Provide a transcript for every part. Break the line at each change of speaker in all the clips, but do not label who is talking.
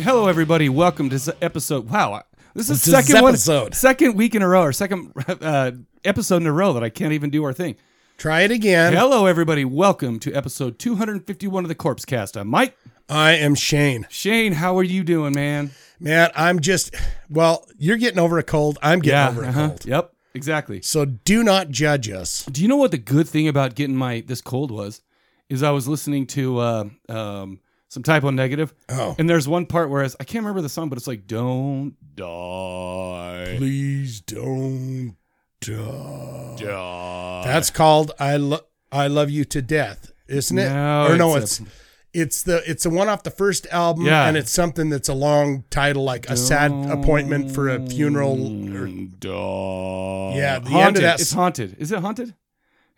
Hello, everybody. Welcome to s- episode. Wow, I- this is
To
second one,
Zepisode.
second week in a row, or second uh, episode in a row that I can't even do our thing.
Try it again.
Hello, everybody. Welcome to episode 251 of the Corpse Cast. I'm Mike
I am Shane.
Shane. How are you doing, man?
Man, I'm just, well, you're getting over a cold. I'm getting over a
uh-huh.
cold.
Yep. Exactly.
So do not judge us.
Do you know what the good thing about getting my this cold was? Is I was listening to uh, um, some typo negative,
Oh.
and there's one part where it's, I can't remember the song, but it's like "Don't die,
Please don't die.
die."
That's called I lo- I love you to death, isn't it?
No,
or no,
it's
it's
a-
it's the it's the one off the first album,
Yeah.
and it's something that's a long title, like a sad appointment for a funeral. Or, Yeah, the
haunted.
end of that
It's
s-
haunted. Is it haunted?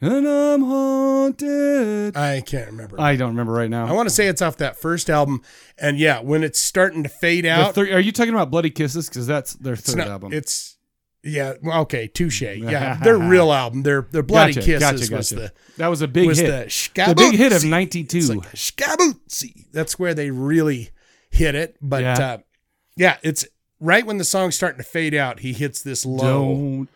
And I'm haunted. I,
I can't remember.
don't remember right now.
I want to say it's off that first album, and yeah, when it's starting to fade
The
out,
thir- are you talking about Bloody Kisses? Because that's their
it's
third
not,
album.
It's yeah, well, okay, touche. Yeah, their real album, their their bloody
Gotcha,
kisses
gotcha,
was
gotcha.
the
that was a big
was
hit.
the
The big hit of
Scabootsy.
'92.
It's like Scabootsy. That's where they really hit it. But
Yeah.
yeah. Uh, yeah, it's right when the song's starting to fade out, he hits this low.
Don't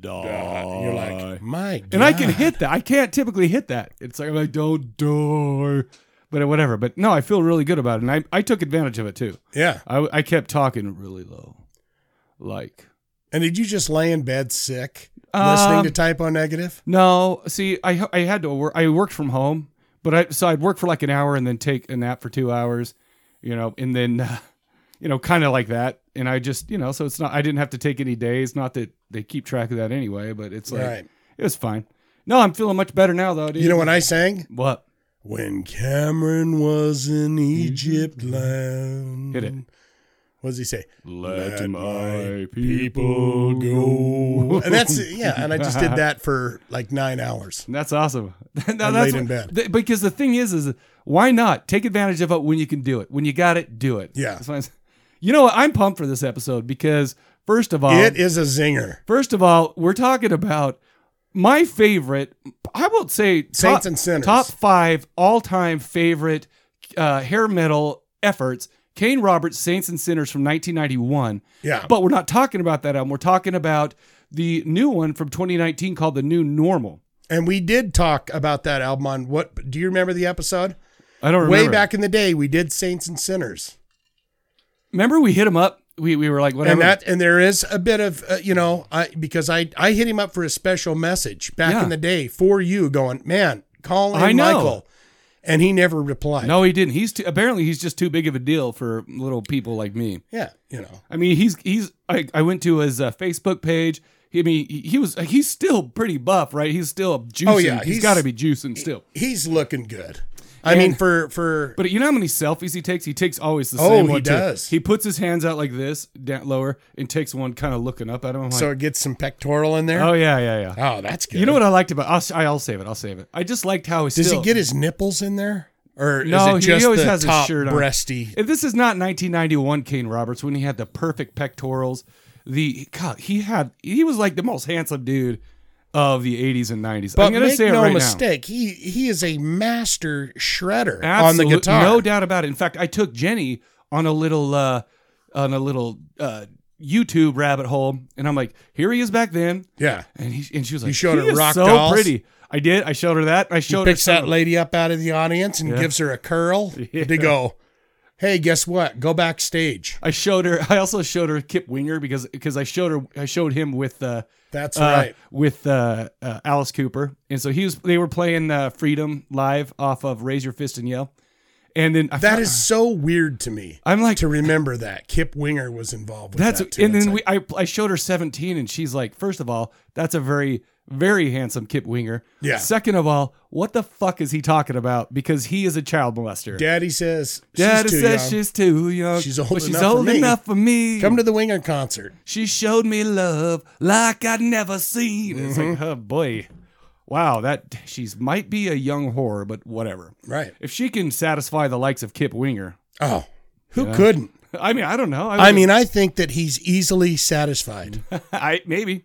die.
And you're like, my God.
and I can hit that. I can't typically hit that. It's like I'm like, don't die, but whatever. But no, I feel really good about it, and I I took advantage of it too.
Yeah.
I I kept talking really low, like
And did you just lay in bed sick
Um,
listening to Typo Negative?
No, see, I I had to work. I worked from home, but I so I'd work for like an hour and then take a nap for two hours, you know, and then, uh, you know, kind of like that. And I just, you know, so it's not. I didn't have to take any days. Not that they keep track of that anyway, but it's like
Right.
it was fine. No, I'm feeling much better now though. Dude.
You know what I sang?
What?
When Cameron was in Egypt land.
Hit it.
What does he say?
Let
my people
go.
And that's, yeah. And I just did that for like nine hours.
That's awesome. now,
And
that's
laid in
what-
bed.
th- because the thing is, is why not take advantage of it when you can do it? When you got it, do it.
Yeah.
That's why I'm- you know what? I'm pumped for this episode because first of all,
It is a zinger.
first of all, we're talking about my favorite. I won't say top,
Saints and Sinners.
Top five all time favorite uh, hair metal efforts. Kane Roberts, Saints and Sinners from 1991.
Yeah.
But we're not talking about that album. We're talking about the new one from 2019 called The New Normal.
And we did talk about that album on what do you remember the episode?
I don't remember.
Way back in the day, we did Saints and Sinners.
Remember we hit him up. We we were like whatever.
And that and there is a bit of uh, you know, I because I I hit him up for a special message back
Yeah.
in the day for you going, "Man, call in
I know.
Michael." And he never replied.
no, he didn't. He's too, apparently he's just too big of a deal for little people like me.
Yeah, you know.
I mean, he's he's. I, I went to his uh, Facebook page. He, I mean, he, he was he's still pretty buff, right? He's still juicing.
Oh, yeah,
he's
he's-
got to be juicing still.
He's looking good. I
And-
mean for for
But you know how many selfies he takes? He takes always the
Oh,
same
he
one. too.
does.
He puts his hands out like this, down lower, and takes one kind of looking up at him. I'm like,
so it gets some pectoral in there.
oh yeah, yeah, yeah.
Oh, that's good.
you know what I liked about? I'll, s- I'll save it. I'll save it. I just liked how he
Does
still,
he get his nipples in there? Or
No,
is
he-
it
he
just
always
the
has his
top
shirt on.
breasty?
If this is not 1991 Kane Roberts when he had the perfect pectorals, the God, he had he was like the most handsome dude of the 80s and 90s.
But
I'm gonna
make
say it
no
right
mistake, he he is a master shredder
now.
on the
Absolute-
guitar.
no doubt about it. In fact, I took Jenny on a little uh, on a little uh, YouTube rabbit hole, and I'm like, here he is back then,
Yeah,
and he and she was like,
showed
he
her
is
Rock
so
Dolls?
pretty. I did. I showed her that. I showed her
picks
some-
that lady up out of the audience and
Yeah.
gives her a curl
Yeah.
to go. Hey, guess what? Go backstage.
I showed her. I also showed her Kip Winger because because I showed her. I showed him with. Uh,
That's
uh,
right.
with uh, uh, Alice Cooper, and so he was. They were playing uh, "Freedom" live off of "Raise Your Fist and Yell," And then I
That
felt-
is so weird to me.
I'm like-
to remember that Kip Winger was involved with
that's
that. Too.
and
It's
then
like,
we I, I showed her 17 and she's like, first of all, that's a very very handsome Kip Winger.
Yeah.
Second of all, what the fuck is he talking about? Because he is a child molester.
Daddy says she's
Daddy
too
says
young.
she's too young.
She's old
but she's
enough for
old
me."
enough for me.
Come to the Winger concert.
She showed me love like I'd never seen. It's
Mm-hmm.
like, oh boy. Wow, that she's might be a young whore, but whatever.
Right.
If she can satisfy the likes of Kip Winger,
Oh, who couldn't?
I mean, I don't know.
I mean, I think that he's easily satisfied.
I maybe,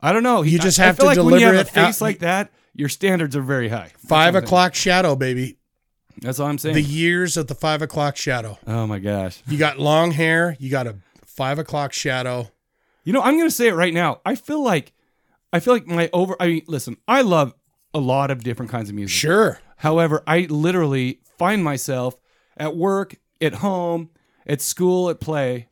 I don't know. He-
You just
I- I
have
feel
to
like when you
deliver
have a
it out-
face like that. Your standards are very high.
Five o'clock shadow, baby.
That's all I'm saying.
The years of the five o'clock shadow.
oh my gosh.
You got long hair. You got a five o'clock shadow.
You know, I'm going to say it right now. I feel like, I feel like my over. I mean, listen, I love a lot of different kinds of music.
Sure.
However, I literally find myself at work, at home, at school, at play,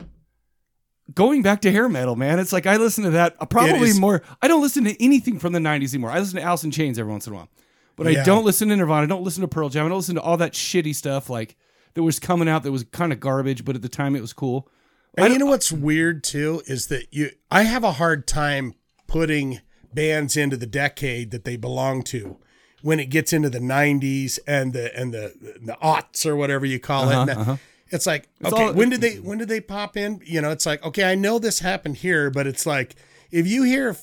going back to hair metal, man. It's like I listen to that uh,
It
probably
is-
more. I don't listen to anything from the 90s anymore. I listen to Alice in Chains every once in a while. But I
Yeah.
don't listen to Nirvana. I don't listen to Pearl Jam. I don't listen to all that shitty stuff like that was coming out that was kind of garbage, but at the time it was cool. I
And you
don't-
know what's weird too is that you I have a hard time putting bands into the decade that they belong to when it gets into the 90s and the and the the aughts or whatever you call it. And that- It's like okay,
Uh-huh, all-
when did they when did they pop in? You know, it's like okay, I know this happened here, but it's like if you hear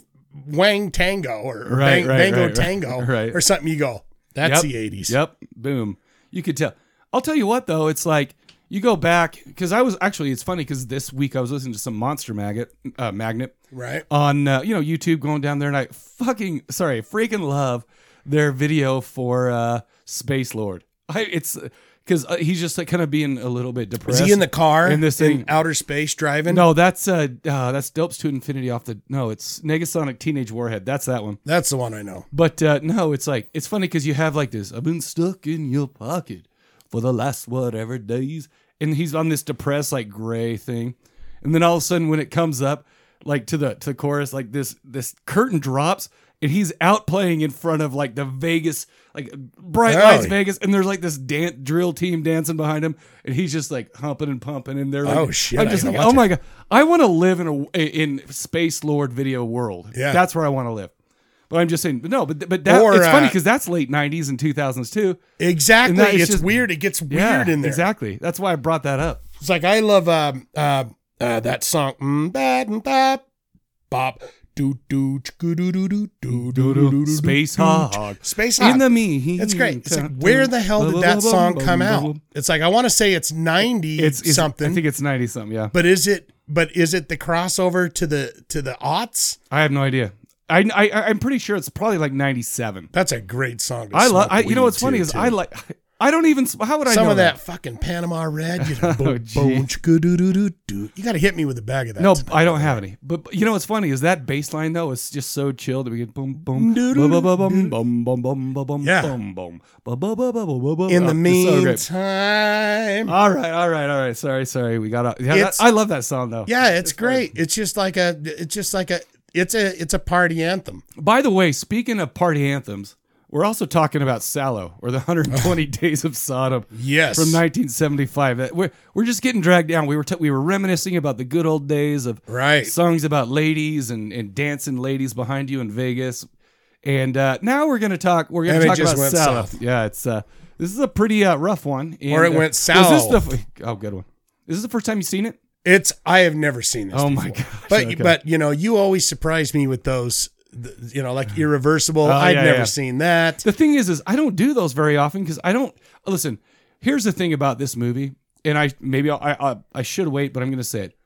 Wang Tango or
Right,
Bang,
right,
Bango
right, right,
Tango
right.
or something, you go that's
Yep.
the 80s.
Yep. Boom. You could tell. I'll tell you what though, it's like you go back because I was actually it's funny because this week I was listening to some Monster Maggot uh, Magnet
Right.
on uh, you know YouTube going down there and I fucking sorry freaking love their video for uh, Space Lord. I it's because uh, he's just like kind of being a little bit
Is
depressed.
he in the car
in this thing?
outer space driving?
no, that's uh, uh that's Dopes to Infinity off the no, it's Negasonic Teenage Warhead. That's that one.
That's the one I know.
But uh, no, it's like it's funny because you have like this. I've been stuck in your pocket for the last whatever days, and he's on this depressed like gray thing, and then all of a sudden when it comes up, like to the to the chorus, like this this curtain drops and he's out playing in front of like the Vegas like bright
Oh.
lights Vegas, and there's like this dance drill team dancing behind him, and he's just like humping and pumping, and they're like,
Oh, shit,
I'm
I
just
gotta
like,
watch
oh
it."
my god, I want to live in a in space lord video world.
Yeah.
that's where I want to live. But I'm just saying, but no, but but that
Or,
it's funny
uh,
because that's late '90s and 2000s too. And
Exactly.
that is
It's
just-
weird. It gets weird
Yeah,
in there.
exactly. That's why I brought that up.
It's like I love um uh, uh that song mm bad and bop bop do do do do do do do do
Space Hog.
space hog.
In the me,
It's great. It's like where the hell did that song come out? It's like I want to say it's ninety
It's, it's
something,
I think it's '90 something. Yeah,
but is it? But is it the crossover to the to the aughts?
I have no idea. I, I I'm pretty sure it's probably like '97.
That's a great song. To
I love.
smoke
I, you know
weed
what's funny
to,
is
too.
I like. I don't even. How would I
some
know
of that, fucking Panama Red. You, know,
Oh,
boom,
gee.
boom, do. you got to hit me with a bag of that.
No,
tonight.
I don't have any. But but you know what's funny is that bass line though is just so chill that we get boom boom bum
Doo-doo-doo,
bum bum bum bum bum bum bum
Yeah.
bum bum bum bum bum bum bum bum.
In the
Oh, it's so Oh, great.
meantime.
All right, all right, all right. Sorry, sorry. We got out. Yeah, that,
It's-
I love that song though.
yeah, it's great. It's just like a it's just like a it's a it's a party anthem.
By the way, speaking of party anthems, we're also talking about Sallow or the 120 Days of Sodom.
Yes.
From 1975. That- We're, we're just getting dragged down. We were t- we were reminiscing about the good old days of
Right.
songs about ladies and, and dancing ladies behind you in Vegas. And uh, now we're going to talk we're going
And
to
it
talk
just
about
went
Sallow.
south.
Yeah, it's uh, this is a pretty uh, rough one. And,
Or it
uh,
went
Was this
south.
the f- oh, good one. Is this the first time you've seen it?
It's I have never seen this.
Oh
before.
my gosh.
But
Okay.
but you know, you always surprise me with those th- you know, like irreversible. I've
Oh, yeah,
never
yeah.
seen that.
The thing is, is I don't do those very often because I don't listen. Here's the thing about this movie, and I maybe I'll, I I, I should wait, but I'm going to say it.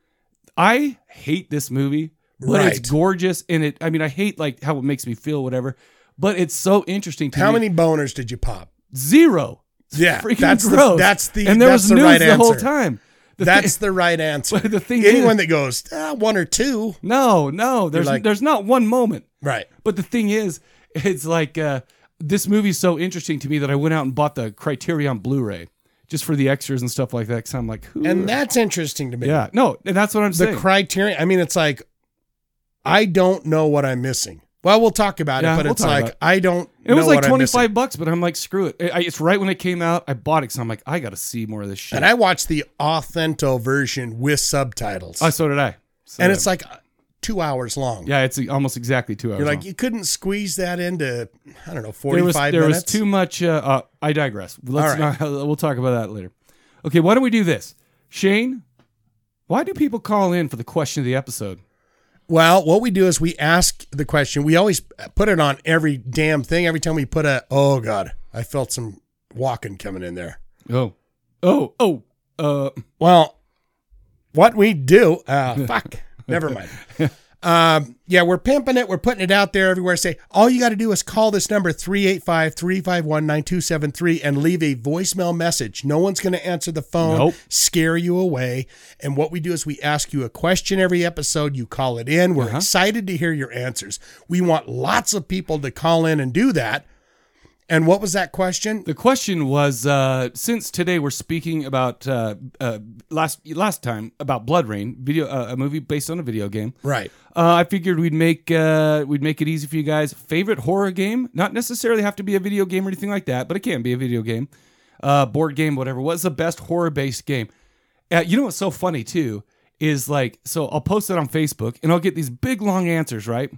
I hate this movie, but
Right.
it's gorgeous, and it. I mean, I hate like how it makes me feel, whatever. But it's so interesting. To
How
me.
many boners did you pop?
Zero. It's
Yeah,
freaking
that's the-
gross.
that's the-
and there
that's
was
the
news
right
the whole
answer.
time. The thi-
That's the right answer.
the thing
anyone
is-
that goes ah, one or two,
no, no. There's
like-
there's not one moment.
right?
But the thing is, it's like uh, this movie's so interesting to me that I went out and bought the Criterion Blu-ray just for the extras and stuff like that. Because I'm like, who?
And that's interesting to me.
yeah, no, and that's what I'm
the
saying.
criterion. I mean, it's like I don't know what I'm missing. Well, we'll talk about
Yeah,
it, but
we'll
it's
talk
like
about it.
I don't.
It was
know
like
what I'm
twenty
missing.
five bucks, but I'm like, screw it. I- I- it's right when it came out. I bought it, so I'm like, I got to see more of this shit.
And I watched the authento version with subtitles,
Oh, so did I. So
and
did
it's like uh, two hours long.
I. yeah, it's almost exactly two hours.
You're like
long.
you couldn't squeeze that into I don't know
there
forty
was
five
there
minutes.
was too much. Uh, uh, I digress. Let's
All right.
not. We'll talk about that later. Okay, why don't we do this, Shane? Why do people call in for the question of the episode?
Well, what we do is we ask the question. We always put it on every damn thing. Every time we put a, oh God, I felt some walking coming in there.
Oh, oh, oh. Uh,
Well, what we do, uh, fuck, never mind. Um, yeah, we're pimping it. We're putting it out there everywhere. Say, all you got to do is call this number 385 351 9273 and leave a voicemail message. No one's going to answer the phone,
Nope.
scare you away. And what we do is we ask you a question every episode. You call it in.
Uh-huh.
We're excited to hear your answers. We want lots of people to call in and do that. And what was that question?
the question was uh, since today we're speaking about uh, uh, last last time about Blood Rain, video uh, a movie based on a video game.
Right.
Uh, I figured we'd make uh, we'd make it easy for you guys. Favorite horror game? Not necessarily have to be a video game or anything like that, but it can be a video game, uh, board game, whatever. What's the best horror based game? Uh, you know what's so funny too is like so I'll post it on Facebook and I'll get these big long answers, right?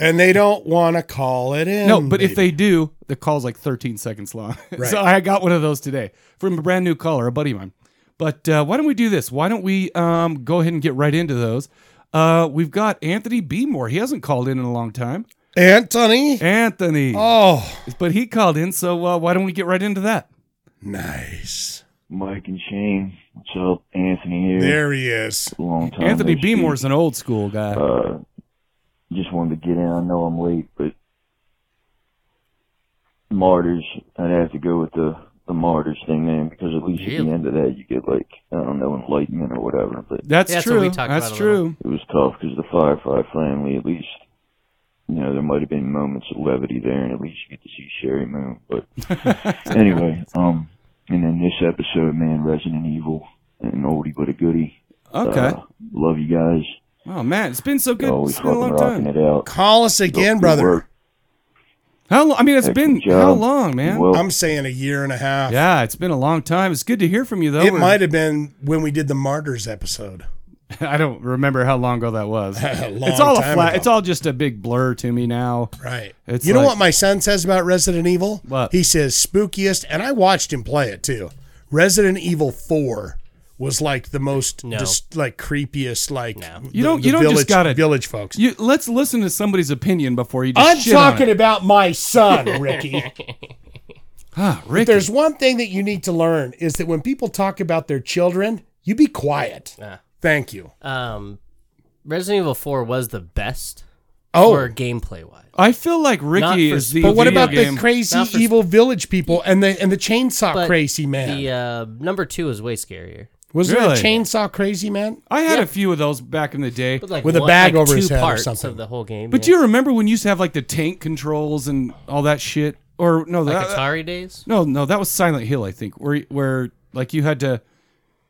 And they don't want to call it in.
No, but
baby.
if they do, the call's like 13 seconds long.
Right.
so I got one of those today from a brand new caller, a buddy of mine. But uh, why don't we do this? Why don't we um, go ahead and get right into those? Uh, we've got Anthony Beemore. He hasn't called in in a long time.
Anthony.
Anthony,
Oh,
but he called in, so uh, why don't we get right into that?
nice.
Mike and Shane. What's up? Anthony here.
There he is.
Long time.
Anthony
no speak.
Beemore's an old school guy.
Uh, just wanted to get in. I know I'm late, but martyrs. I'd have to go with the the martyrs thing, man, because at least at the end of that you get like I don't know enlightenment or whatever. But
that's,
That's what
true.
we talked
that's
about a
true.
it was tough because the Firefly family. At least you know there might have been moments of levity there, and at least you get to see Sherry Moon. But anyway, um, and then this episode, man, Resident Evil, an oldie but a goodie.
Okay.
Uh, love you guys.
oh man, it's been so
You're
good.
always
it's been a
fucking
long
rocking
time.
it out.
Call us again, brother.
Work.
How long? I mean, it's been
Excellent job.
how long, man?
Well,
I'm saying a year and a half.
yeah, it's been a long time. It's good to hear from you, though.
It
We're-
might have been when we did the Martyrs episode.
I don't remember how long ago that was.
A long
it's all a
time
flat.
ago.
It's all just a big blur to me now.
Right.
It's
you know
like-
what my son says about Resident Evil?
What?
He says spookiest, and I watched him play it too. Resident Evil 4 was like the most
No.
just like creepiest like
You don't- you don't just
village,
gotta-
village folks.
You, let's listen to somebody's opinion before you. Just
I'm
shit on
talking
it.
about my son, Ricky.
Ah, Ricky.
There's one thing that you need to learn is that when people talk about their children, you be quiet.
Ah.
Thank you.
Um, Resident Evil 4 was the best
Oh,
for gameplay wise.
I feel like Ricky
for
is the.
speed.
But what
video
about
game.
the crazy
Not for-
evil village people and the and the chainsaw
But
crazy man?
The uh, number two is way scarier.
was there a
Really?
chainsaw crazy man?
I had
Yeah.
a few of those back in the day.
But like
With a
one-
bag
like
over
two
his head or
parts
something.
of the whole game.
But do
yeah.
you remember when you used to have like the tank controls and all that shit? Or no,
like
that,
Atari days.
no, no, that was Silent Hill, I think, where where like you had to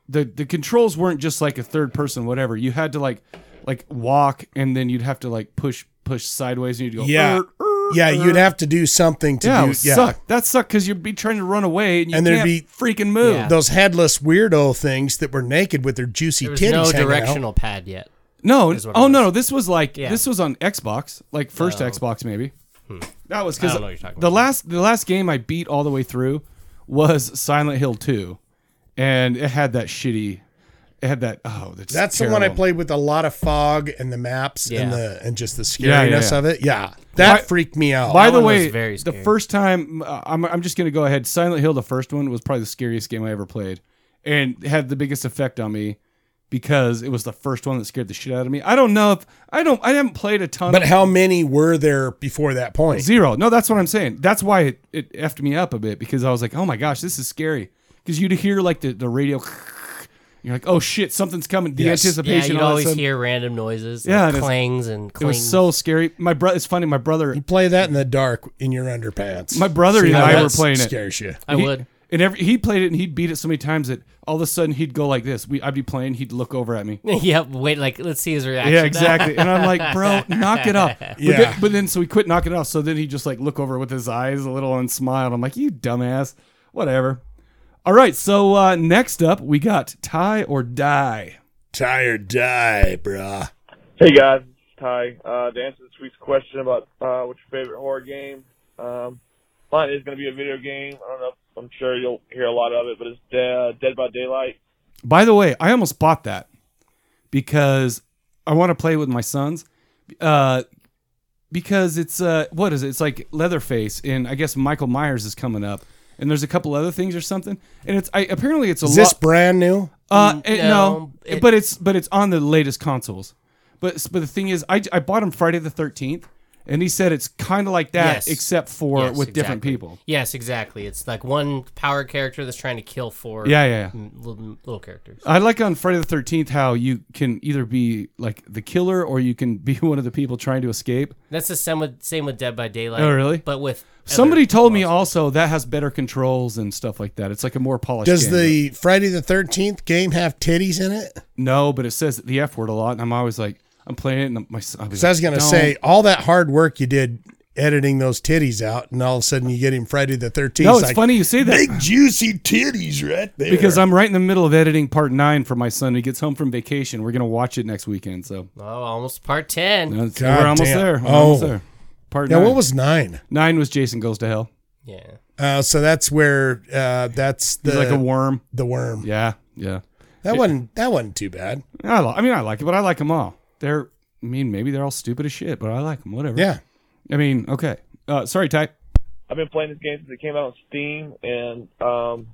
the the controls weren't just like a third person, whatever. You had to like like walk and then you'd have to like push push sideways and you'd go
Yeah.
"Er, er,
Yeah,
er."
you'd have to do something to
yeah, it
do
would suck. That sucked because you'd be trying to run away and you
And there'd
can't
be-
freaking move.
Yeah.
those headless weirdo things that were naked with their juicy
There was
titties.
no
hanging out.
directional pad yet.
No,
what it
oh
was.
no, no, this was like
Yeah. Oh. Hmm.
this was on Xbox, like first Xbox maybe. That was because
I don't know what you're talking
the
about.
last the last game I beat all the way through was Silent Hill Two, and it had that shitty, it had that oh that's
That's the one I
terrible.
played with a lot of fog and the maps and
Yeah.
the and just the scariness
Yeah, yeah, yeah.
of it. Yeah, that
Why-
freaked me out.
By
That
the
one was
way,
very
the
scary.
first time uh, I'm, I'm just gonna go ahead. Silent Hill, the first one was probably the scariest game I ever played, and had the biggest effect on me because it was the first one that scared the shit out of me. I don't know if I don't I haven't played a ton.
but
of,
how many were there before that point?
zero. No, that's what I'm saying. That's why it, it effed me up a bit because I was like, oh my gosh, this is scary. Because you'd hear like the the radio. You're like, oh shit, something's coming. The
Yes.
Yeah,
anticipation.
you'd
all of a
always
sudden-
hear random noises.
Yeah,
Yeah,
and it's-
clangs and
It
clings.
was so scary. My brother. It's funny. My brother.
You play that in the dark in your underpants.
My brother
See
and
how
I
that
were playing it.
Scares you.
I
he-
would.
And every he played it and he'd beat it so many times that all of a sudden he'd go like this. We I'd be playing, he'd look over at me.
yeah, wait, like let's see his reaction.
Yeah, exactly. And I'm like, bro, knock it off. But
Yeah.
Then, but then so he quit knocking it off. So then he just like look over with his eyes a little and smiled. I'm like, you dumbass. Whatever. All right. So uh, next up, we got tie or die.
Tired die, bruh.
Hey guys, it's Ty. Uh, to answer this week's question about uh, what's your favorite horror game, um, mine is going to be a video game. I don't know. if- I'm sure you'll hear a lot of it, but it's uh, Dead by Daylight.
By the way, I almost bought that because I want to play with my sons. Uh, because it's uh, what is it? It's like Leatherface, and I guess Michael Myers is coming up, and there's a couple other things or something. And it's I, apparently it's a
Is
lot.
this brand new?
Uh, it- no,
Mm, no, it-
but it's but it's on the latest consoles. But but the thing is, I I bought him Friday the thirteenth, and he said it's kind of like that,
Yes.
except for
Yes,
with different
exactly.
people.
Yes, exactly. It's like one power character that's trying to kill four.
Yeah, yeah, yeah.
m- Little, little characters.
I like on Friday the Thirteenth how you can either be like the killer or you can be one of the people trying to escape.
That's the same with same with Dead by Daylight.
Oh, really?
But with other-
Somebody told me also that has better controls and stuff like that. It's like a more polished.
Does
game.
the Friday the 13th game have titties in it?
no? But it says the F word a lot, and I'm always like, I'm playing it, and my son.
So I was going to
"Don't."
say, all that hard work you did editing those titties out, and all of a sudden you get him Friday the 13th.
No, it's
like,
funny you say that.
Big juicy titties right there.
because I'm right in the middle of editing part nine for my son. He gets home from vacation. We're gonna watch it next weekend. So
Oh, almost part ten.
that's-
Oh, God
we're almost
damn.
there. We're
Oh.
almost there. Part
now,
nine.
what was nine?
nine was Jason goes to hell.
Yeah.
Uh, so that's where uh, that's the
He's like a worm.
the worm.
Yeah, yeah.
That wasn't that wasn't too bad.
I, li- I mean, I like it, but I like them all. They're, I mean, maybe they're all stupid as shit, but I like them. Whatever.
Yeah.
I mean, okay. Uh, sorry, Ty.
I've been playing this game since it came out on Steam, and um,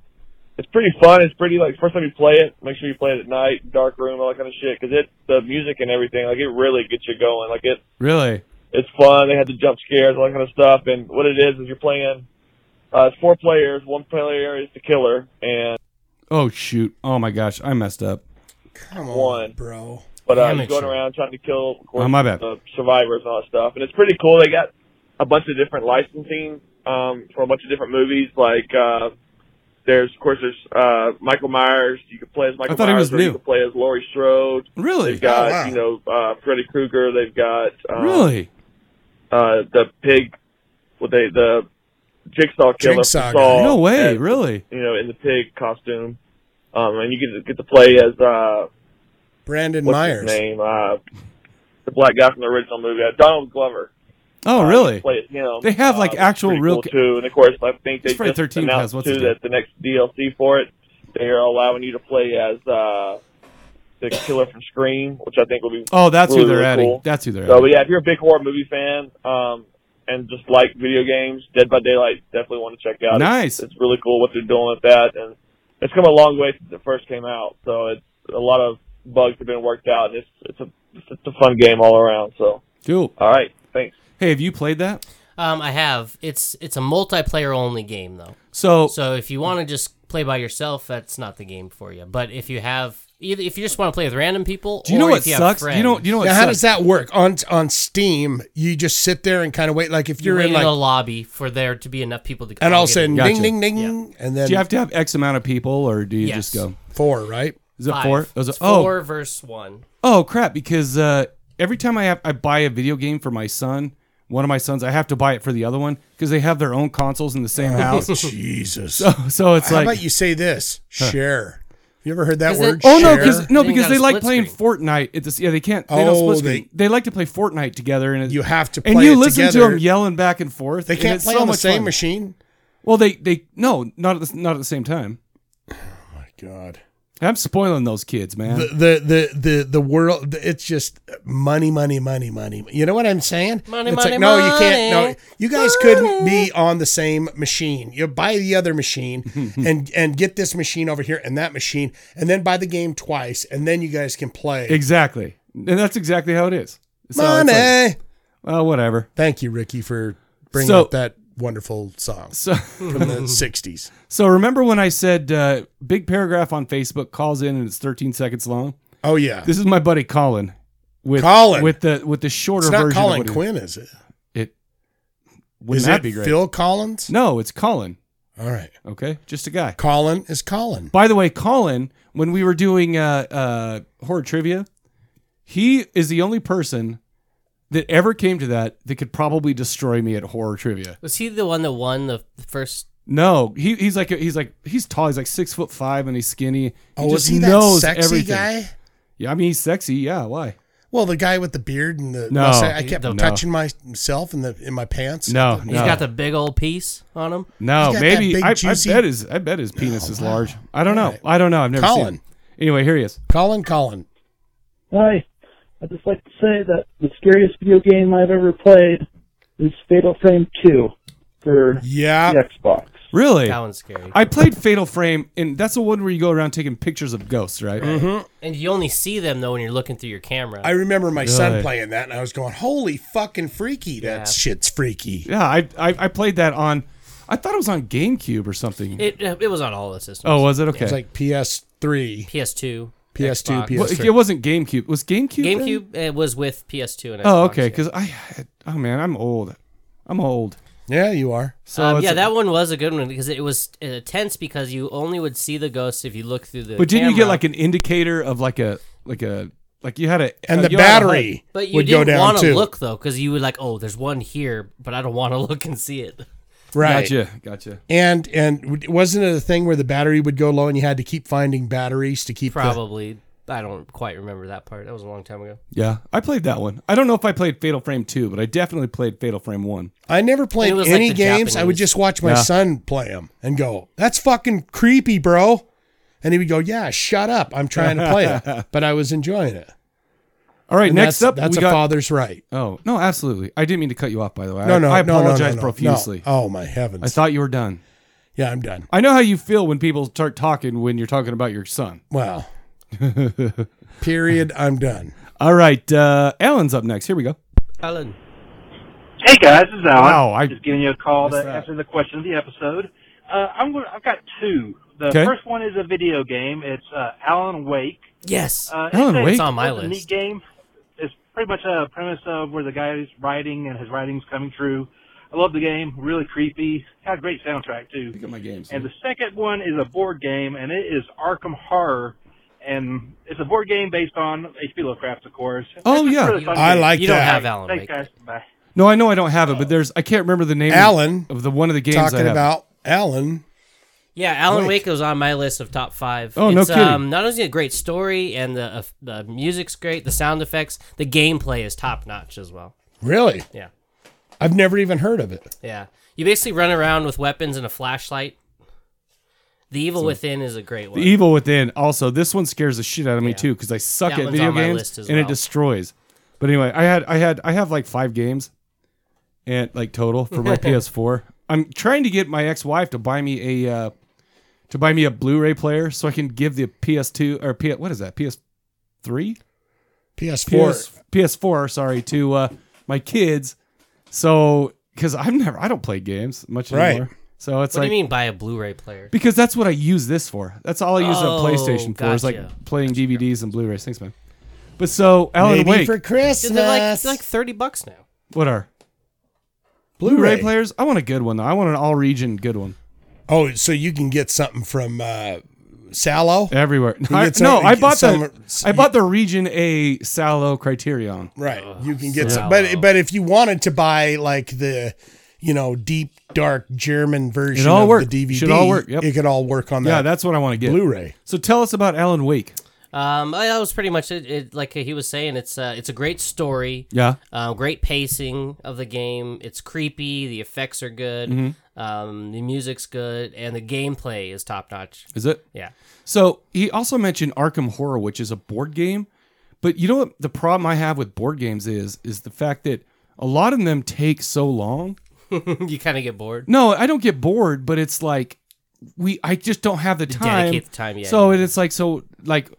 it's pretty fun. It's pretty like first time you play it, make sure you play it at night, dark room, all that kind of shit, because it the music and everything like it really gets you going. Like it
Really?
it's fun. They had the jump scares, all that kind of stuff. And what it is is you're playing. Uh, it's four players. One player is the killer, and
Oh shoot! Oh my gosh! I messed up.
Come on,
One.
bro.
but uh,
Amateur.
he's going around trying to kill of course,
Oh, my bad.
the survivors and all that stuff. And it's pretty cool. They got a bunch of different licensing um, for a bunch of different movies. Like uh, there's of course there's uh, Michael Myers. You could play as Michael
thought he
Myers,
was
or
new.
you could play as Laurie Strode.
Really?
They've got
Oh, wow.
you know uh, Freddy Krueger. They've got um,
really?
uh, the pig. What they the jigsaw killer from
Jigsaw guy.
Saw
No way!
as-
really?
You know, in the pig costume, um, and you get to, get to play as uh,
Brandon
what's
Myers.
his name? Uh, the black guy from the original movie, uh, Donald Glover.
Oh
Uh,
really?
Play as him.
They have, like,
it's
actual
pretty
real
cool,
ca-
too, and of course, I think they
It's Friday
just
13th has-
announced
what's his
too
name?
that the next DLC for it, they are allowing you to play as uh, the killer from Scream, which I think will be.
Oh, that's who
really,
they're
really
adding.
cool.
That's who they're
So,
adding.
but yeah, if you're a big horror movie fan um, and just like video games, Dead by Daylight definitely want to check out. It's-
Nice.
It's, really cool what they're doing with that, and it's come a long way since it first came out. So it's a lot of bugs have been worked out, and it's it's a it's a fun game all around. So
Cool.
all right, thanks.
Hey, have you played that?
Um, I have. It's it's a multiplayer only game though.
So,
So if you want to just play by yourself, that's not the game for you. But if you have either if you just want to play with random people,
do you know
or
what
if you
sucks?
Have
Do you know? Do you know what
Now, how
sucks?
does that work on on Steam? You just sit there and kind of wait, like if you're in
in the
like,
lobby for there to be enough people to
and all of a
get
sudden,
in.
Gotcha.
ding, ding, ding, and then
Do you have to have X amount of people, or do you just
Yes.
go?
four, right?
Is it
Five.
four? Is it,
It's
oh,
four versus one.
oh crap! Because uh, every time I have, I buy a video game for my son, one of my sons, I have to buy it for the other one because they have their own consoles in the same house.
Jesus.
so it's
Oh. how
like,
about you say this? Share. You ever heard that
Isn't it-
word?
oh no,
Share?
because no,
They ain't
because
got a
they like
split
playing Fortnite at this. Yeah, they can't. They don't
Oh,
split
they-
screen. They, like to play Fortnite together, and it,
you have to play
and you
it
listen
together.
to them yelling back and forth.
They
and
can't
it's
play
so
on the
much
same
fun.
machine.
Well, they they no, not at the, not at the same time.
My God.
I'm spoiling those kids, man.
the the the the, the world it's just money money money money you know what i'm saying
Money,
it's
money,
like no you can't no
money.
you guys couldn't be on the same machine you buy the other machine and and get this machine over here and that machine and then buy the game twice and then you guys can play
exactly, and that's exactly how it is. So it's
money
like, well, whatever.
thank you ricky for bringing
So-
up that wonderful song
So.
from the 60s
So remember when I said uh, big paragraph on Facebook calls in and it's 13 seconds long?
oh yeah
This is my buddy Colin with
Colin.
with the with the shorter
it's not
version.
colin
of what
quinn is it
It, it
is
wouldn't that
it
be great?
phil collins
no, it's Colin.
All right.
Okay, just a guy.
Colin is Colin.
By the way, Colin, when we were doing uh, uh, horror trivia, he is the only person that ever came to that that could probably destroy me at horror trivia.
Was he the one that won the the first?
No, he, he's like he's like he's tall. He's like six foot five, and he's skinny. He
Oh, was
just
he that
knows
sexy
everything.
guy?
Yeah, I mean he's sexy. Yeah, why?
Well, the guy with the beard and the
No,
mustache. I kept
no.
touching myself in the in my pants.
No,
He's
no,
got the big old piece on him.
no.
he's got that
Maybe
big,
I, I
juicy- Oh,
bet his I bet his penis is
wow.
large. I don't
All
know.
right.
I don't know. I've never
Colin.
seen. it. Anyway, here he is.
Colin, Colin.
Hi. I'd just like to say that the scariest video game I've ever played is Fatal Frame 2 for
Yeah.
the Xbox.
Really?
That one's scary.
I played Fatal Frame, and that's the one where you go around taking pictures of ghosts, right?
Mm-hmm. and you only see them though when you're looking through your camera.
I remember my son
Really?
playing that, and I was going, "Holy fucking freaky! That
Yeah.
shit's freaky."
Yeah, I, I I played that on. I thought it was on GameCube or something.
it it was on all the systems.
oh, was it okay?
It's like PS3,
PS2,
PS2,
Xbox.
Well,
PS3.
it wasn't GameCube. It was GameCube. then?
GameCube. It was with PS2 and Xbox.
Oh, okay.
yeah.
Because I, had- oh man, I'm old. I'm old.
yeah, you are.
So
um,
it's-
yeah, that one was a good one because it was uh, tense because you only would see the ghosts if you look through the.
But didn't you get
camera.
like an indicator of like a like a like you had a
And
uh,
the
you had a
battery
light.
But you
would go
didn't
down
want
too.
to look though because you would like, oh, there's one here, but I don't want to look and see it.
right?
Gotcha, gotcha.
And and w- wasn't it a thing where the battery would go low, and you had to keep finding batteries to keep the-
Probably. I don't quite remember that part. That was a long time ago.
Yeah, I played that one. I don't know if I played Fatal Frame two, but I definitely played Fatal Frame one.
I never played
was like
any
the
games. I would
Japanese.
just watch my
Yeah.
son play them and go, "That's fucking creepy, bro," and he would go, "Yeah, shut up. I'm trying to play it," but I was enjoying it.
All right,
And
next
that's,
up
that's
we
a
got.
father's right.
oh no, absolutely. I didn't mean to cut you off. By the way,
No,
I,
no,
I
no, no, no,
apologize
no, no.
profusely.
Oh my
I
heavens!
thought you were done.
yeah, I'm done.
I know how you feel when people start talking when you're talking about your son.
Well, period. I'm done.
All right, uh, Alan's up next. Here we go.
Alan.
Hey guys, this is Alan.
Wow, I-
just giving you a call to
What's that?
answer the question of the episode. Uh, I'm going. I've got two. The
Okay.
first one is a video game. It's uh, Alan Wake.
Yes.
Uh,
Alan
it's a-
Wake?
it's on my
it's a neat
list.
game. It's pretty much a premise of where the guy is writing and his writing's coming true. I love the game. Really creepy. Had a great soundtrack too.
Pick up my games.
And the second one is a board game, and it is Arkham Horror. And it's a board game based on H.P. Lovecraft, of course.
Oh,
It's a
yeah.
really fun
I
game.
like
You
that.
don't have Alan
Thanks,
Wake.
guys. Bye.
No, I know I don't have it, but there's I can't remember the name. of-
Alan,
of the one of the games I
talking
have.
about Alan.
Yeah, Alan Wake.
Wake.
was on my list of top five.
Oh, no
it's,
kidding.
Um, not only a great story and the uh, the music's great, the sound effects, the gameplay is top notch as well.
Really?
Yeah,
I've never even heard of it.
yeah. You basically run around with weapons and a flashlight. The Evil Within is a great one.
The Evil Within. Also, this one scares the shit out of me too because I suck
That
at
one's
video
on my
games
list as
and it
well.
destroys. But anyway, I had I had I have like five games, and like total for my PS4. I'm trying to get my ex-wife to buy me a uh, to buy me a Blu-ray player so I can give the PS2 or P, what is that PS3
PS4.
PS PS4 sorry to uh, my kids. So because I've never I don't play games much
Right.
anymore. So it's
what
like
do you mean by a Blu-ray player?
because that's what I use this for. That's all I use
Oh,
a PlayStation for is
gotcha.
like playing DVDs and Blu-rays. Thanks, man. But so Alan
Maybe
Wake,
for Christmas.
Dude, they're like they're like thirty bucks now.
what are Blu-ray,
Blu-ray
players? I want a good one though. I want an all-region good one
Oh, so you can get something from uh, Sallow?
everywhere.
can
I-
get
no,
some-
I
you
bought
can
the
some-
I bought the Region A Salo Criterion.
Right. You can get
so-
some, but but if you wanted to buy like the, you know, deep dark German version
It all
of
worked.
the DVD,
Should all work, yep.
it could all work on that.
Yeah, that's what I want to get.
Blu-ray.
So tell us about Alan Wake.
Um, I- that was pretty much it. it like he was saying, it's uh, it's a great story.
Yeah,
Um, great pacing of the game. It's creepy. The effects are good.
Mm-hmm.
Um, the music's good, and the gameplay is top notch.
is it?
Yeah,
So he also mentioned Arkham Horror, which is a board game. But you know what the problem I have with board games is is the fact that a lot of them take so long
you kind of get bored.
No, I don't get bored, but it's like we I just don't have the time.
dedicate the time, yeah,
So and it's like so like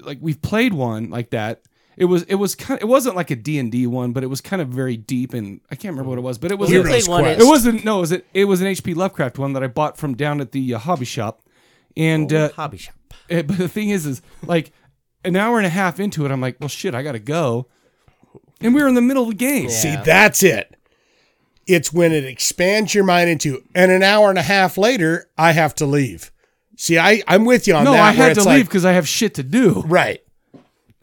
like we've played one like that. It was it was kind it wasn't like a D&D one, but it was kind of very deep and I can't remember what it was, but it was
We
Heroes
played one.
Quest.
At,
it wasn't no, it was an, it was an HP Lovecraft one that I bought from down at the uh, hobby shop. And uh,
hobby shop.
eh, but the thing is is like an hour and a half into it I'm like, "Well shit, I got to go." And we were in the middle of the game.
Yeah.
See, that's it. It's when it expands your mind into, and an hour and a half later, I have to leave. See, I, I'm with you on
No,
that.
I
where
had to leave
it's like,
because I have shit to do.
Right.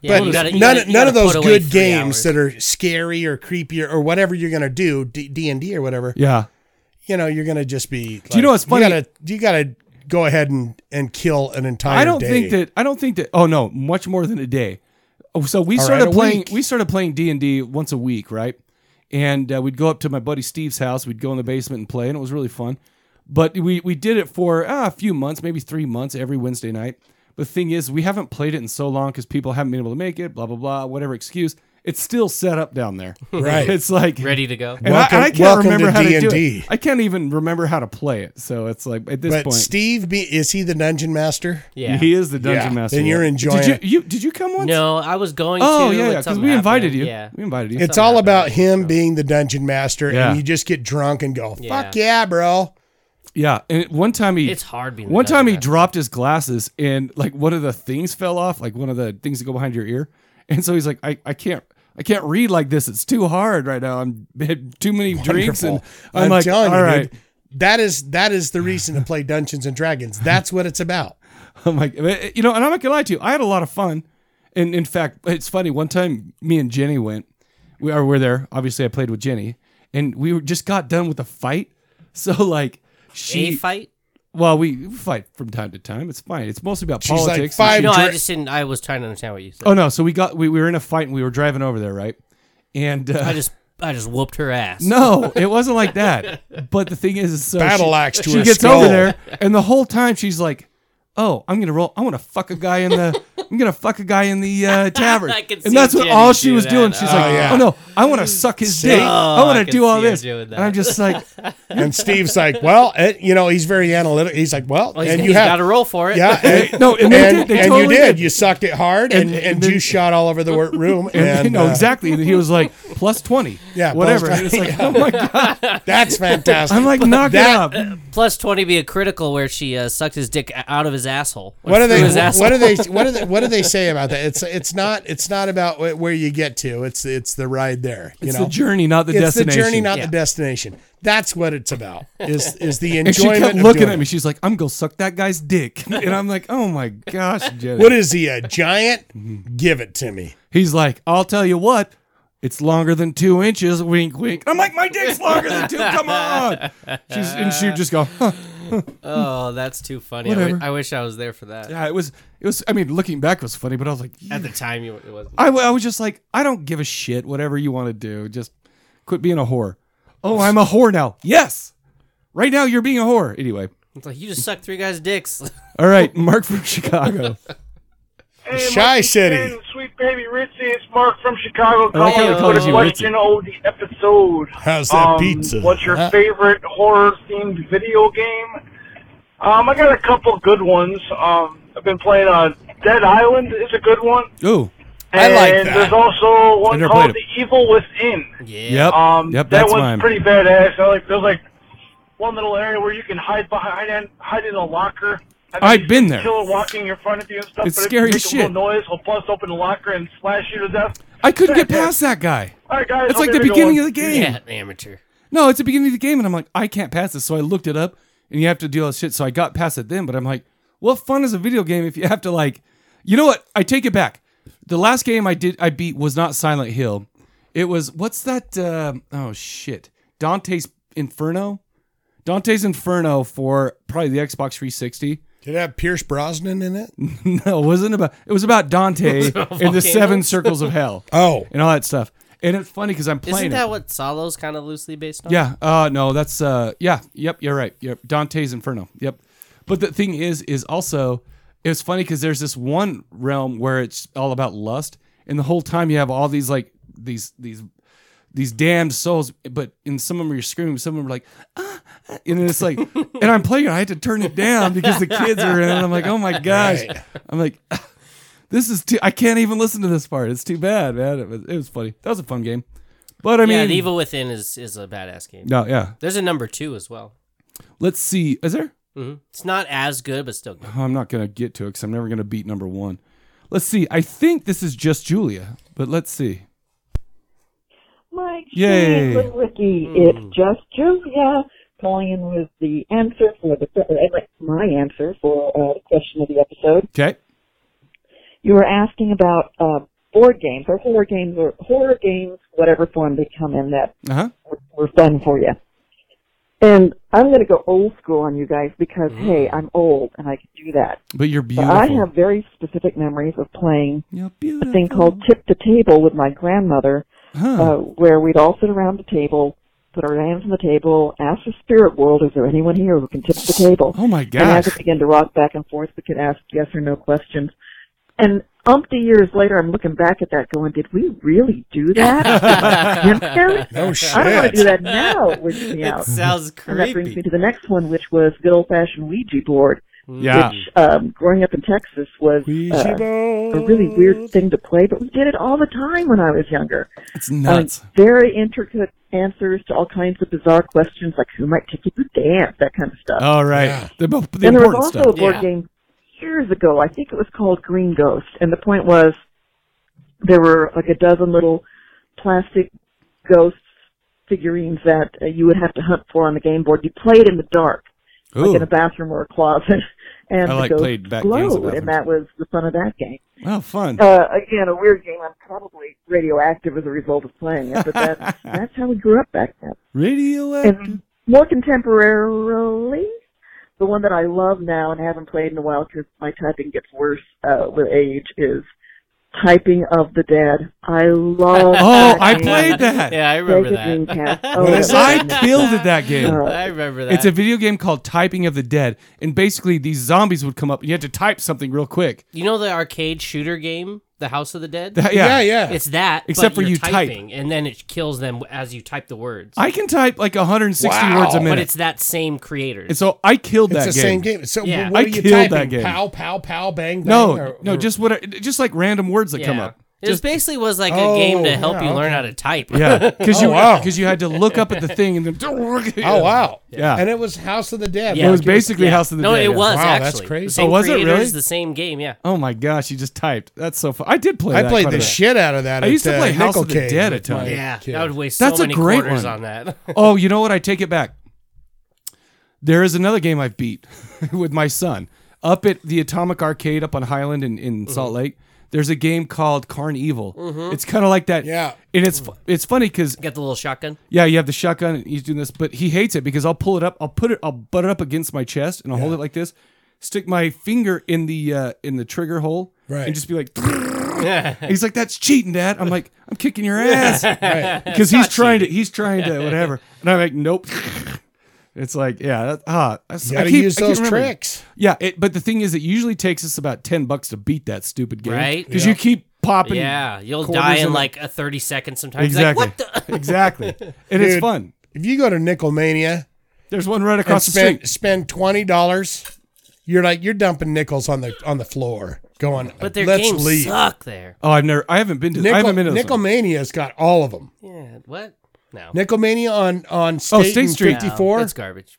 Yeah,
but
you gotta- you
none,
gotta- you
none of
gotta
those
put away
good
three
games
hours.
that are scary or creepy or, or whatever you're gonna do D and D or whatever.
Yeah.
You know, you're gonna just be. Like,
know what's funny?
You gotta, you gotta go ahead and and kill an entire.
I don't
day.
think that I don't think that oh no, much more than a day. Oh, So we
All
started
right, a
playing
week.
we started playing D&D once a week, right? And uh, we'd go up to my buddy Steve's house, we'd go in the basement and play and it was really fun. But we we did it for ah, a few months, maybe 3 months every Wednesday night. But the thing is, we haven't played it in so long cuz people haven't been able to make it, blah blah blah, whatever excuse. It's still set up down there.
Right.
It's like
ready to go.
and I-
Welcome-
and I, can't
welcome
remember
to
how to do
D&D.
it. I can't even remember how to play it. So it's like at this
But
point
Steve, be, is he the dungeon master?
Yeah.
He is the dungeon
Yeah,
master.
then you're
yeah.
enjoying
Did you,
it.
you did you come once?
No, I was going
Oh
to. but
yeah, yeah. Because
something
we invited
happened.
you.
Yeah.
We invited you.
It's
something
all
happened,
about
I think
him
so.
being the dungeon master,
Yeah.
and you just get drunk and go,
Yeah.
"Fuck yeah, bro!"
yeah. And it- one time he.
It's hard being the
One time he
dungeon
dropped his glasses and like one of the things fell off, like one of the things that go behind your ear, and so he's like, I, I can't. I can't read like this. It's too hard right now. I'm had too many drinks, and
Wonderful.
I'm, like, all
telling you,
right.
dude, that is that is the reason to play Dungeons and Dragons. That's what it's about.
I'm like, eh, you know, and I'm not gonna lie to you. I had a lot of fun, and in fact, it's funny. One time, me and Jenny went. We are we're there. Obviously, I played with Jenny, and we were, just got done with a fight. So like, she
A fight?
Well, we fight from time to time. It's fine. It's mostly about
She's like,
politics.
"Five
No, I
dra-
just didn't. I was trying to understand what you said.
oh no! So we got we, we were in a fight and we were driving over there, right? And uh,
I just, I just whooped her ass.
no, it wasn't like that. But the thing is, is so
Battle
Oh, she,
axe to
she
her
gets
skull.
over there, and the whole time she's like, "Oh, I'm gonna roll. I want to fuck a guy in the. I'm gonna fuck a guy in the uh, tavern."
I can see
and that's what
Jenny
all she
do
was
that.
doing. She's
Oh,
like,
yeah.
"Oh no, I want to suck his
See?
dick. I
Oh, I
want to
can
do all
see her
this."
doing that.
And I'm just like,
And Steve's like, "Well, eh, you know, he's very analytical. He's like, well,
Well, he's,
and
he's
you have
got to roll for it.
Yeah, and,
No, and they did. They
and
totally
you did.
did.
You sucked it hard, and,
And-
and,
and
you
then-
shot all over the wor- room.
and,
And,
no,
uh,
exactly. And he was like, "Plus twenty,
Yeah, plus
whatever."
20.
And it's like, oh my god.
That's fantastic.
I'm like, knock
that-
it up.
Plus twenty be a critical where she uh, sucked his dick out of his asshole.
what do they?
Through his asshole.
What do they? What do they? What do they say about that? It's it's not it's not about wh- where you get to. It's it's the ride there. You
It's
know,
the journey, not the
it's the
destination.
journey, not
Yeah.
the destination. That's what it's about. Is is the
and she
enjoyment?
kept
of
looking
doing
at me.
it.
She's like, "I'm gonna suck that guy's dick," and I'm like, "Oh my gosh, Jenny."
What is he? A giant? Give it to me.
He's like, "I'll tell you what, it's longer than two inches." Wink, wink. I'm like, "My dick's longer than two. Come on." She's and she'd just go, huh.
Oh, that's too funny. I
Whatever.
wi- I wish I was there for that.
"Yeah, it was, it was." I mean, looking back, it was funny, but I was like,
At the time, you it wasn't.
I, w- I was just like, I don't give a shit. Whatever you want to do, just quit being a whore. Oh, I'm a whore now. Yes, right now you're being a whore. Anyway,
It's like you just sucked three guys' dicks.
all right, Mark from Chicago.
Shy City.
Sweet baby Ritzy, it's Mark from Chicago.
like how
calling
they call
with a
you
question of the episode.
How's that
Um,
pizza?
What's your
Huh?
favorite horror themed video game? Um, I got a couple good ones. Um, I've been playing uh, Dead Island is a good one.
Ooh,
I
and
like that.
There's also
I
one
never
called
played it.
The Evil Within.
yeah.
yep,
Um,
yep,
that
that's
one's
mine.
pretty badass. I like there's like one little area where you can hide behind and hide in a locker. And
I've
there's
been
a
there.
Killer walking in front of you and stuff.
It's
but
scary
if you
as
make a
shit.
little noise, he'll bust open the locker and slash you to death.
I couldn't get past that guy.
All right, guys.
It's
I'll
like
give
the
you a good
beginning
one.
of the game.
Yeah, amateur.
No, it's the beginning of the game, and I'm like, I can't pass this. So I looked it up, and you have to do all this shit. So I got past it then, but I'm like, what fun is a video game if you have to like, you know what? I take it back. The last game I did I beat was not Silent Hill. It was what's that? um oh shit, Dante's Inferno. Dante's Inferno for probably the Xbox 360.
Did it have Pierce Brosnan in it?
No, it wasn't about. It was about Dante and the seven circles of hell
Oh,
and all that stuff. And it's funny because I'm playing.
Isn't
it.
that what Solo's kind of loosely based on?
Yeah. Uh no, that's uh yeah, yep, you're right. Yep. Dante's Inferno. Yep. But the thing is is also it's funny cuz there's this one realm where it's all about lust and the whole time you have all these like these these these damned souls but in some of them you're screaming some of them are like "Ah, ah," and then it's like and I'm playing it, I had to turn it down because the kids are in it. I'm like, "Oh my gosh."
Right.
I'm like this is too I can't even listen to this part. It's too bad, man. It was, it was funny. That was a fun game. But I mean
yeah. The Evil Within is is a badass game.
No, yeah.
There's a number two as well.
Let's see. Is there? Oh,
hmm It's not as good, but still good.
I'm not gonna get to it because I'm never gonna beat number one. Let's see. I think this is just Julia, but let's see.
Mike,
Yay. Hmm.
Steve, and Ricky. It's just Julia calling in with the answer for the uh, my answer for uh, the question of the episode.
Okay.
You were asking about uh, board games or horror games or horror games, whatever form they come in that
Uh huh.
were fun for you. And I'm going to go old school on you guys because hey, I'm old and I can do that.
But you're
But
Hmm. beautiful.
I have very specific memories of playing
you're
a
beautiful.
thing called tip the table with my grandmother
Huh.
uh, where we'd all sit around the table, put our hands on the table, ask the spirit world, is there anyone here who can tip the table?
oh my
And as
gosh.
it began to rock back and forth, we could ask yes or no questions. And umpty years later, I'm looking back at that going, did we really do that? You know?
No
I don't want to do
shit.
that now. It wigs me out.
It sounds
And that brings me to
creepy.
the next one, which was good old-fashioned Ouija board,
Mm.
Yeah.
which um, growing up in Texas was uh, a really weird thing to play, but we did it all the time when I was younger.
It's
Um,
nuts.
very intricate answers to all kinds of bizarre questions, like who might take you to dance, that kind of stuff.
All right.
Yeah.
The, but Oh, the
um, and there was
important
also
stuff.
a board
Yeah.
game years ago. I think it was called Green Ghost, and the point was there were like a dozen little plastic ghost figurines that uh, you would have to hunt for on the game board. You played in the dark, like
Ooh.
in a bathroom or a closet, and
I
the
like
ghost
played back games in
glowed,
bathrooms.
and that was the fun of that game
Wow, fun.
uh, again, a weird game. I'm probably radioactive as a result of playing it, but that, that's how we grew up back then.
Radioactive.
And more contemporarily, the one that I love now and haven't played in a while because my typing gets worse uh, with age is Typing of the Dead. I love.
Oh, I
game.
played that.
Yeah, I
Sega
remember
Dreamcast.
that.
Oh,
What is
that
I
was amazing.
killed at that game.
I remember that.
It's a video game called Typing of the Dead, and basically these zombies would come up, and you had to type something real quick.
you know the arcade shooter game, The House of the Dead.
That- yeah.
Yeah, yeah.
It's that,
Except
but
for
you're
you type.
typing, and then it kills them as you type the words.
I can type like 160
Wow.
words a minute.
but it's that same creator.
and so I killed
It's
that
the
game.
same game. So
Yeah.
what
I
are you
killed
typing?
that game.
Pow, pow, pow, bang, bang.
No,
or-
no,
or-
just what, just like random words that come
Yeah.
up.
It
Just
basically was like
Oh,
a game to help
yeah,
you
okay.
learn how to type.
yeah, because you
Oh, wow.
because you had to look up at the thing and then
Oh wow!
Yeah.
and it was House of the Dead.
Yeah.
it was basically
Yeah.
House of the
no,
Dead.
it was
Wow, that's
actually.
crazy.
The same
Oh, was it
creators,
really?
the same game, yeah.
Oh my gosh, you just typed. That's so fun. I did play.
I
that
played
quite a
the
bit.
shit out of that.
I
at,
used to
uh,
play House of the
Nickel Cave
Dead a
with my
ton.
Yeah,
kid.
that would waste
That's a
so many
great
quarters
one.
on that.
Oh, you know what? I take it back. There is another game I've beat with my son up at the Atomic Arcade up on Highland in, in
Mm-hmm.
Salt Lake. There's a game called Carnival. It's kind of like that.
Yeah.
and it's fu- it's funny because
Get the little shotgun.
yeah, you have the shotgun and he's doing this, but he hates it because I'll pull it up, I'll put it, I'll butt it up against my chest and I'll hold it like this, stick my finger in the uh, in the trigger hole,
Right.
and just be like. He's like, "That's cheating, Dad." I'm like, "I'm kicking your ass," because he's trying to, he's trying to, whatever. And I'm like, "Nope." It's like, yeah, that, ah, that's-
You
I
gotta
keep-
use
I keep
those
remembering.
tricks.
Yeah, it, but the thing is, it usually takes us about ten bucks to beat that stupid game,
Right?
Because
Yeah.
you keep popping.
Yeah, you'll
quarters
die in
and-
like a 30 seconds sometimes.
exactly,
Like, what the?
exactly, and it's
Dude.
fun.
If you go to Nickelmania
There's one right
and
across the street.
spend spend twenty dollars, you're like you're dumping nickels on the on the floor. Going,
But their
let's
games
leave.
suck there.
Oh, I've never. I haven't been to. I
Nickel,
haven't been to. this one.
Nickelmania's got all of them.
Yeah, what? No.
Nickelmania on on State,
Oh, State
and
Street.
No,
54.
It's garbage.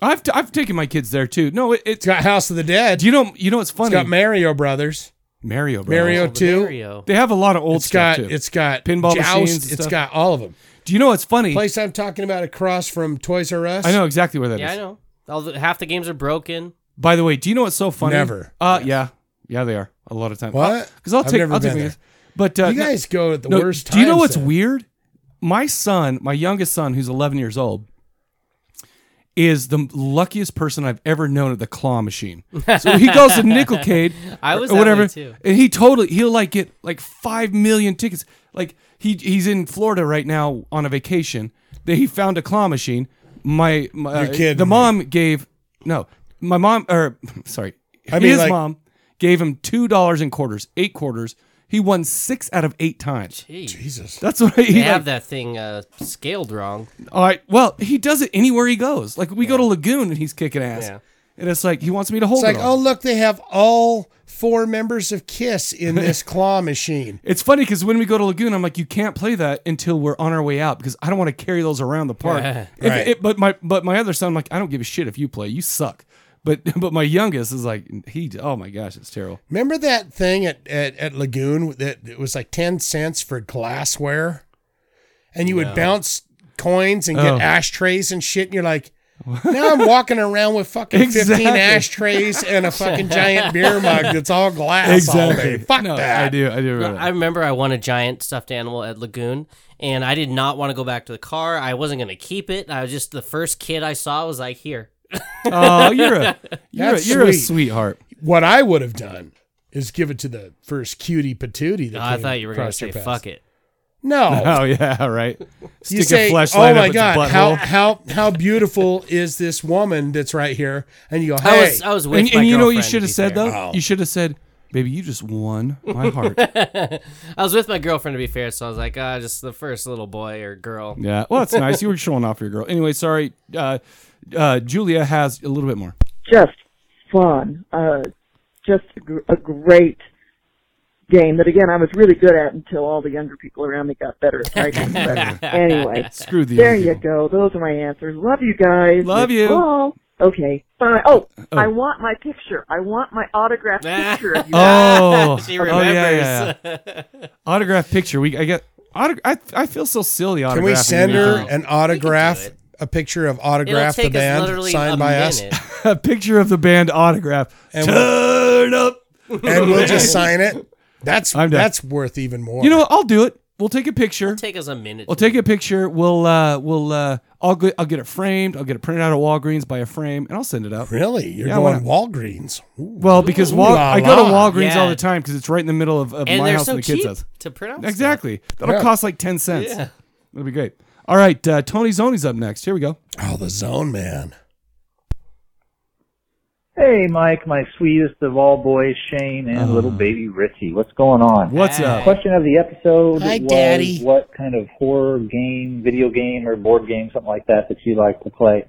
I've t- I've taken my kids there too. No, it,
it's
it's.
got House of the Dead.
You know. You know. It's funny.
it's got Mario Brothers.
Mario. Bros.
Mario
Oh, the
two.
Mario.
They have a lot of old
It's
stuff
got
too.
it's got
Pinball machines
Joust.
and
It's
stuff.
got all of them.
Do you know what's funny?
Place I'm talking about across from Toys R Us.
I know exactly where that is.
Yeah, I know. All the, half the games are broken.
By the way, do you know what's so funny?
Never.
Uh, yeah, yeah, they are a lot of times.
What?
Because I'll
I've
take.
never
I'll take.
been
my kids. But uh,
You
no-
guys go at the
no,
worst.
Do you know
times
what's
then.
weird? My son, my youngest son, who's 11 years old, is the luckiest person I've ever known at the claw machine. So he goes to Nickelcade,
I
or-
was
or
that
whatever,
way too.
and he totally he'll like get like five million tickets. Like he he's in Florida right now on a vacation. That he found a claw machine. My, my
You're kidding
the
me.
mom gave no, my mom or sorry,
I mean,
his
like-
mom gave him two dollars in quarters, eight quarters. He won six out of eight times.
Jeez.
Jesus.
That's what he
They
like,
have that thing uh, scaled wrong.
all right. Well, he does it anywhere he goes. Like we go to Lagoon and he's kicking ass.
Yeah.
And it's like he wants me to hold
It's like,
it.
oh
all.
look, they have all four members of Kiss in this claw machine.
It's funny because when we go to Lagoon, I'm like, you can't play that until we're on our way out because I don't want to carry those around the park. If-
Right.
it- but my but my other son, I'm like, I don't give a shit if you play. You suck. But but my youngest is like, he. Oh my gosh, it's terrible.
Remember that thing at, at, at Lagoon that it was like ten cents for glassware, and you
No.
would bounce coins and get
Oh.
ashtrays and shit, and you're like, now I'm walking around with fucking
Exactly.
15 ashtrays and a fucking giant beer mug that's all glass all day. Fuck
no,
that.
I do. I do. Remember
I remember I won a giant stuffed animal at Lagoon, and I did not want to go back to the car. I wasn't going to keep it. I was just the first kid I saw was like, "Here,
that. Oh, you're a you're, a,
That's
you're a
sweet.
sweetheart.
What I would have done is give it to the first cutie patootie that
Oh, I
came
thought you were going to
across your
say
path.
fuck it."
No.
Oh yeah, right. Stick
You say,
a flashlight
oh my
up
god,
its
how
butthole.
how how beautiful is this woman that's right here? And you go,
I
hey,
was I was with
and
my
and you know what you
girlfriend,
should
to
have
be
said
fair.
though?
"Oh."
You should have said, "Baby, you just won my heart."
I was with my girlfriend to be fair, so I was like, "Ah, just the first little boy or girl."
yeah. Well, that's nice. You were showing off your girl. Anyway, sorry. Uh, uh, Julia has a little bit more.
just fun. Uh, just a, gr- a great game that again I was really good at until all the younger people around me got better. at I got better. anyway,
Screw the.
there
young
you
people.
go. Those are my answers. Love you guys.
Love
It's
you.
all. Okay, fine. Oh,
Oh.
I want my picture. I want my autographed picture of you.
Oh,
She
oh
remembers.
yeah, yeah, yeah. Autograph picture. We I get. Autog- I, I feel so silly.
can we
autographing
send her
anything.
an autograph,
it.
a picture of
It'll
autograph the
take us
band
literally a
signed by us,
minute.
a picture of the band autograph?
And
Turn up.
and we'll just sign it? That's
I'm done.
that's worth even more.
You know, what? I'll do it. We'll take a picture.
It'll take us a minute.
We'll take a picture. We'll uh, we'll uh, I'll go, I'll get it framed. I'll get it printed out at Walgreens by a frame, and I'll send it out.
really, you're
Yeah, why
going Walgreens. Ooh.
Well, because
Ooh
Wal-
la
I go to
la.
Walgreens
Yeah.
all the time because it's right in the middle of, of
and
my
they're
house
so
and the kids'
cheap
house.
to pronounce.
Exactly. That'll
Yeah.
cost like ten cents.
Yeah.
That'll be great. All right, uh, Tony Zoni's up next. Here we go.
Oh, the zone man.
Hey, Mike, my sweetest of all boys, Shane, and
Uh.
little baby Ritzy. What's going on?
What's
Hey.
up?
Question of the episode
Hi,
was
Daddy.
what kind of horror game, video game, or board game, something like that, that you like to play.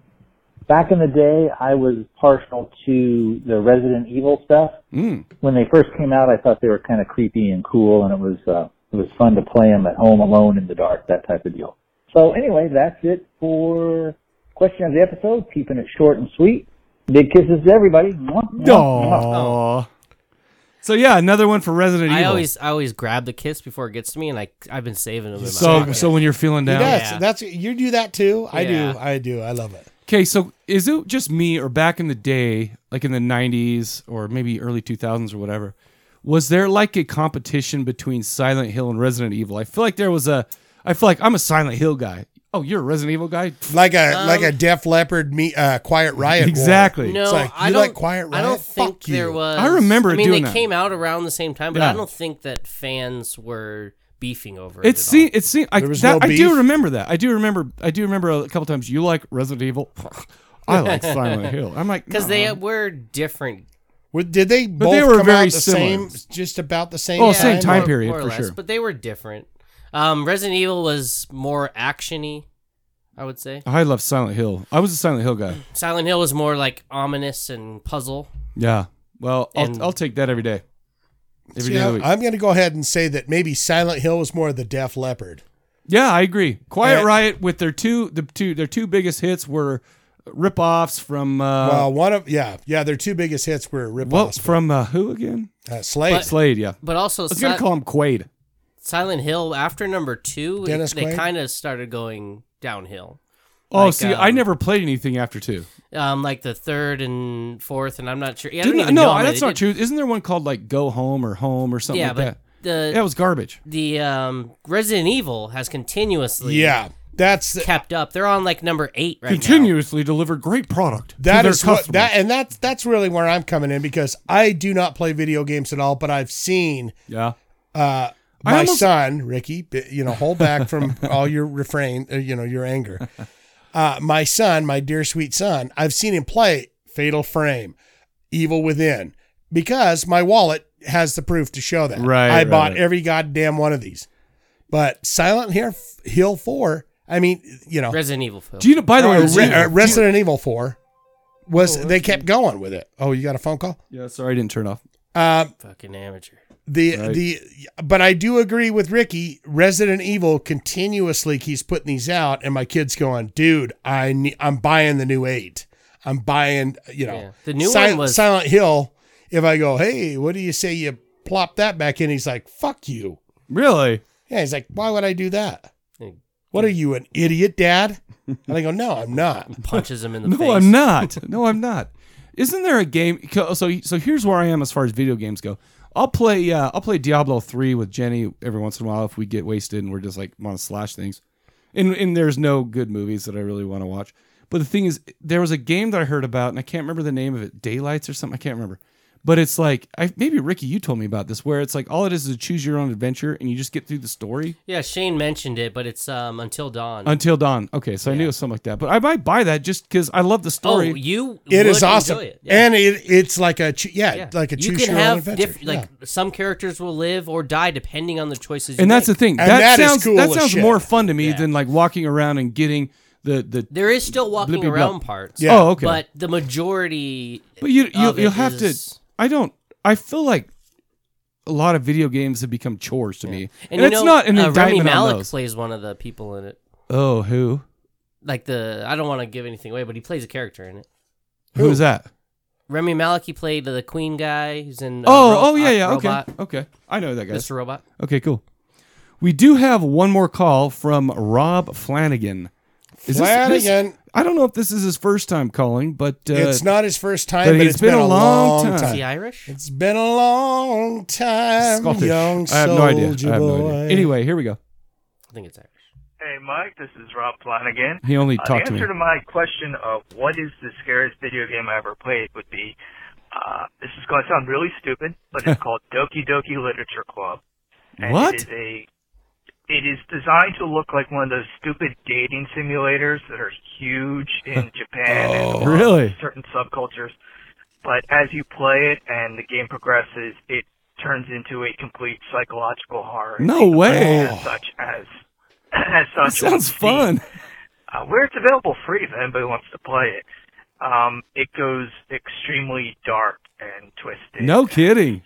Back in the day, I was partial to the Resident Evil stuff.
Mm.
When they first came out, I thought they were kind of creepy and cool, and it was uh, it was fun to play them at home alone in the dark, that type of deal. So anyway, that's it for question of the episode. Keeping it short and sweet. Big kisses to everybody. Mwah, mwah, mwah.
Aww. So yeah, another one for Resident
I
Evil.
always I always grab the kiss before it gets to me, and I I've been saving them. In my
so
pocket.
so when you're feeling
He
down.
does.
Yeah.
That's you do that too. I
Yeah.
do. I do. I love it.
Okay, so is it just me or back in the day, like in the 90s or maybe early 2000s or whatever, was there like a competition between Silent Hill and Resident Evil? I feel like there was a I feel like I'm a Silent Hill guy. Oh, you're a Resident Evil guy? Pfft,
Like a like a Def Leopard meet uh, Quiet Riot. war.
Exactly.
No,
It's like,
I
you
don't.
like Quiet
I don't
Riot?
think
Fuck you.
there was.
I remember
I mean,
doing
they
that.
came out around the same time, but
Yeah.
I don't think that fans were beefing over it.
It
at
seemed it seemed I,
There was
that,
no
I
beef?
do remember that. I do remember I do remember a couple times you like Resident Evil. I like Silent Hill. I'm like
because
no.
they were different.
Were- Did they both
they were
come
very
out the
similar.
same? Just about the same.
Oh, same time
more-
period.
more or
for
less,
sure.
But they were different. Um, Resident Evil was more actiony, I would say.
I love Silent Hill. I was a Silent Hill guy.
Silent Hill was more like ominous and puzzle.
Yeah. Well, I'll,
And-
I'll take that every day. Every day
See,
of the
I'm-
week.
I'm going to go ahead and say that maybe Silent Hill was more the Def Leopard.
Yeah, I agree. Quiet
Uh,
Riot with their two the two their two biggest hits were rip-offs from uh
well, one of yeah, yeah, their two biggest hits were rip
what
offs
from uh, who again?
uh, Slade.
Slade, yeah. I
But also,
was
Si-
going to call him Quaid.
Silent Hill after number two, it-
Dennis
they
Quaid?
kind of started going downhill.
Oh,
Like,
see, I
um,
never played anything after 2.
Um, like the third and fourth, and I'm not sure. Yeah, I don't
Didn't
even know
no,
how
that's
they
not
did-
true. Isn't there one called like Go Home or Home or something
Yeah,
like
but
that?
the
That was garbage.
the um, Resident Evil has continuously
Yeah, that's the,
kept up. They're on like number eight right now.
Continuously delivered great product.
that
to
is
their
what that
customers.
and that's that's really where I'm coming in because I do not play video games at all, but I've seen
Yeah.
uh,
I
my
almost-
son Ricky, b- you know, hold back from all your refrain, uh, you know, your anger. Uh, my son, my dear sweet son, I've seen him play Fatal Frame, Evil Within, because my wallet has the proof to show that.
Right,
I
right,
bought
right.
every goddamn one of these, but Silent Hill, Hill Four. I mean, you know,
Resident Evil film.
Do you know, by the
or
way,
Re-
Resident-
uh, Resident Evil Four was they kept going with it. Oh, you got a phone call?
Yeah, sorry I didn't turn off.
Um,
Fucking amateur.
the
Right.
the but I do agree with Ricky. Resident Evil continuously keeps putting these out, and my kids going, dude, I ne- I'm buying the new eight. I'm buying, you know,
Yeah. The new
Sil-
one was-
Silent Hill. If I go, hey, what do you say you plop that back in? He's like, fuck you.
Really?
Yeah, he's like, why would I do that? What are you, an idiot, Dad? And I go, No, I'm not.
punches him in the
No,
face.
I'm not. No, I'm not. Isn't there a game? co- So, so here's where I am as far as video games go. I'll play. Uh, I'll play Diablo three with Jenny every once in a while if we get wasted and we're just like want to slash things. And and there's no good movies that I really want to watch. But the thing is, there was a game that I heard about and I can't remember the name of it. Daylights or something. I can't remember. But it's like I maybe Ricky, you told me about this, where it's like all it is is a choose your own adventure and you just get through the story.
Yeah, Shane mentioned it, but it's um until dawn.
Until Dawn. Okay, so I knew it was something like that. But I might buy that just because I love the
oh,
story.
you
It
would
is awesome,
enjoy it. Yeah.
and it, it's like a choo- yeah,
Yeah.
like a
you
choose
can
your
have
own adventure.
diff-
yeah.
like some characters will live or die depending on the choices. you
and that's the
make.
thing.
And
That,
that is
sounds
cool
that
as
sounds
shit.
more fun to me
Yeah.
than like walking around and getting the the.
There is still walking
Blippi
around
blop.
parts.
Yeah.
Oh, okay.
But the majority.
But you you
of it
you'll have
is-
to. I don't. I feel like a lot of video games have become chores to me,
And,
and,
you
it's
know,
not an
uh, Remy
indictment on
Malik
those.
plays one of the people in it.
oh, who
Like the I don't want to give anything away, but he plays a character in it.
who is
Uh,
that?
Remy Malik, he played the Queen guy who's in. uh,
oh,
Ro-
oh yeah,
uh,
yeah.
Robot,
Okay, okay. I know that guy.
Mr. Robot.
Okay, cool. We do have one more call from Rob Flanagan. Is this- this-
Flanagan.
I don't know if this is his first time calling, but uh,
it's not his first time,
but
but,
it's
it's been, a long time.
Is he Irish?
It's been a long time,
Scottish.
young
I have no idea. I have
soldier
no
boy.
idea. Anyway, here we go.
I think it's Irish.
Hey, Mike, this is Rob Flanagan.
He only
Uh,
talked
the
to me.
answer to my question of what is the scariest video game I ever played would be uh, this is going to sound really stupid, but it's called Doki Doki Literature Club. And
What?
It is, a, it is designed to look like one of those stupid dating simulators that are huge in Japan and a lot of
Oh. Really?
certain subcultures. But as you play it and the game progresses, it turns into a complete psychological horror.
No way.
As such as as
That
such.
sounds
on Steam
fun.
uh, where it's available free if anybody wants to play it. Um, it goes extremely dark and twisted.
No kidding.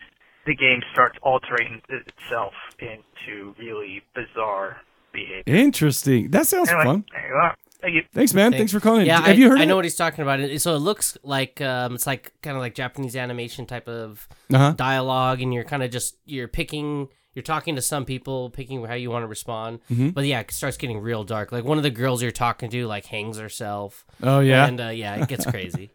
The game starts altering itself into really bizarre behavior.
Interesting. That sounds
Anyway,
fun.
there you are. Thank you.
Thanks, man. Thanks, for calling.
Yeah,
Have you
I,
heard?
I
of
know
it?
what he's talking about. It, so it looks like um, it's like kind of like Japanese animation type of
Uh-huh.
dialogue, and you're kind of just you're picking, you're talking to some people, picking how you want to respond.
Mm-hmm.
But yeah, it starts getting real dark. Like one of the girls you're talking to like hangs herself.
Oh yeah,
and uh, yeah, it gets crazy.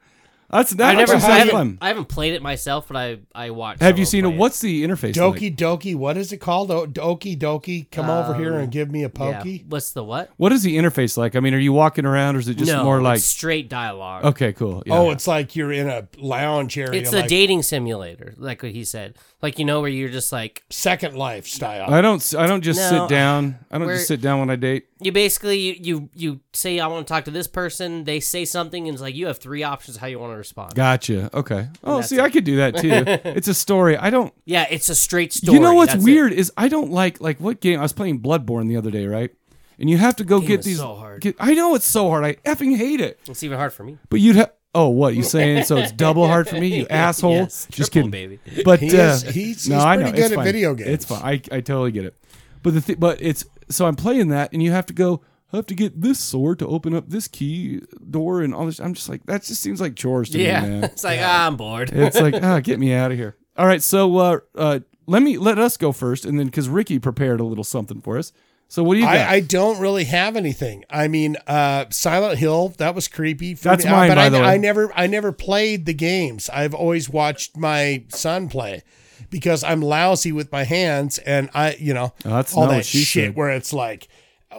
that's that
I never, I
actually sounds
haven't,
fun.
I haven't played it myself, but I I watched.
Have you
someone
seen it?
play
What's the interface? like?
Doki Doki, what is it called? O- Doki Doki, come over here
Um,
and give me a
Yeah.
pokey.
What's the what?
What is the interface like? I mean, are you walking around, or is it just
no,
more like?
it's straight dialogue.
Okay, cool. Yeah.
Oh, it's like you're in a lounge area,
It's a
like
dating simulator, like what he said. Like you know where you're just like
Second Life style.
I don't. s- I don't just
No,
sit down. I don't
we're-
just sit down when I date.
you basically you you, you say I want to talk to this person. They say something and it's like you have three options how you want to respond.
Gotcha. Okay. Oh,
that's
see, I could do that too. it's a story. I don't.
Yeah, it's a straight story.
You know what's
That's it.
weird is I don't like like what game I was playing Bloodborne the other day, right? And you have to go get
was
these.
so hard.
get- I know it's so hard. I effing hate it.
It's even hard for me.
But you'd have. Oh, what you saying? So it's double hard for me, you asshole.
Yes,
Just
triple,
kidding,
baby.
But
He
uh,
is- he's-
no,
he's
I
pretty
know.
good
it's
at
fine.
video games.
It's fine. I, I totally get it. But the th- but it's so I'm playing that, and you have to go. I have to get this sword to open up this key door and all this. I'm just like that. Just seems like chores to
Yeah,
me, man.
it's like ah, I'm bored.
It's like ah, get me out of here. All right, so uh, uh, let me let us go first, and then because Ricky prepared a little something for us. So what do you got?
I, I don't really have anything. I mean, uh, Silent Hill that was creepy. For
That's
me, Uh,
mine,
but
by
I,
the way.
I never, I never played the games. I've always watched my son play because I'm lousy with my hands, and I, you know,
Oh, that's
all
not
that
what she
shit
said.
where it's like,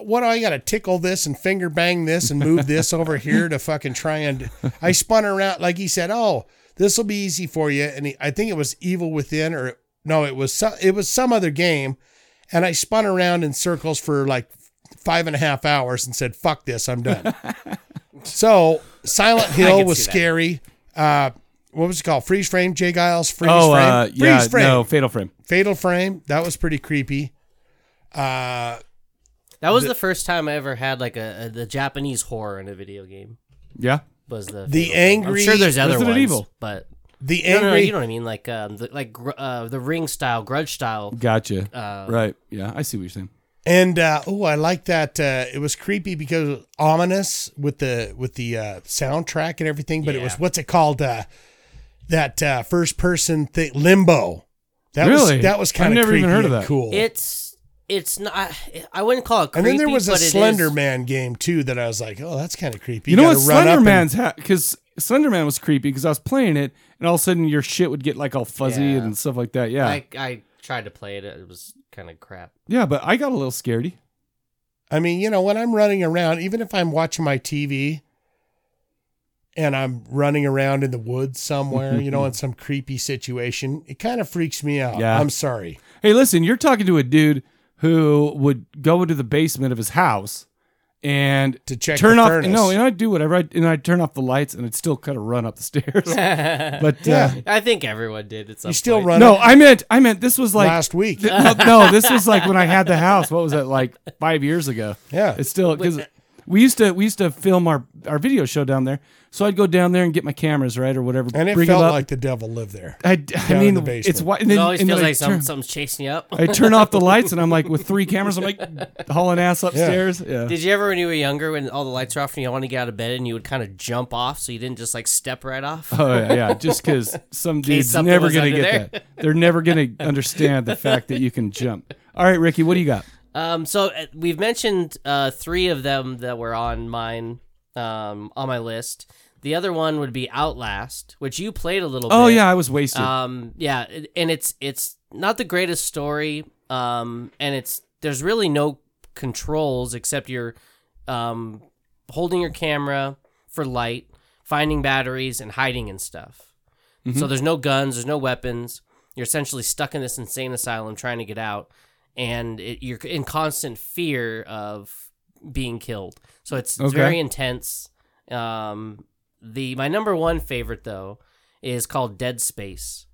what do I got to tickle this and finger bang this and move this over here to fucking try and? I spun around like he said, oh, this will be easy for you, and he, I think it was Evil Within or no, it was some, it was some other game and I spun around in circles for like five and a half hours and said, "Fuck this, I'm done." so Silent Hill
can
was
see that.
scary. Uh, what was it called? Freeze frame, Jay Giles. Freeze
oh
frame,
uh,
freeze
yeah,
frame,
no, fatal frame.
fatal frame. That was pretty creepy. Uh,
That was the first time I ever had like a, a the Japanese horror in a video game.
Yeah,
Was the
The
Fatal Frame.
angry-
I'm sure there's other
Resident
ones,
Evil.
but
the
no,
angry.
no, no, you know what I mean, like um, the, like gr- uh, the ring style, grudge style.
gotcha.
Uh,
right. Yeah, I see what you're saying.
And uh, oh, I like that. Uh, it was creepy because it was ominous with the with the uh, soundtrack and everything. But it was
Yeah.
what's it called? Uh, that uh, first person thing, Limbo. That
Really?
was that was
I've
kind of
never
creepy
even heard of
and
that.
cool.
It's it's not. I wouldn't call it creepy.
and then there was a
but it is-
Slender Man game too that I was like, oh, that's kind of creepy.
You, know what
gotta run up
Slender
and-
Man's hat because Slender Man was creepy because I was playing it and all of a sudden your shit would get like all fuzzy
Yeah.
and stuff like that. Yeah,
I, I tried to play it. It was kind of crap.
yeah, but I got a little scaredy.
I mean, you know, when I'm running around, even if I'm watching my TV and I'm running around in the woods somewhere, you know, in some creepy situation, it kind of freaks me out.
Yeah.
I'm sorry.
Hey, listen, you're talking to a dude who would go into the basement of his house and
To check
turn
the
off.
furnace.
No, and I'd do whatever. I'd, and I'd turn off the lights and I'd still kind of run up the stairs.
but
but
Yeah.
uh,
I think everyone did. At some
you still
point.
run
no,
up
I meant I meant this was like
last week.
Th- no, no, this was like when I had the house. What was it like five years ago?
Yeah.
it's still because we used to we used to film our our video show down there. So I'd go down there and get my cameras right or whatever.
and it
bring 'em
felt
up.
like the devil lived there.
I, I
in
mean
the
it's
basement.
why and
It
then,
always
and then
feels
I
like some,
turn,
something's chasing you up.
I turn off the lights and I'm like with three cameras. I'm like hauling ass upstairs. Yeah.
Did you ever, when you were younger, when all the lights were off and you wanted to get out of bed and you would kind of jump off so you didn't just like step right off?
Uh-huh.
Oh yeah, yeah. Just because some dude's
something
never
was
gonna
under
get
there.
that. They're never gonna understand the fact that you can jump. All right, Ricky, what do you got?
Um, so uh, we've mentioned uh, three of them that were on mine, um, on my list. The other one would be Outlast, which you played a little.
Oh
bit.
yeah, I was wasted.
Um, yeah, it- and it's it's not the greatest story. Um, and it's there's really no controls except you're, um, holding your camera for light, finding batteries, and hiding and stuff. So there's no guns, there's no weapons. You're essentially stuck in this insane asylum trying to get out, and it, you're in constant fear of being killed. So it's, it's
Okay.
very intense. Um, the my number one favorite though is called Dead Space.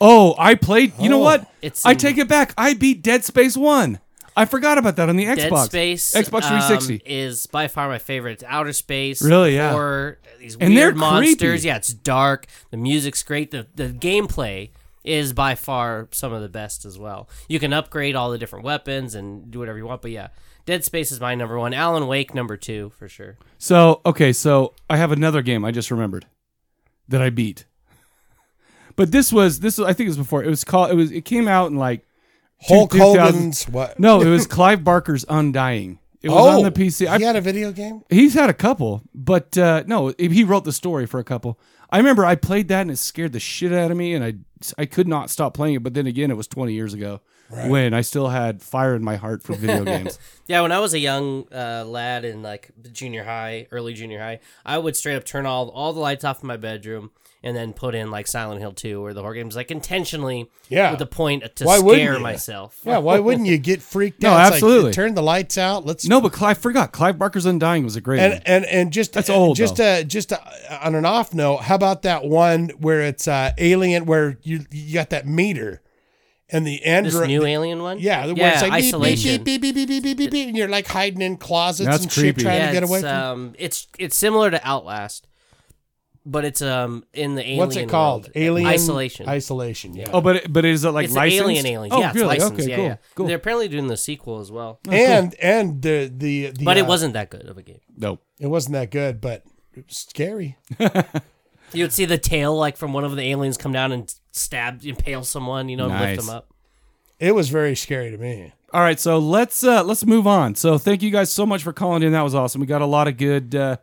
oh, I played. You know
Oh.
what?
It's
I take it back. I beat Dead Space One. I forgot about that on the
Dead
Xbox.
Space
Xbox
um,
360.
is by far my favorite. It's outer space,
Really, yeah.
horror, these
And they're
weird monsters.
creepy.
Yeah, it's dark. The music's great. The the gameplay is by far some of the best as well. You can upgrade all the different weapons and do whatever you want. But yeah, Dead Space is my number one. Alan Wake number two for sure.
so okay, so I have another game I just remembered that I beat. But this was this was I think it was before it was called it was it came out in like two-
Hulk
2000
Hogan's what? Oh,
No, it was Clive Barker's Undying. It was on the PC. I,
He had a video game.
He's had a couple, but uh, no, he wrote the story for a couple. I remember I played that and it scared the shit out of me, and I I could not stop playing it. But then again, it was 20 years ago when I still had fire in my heart for video games.
Yeah, when I was a young uh, lad in like junior high, early junior high, I would straight up turn all all the lights off in my bedroom and then put in like Silent Hill Two or the horror games, like intentionally,
Yeah.
with the point to
Why wouldn't
scare
you?
myself.
Yeah, why wouldn't you get freaked
No,
out? It's like,
absolutely.
turn the lights out. Let's
No, but Clive forgot. Clive Barker's Undying was a great. one.
and and and just
That's old,
Just
though.
uh, just uh, on an off note, how about that one where it's uh, alien, where you you got that meter, and the
This
android,
new alien one,
yeah, the where
yeah,
it's like beep, beep,
isolation.
beep, beep, beep, beep, beep, beep, beep, and you're like hiding in closets
That's
and
creepy.
shit, trying
yeah,
to get away
it's,
from.
um, it's it's similar to Outlast, but it's um in the alien.
What's it called?
world.
Alien
isolation.
Isolation. Yeah.
oh, but it, but is it like
it's the
licensed?
alien aliens.
Oh,
yeah, it's
really?
licensed.
Okay,
yeah,
cool,
yeah.
cool.
They're apparently doing the sequel as well,
and and the the, the
but
uh,
it wasn't that good of a game.
no,
it wasn't that good, but it was scary.
You would see the tail like from one of the aliens come down and stab, impale someone, you know, and lift
Nice.
them up.
It was very scary to me.
All right, so let's uh let's move on. So thank you guys so much for calling in. That was awesome. We got a lot of good. uh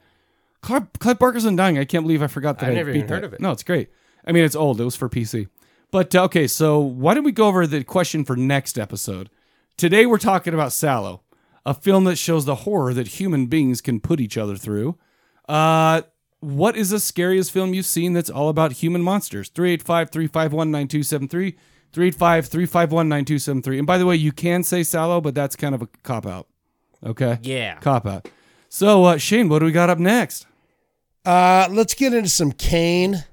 Clive, Clive Barker's Undying. I can't believe I forgot that.
I've
I
never
beat
even heard
that.
of it.
No, it's great. I mean, it's old. It was for PC. But uh, okay, so why don't we go over the question for next episode? Today we're talking about Sallow, a film that shows the horror that human beings can put each other through. Uh, what is the scariest film you've seen that's all about human monsters? 385 351 9273. 385 351 9273. And by the way, you can say Sallow, but that's kind of a cop out. Okay?
Yeah.
Cop out. So, uh, Shane, what do we got up next?
Uh, let's get into some Kane.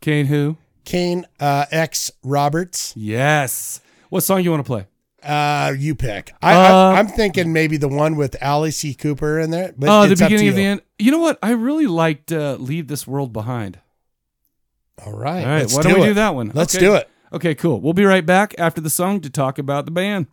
Kane, who?
Kane uh, X Roberts.
Yes. What song you want to play?
Uh, you pick. I,
Uh,
I, I'm thinking maybe the one with Ali C. Cooper in there. But
Oh, the
it's up to
beginning of the
you.
end. You know what? I really liked uh, "Leave This World Behind."
All right.
All right,
let's
why don't we
it.
do that one?
Let's
Okay.
do it.
Okay, cool. We'll be right back after the song to talk about the band.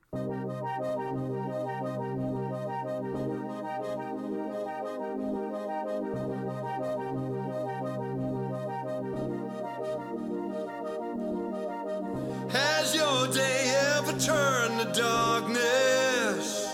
Has your day ever turned to darkness?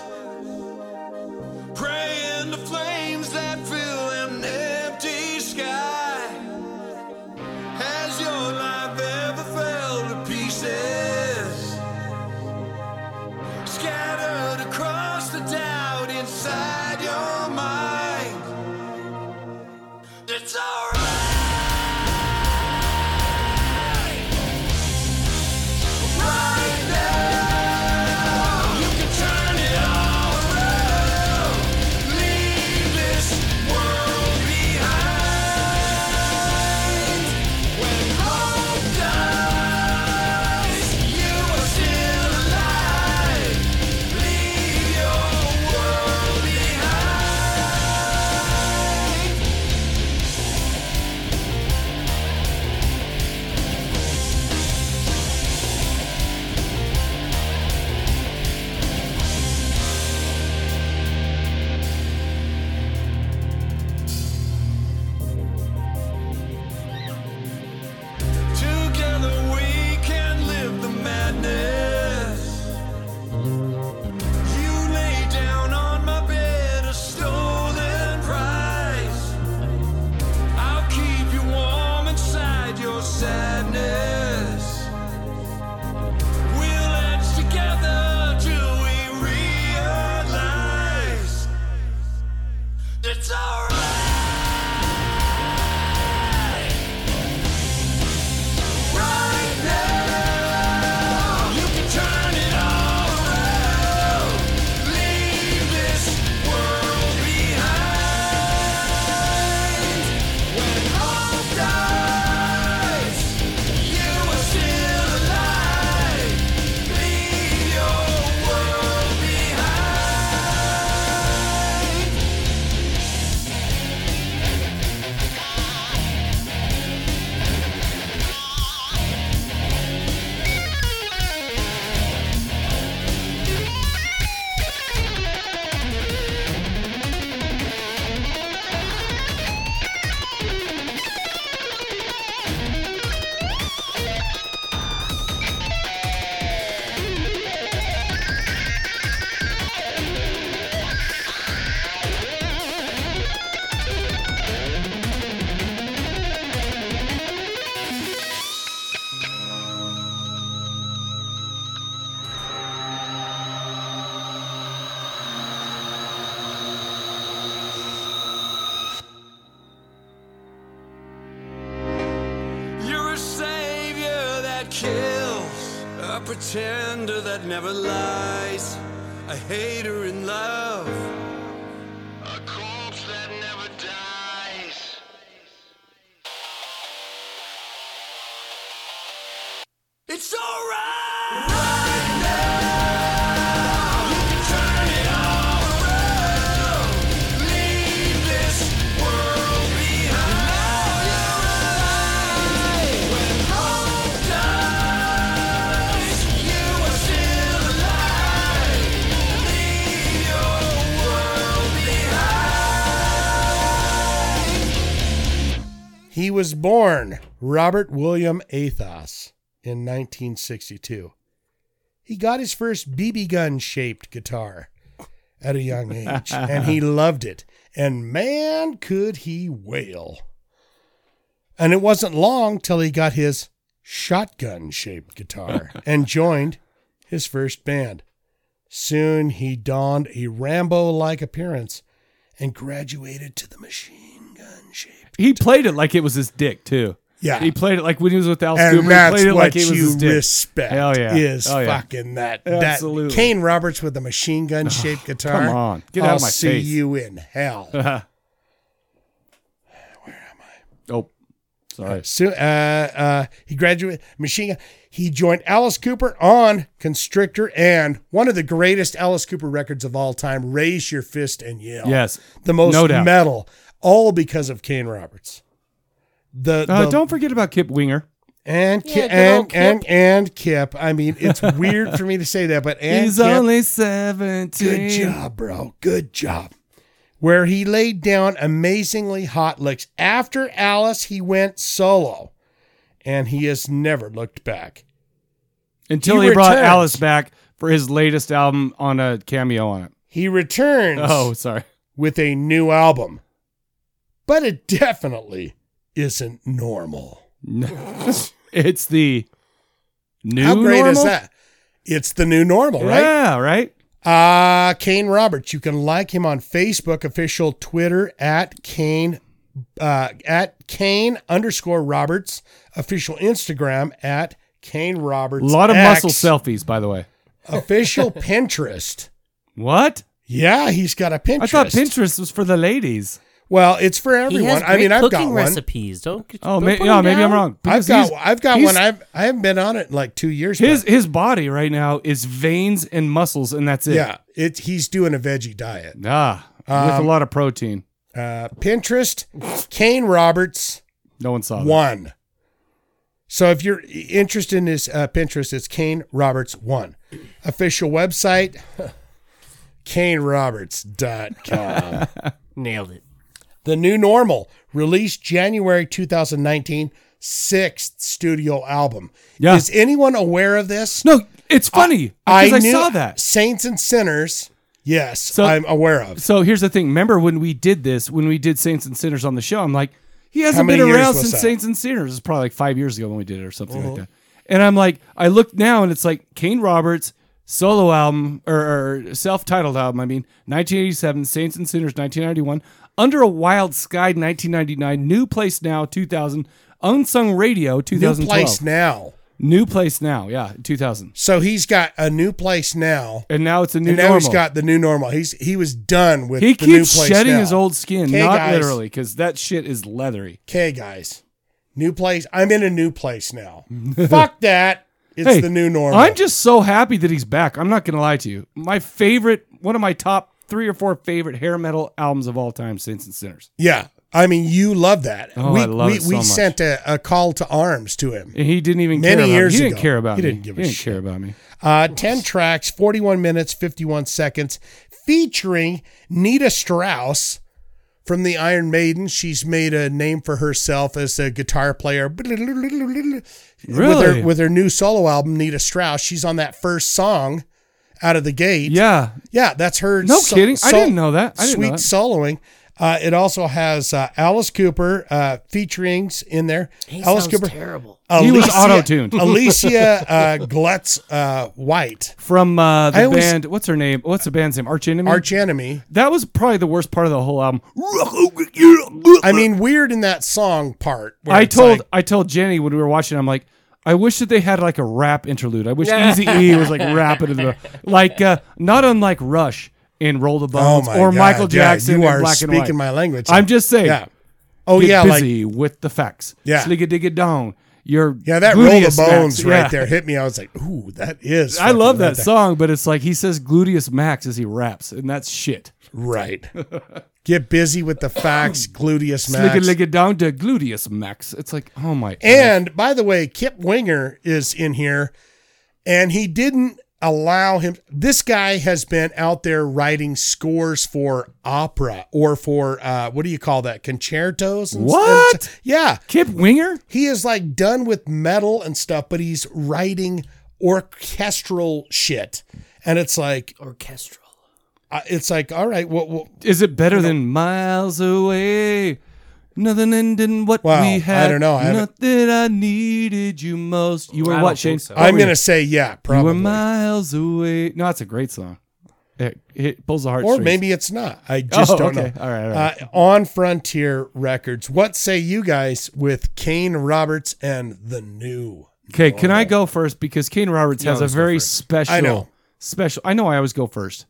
that never lies, a hater in love. A corpse that never dies. It's alright! Right now, you can turn it all around. Leave this world behind. Now you're alive. When hope dies, you are still alive. Leave your world behind.
He was born Robert William Athos in 1962. He got his first BB gun shaped guitar at a young age and he loved it. And man, could he wail. And it wasn't long till he got his shotgun shaped guitar and joined his first band. Soon he donned a Rambo like appearance and graduated to the machine gun shape.
He played it like it was his dick too.
Yeah.
he played it like when he was with Al
And
Stewart. he
that's
played it like
what
it was
you
his dick.
respect
Hell yeah,
is
Hell yeah.
fucking that.
Absolutely.
That Kane Roberts with a machine gun shaped guitar.
come on. Get
I'll
out of my
see
face.
you in hell.
oh, sorry.
So, uh, uh, he graduated machine. Gun- He joined Alice Cooper on Constrictor and one of the greatest Alice Cooper records of all time, Raise Your Fist and Yell.
Yes.
the most
No doubt.
metal, all because of Kane Roberts. The,
Uh,
the-
don't forget about Kip Winger.
and Ki-
Yeah, good
and,
old Kip.
and and Kip. I mean, it's weird for me to say that, but and
He's
Kip,
only seventeen.
Good job, bro. Good job. Where he laid down amazingly hot licks. After Alice, he went solo, and he has never looked back.
Until
He
he, brought
returned.
Alice back for his latest album on a cameo on it.
He returns
Oh, sorry.
with a new album, but it definitely isn't normal.
No. it's the new.
How great
normal?
is that? It's the new normal, right?
Yeah, right.
Uh, Kane Roberts. You can like him on Facebook, official Twitter at Kane uh, at Kane underscore Roberts, official Instagram at Kane
A
Roberts.
lot of
X,
muscle selfies, by the way.
Official Pinterest.
What?
Yeah, he's got a Pinterest.
I thought Pinterest was for the ladies.
Well, it's for
He
everyone.
has
I mean,
great
I've got
cooking
one.
recipes. Don't. get-
Oh,
don't
may,
put
no,
him
maybe
down.
I'm wrong.
I've
Because
got
he's-
I've got
he's-
one. I've I haven't been on it in like two years.
His
but-
his body right now is veins and muscles, and that's it.
yeah, it's he's doing a veggie diet.
Ah, with a
Um,
lot of protein.
Uh, Pinterest, Kane Roberts.
No one saw that.
one. So if you're interested in his uh, Pinterest, it's Kane Roberts one. Official website, kaneroberts.com.
Nailed it.
the New Normal, released January 2019, sixth studio album.
Yeah.
Is anyone aware of this?
No, it's funny because I, saw that.
Saints and Sinners, yes,
So-
I'm aware of.
So here's the thing. Remember when we did this, when we did Saints and Sinners on the show, I'm like, he hasn't
many
been
years
around
was
since
that? Uh-huh.
Saints and Sinners. It's probably like five years ago when we did it or something like that. And I'm like, I looked now and it's like Kane Roberts solo album or, or self-titled album. I mean, 1987, Saints and Sinners, 1991, Under a Wild Sky, 1999, New Place Now, 2000, Unsung Radio,
New
2012,
Place Now.
New Place Now, yeah, 2000.
So he's got a new place now.
And now it's a new
and now
normal.
he's got the new normal. He's he was done with
he
the new
keeps
place
shedding
now.
his old skin,
Okay,
not
guys.
literally, because that shit is leathery.
Okay, guys, new place. I'm in a new place now. Fuck that. It's
Hey,
the new normal.
I'm just so happy that he's back. I'm not gonna lie to you. My favorite, one of my top three or four favorite hair metal albums of all time, Saints and Sinners.
yeah. I mean, you love that.
Oh,
we
I love
we,
it
we
so much.
sent a, a call to arms to him.
And he didn't even
Many
care about
years
me. He didn't
ago.
care about
He
me.
didn't give a
he didn't
shit.
care about me.
Uh, Ten tracks, 41 minutes, 51 seconds, featuring Nita Strauss from the Iron Maiden. She's made a name for herself as a guitar player. Really? With her,
Really?
with her new solo album, Nita Strauss. She's on that first song out of the gate.
Yeah.
Yeah, that's her.
No kidding. I didn't know that. I didn't
sweet
know that.
soloing. Uh, it also has uh, Alice Cooper uh, featurings in there.
He
Alice
sounds
Cooper.
terrible.
He was
Alicia-
auto-tuned.
Alicia uh, Glutz uh, White,
From uh,
I
the
always-
band, what's her name? What's the band's name? Arch Enemy.
arch enemy.
That was probably the worst part of the whole album.
I mean, weird in that song part. where
I
it's
told
like,
I told Jenny when we were watching, I'm like, I wish that they had like a rap interlude. I wish Easy E was like rapping in the like uh, not unlike Rush in Roll the Bones
oh my
or
God,
Michael
yeah,
Jackson
you
in
are
Black and White.
speaking my language.
I'm just saying.
Yeah. Oh,
get
yeah, like-
busy with the facts.
Yeah.
Sligga digga down. Your
Yeah, that roll
gluteus
of bones
max.
right
Yeah.
there hit me. I was like, ooh, that is.
I love
fucking
that
right there.
song, but it's like he says gluteus max as he raps, and that's shit.
Right. Get busy with the facts, gluteus
Sligga
max.
ligga down to gluteus max. It's like, oh my.
And by the way, Kip Winger is in here, and he didn't allow him. This guy has been out there writing scores for opera or for uh, what do you call that? Concertos. And,
What?
and- yeah,
Kip Winger.
He is like done with metal and stuff, but he's writing orchestral shit, and it's like
orchestral.
Uh, it's like all right, what? what
Is it better than miles away? Nothing ending what
Wow, I
we had.
don't know. I haven't-
Nothing I needed you most. You were
I
what,
don't
Shane?
think so.
What
I'm
were
gonna
you?
say yeah,
You
probably.
were miles away. No, that's a great song. It, it pulls the heartstrings.
or maybe it's not. I just
Oh,
don't
okay.
know.
All right, all right.
Uh, on Frontier Records, what say you guys with Kane Roberts and the new?
Okay, can
Oh,
I go first because Kane Roberts
You
has a
always go
very
first.
special,
I know.
special. I know I always go first,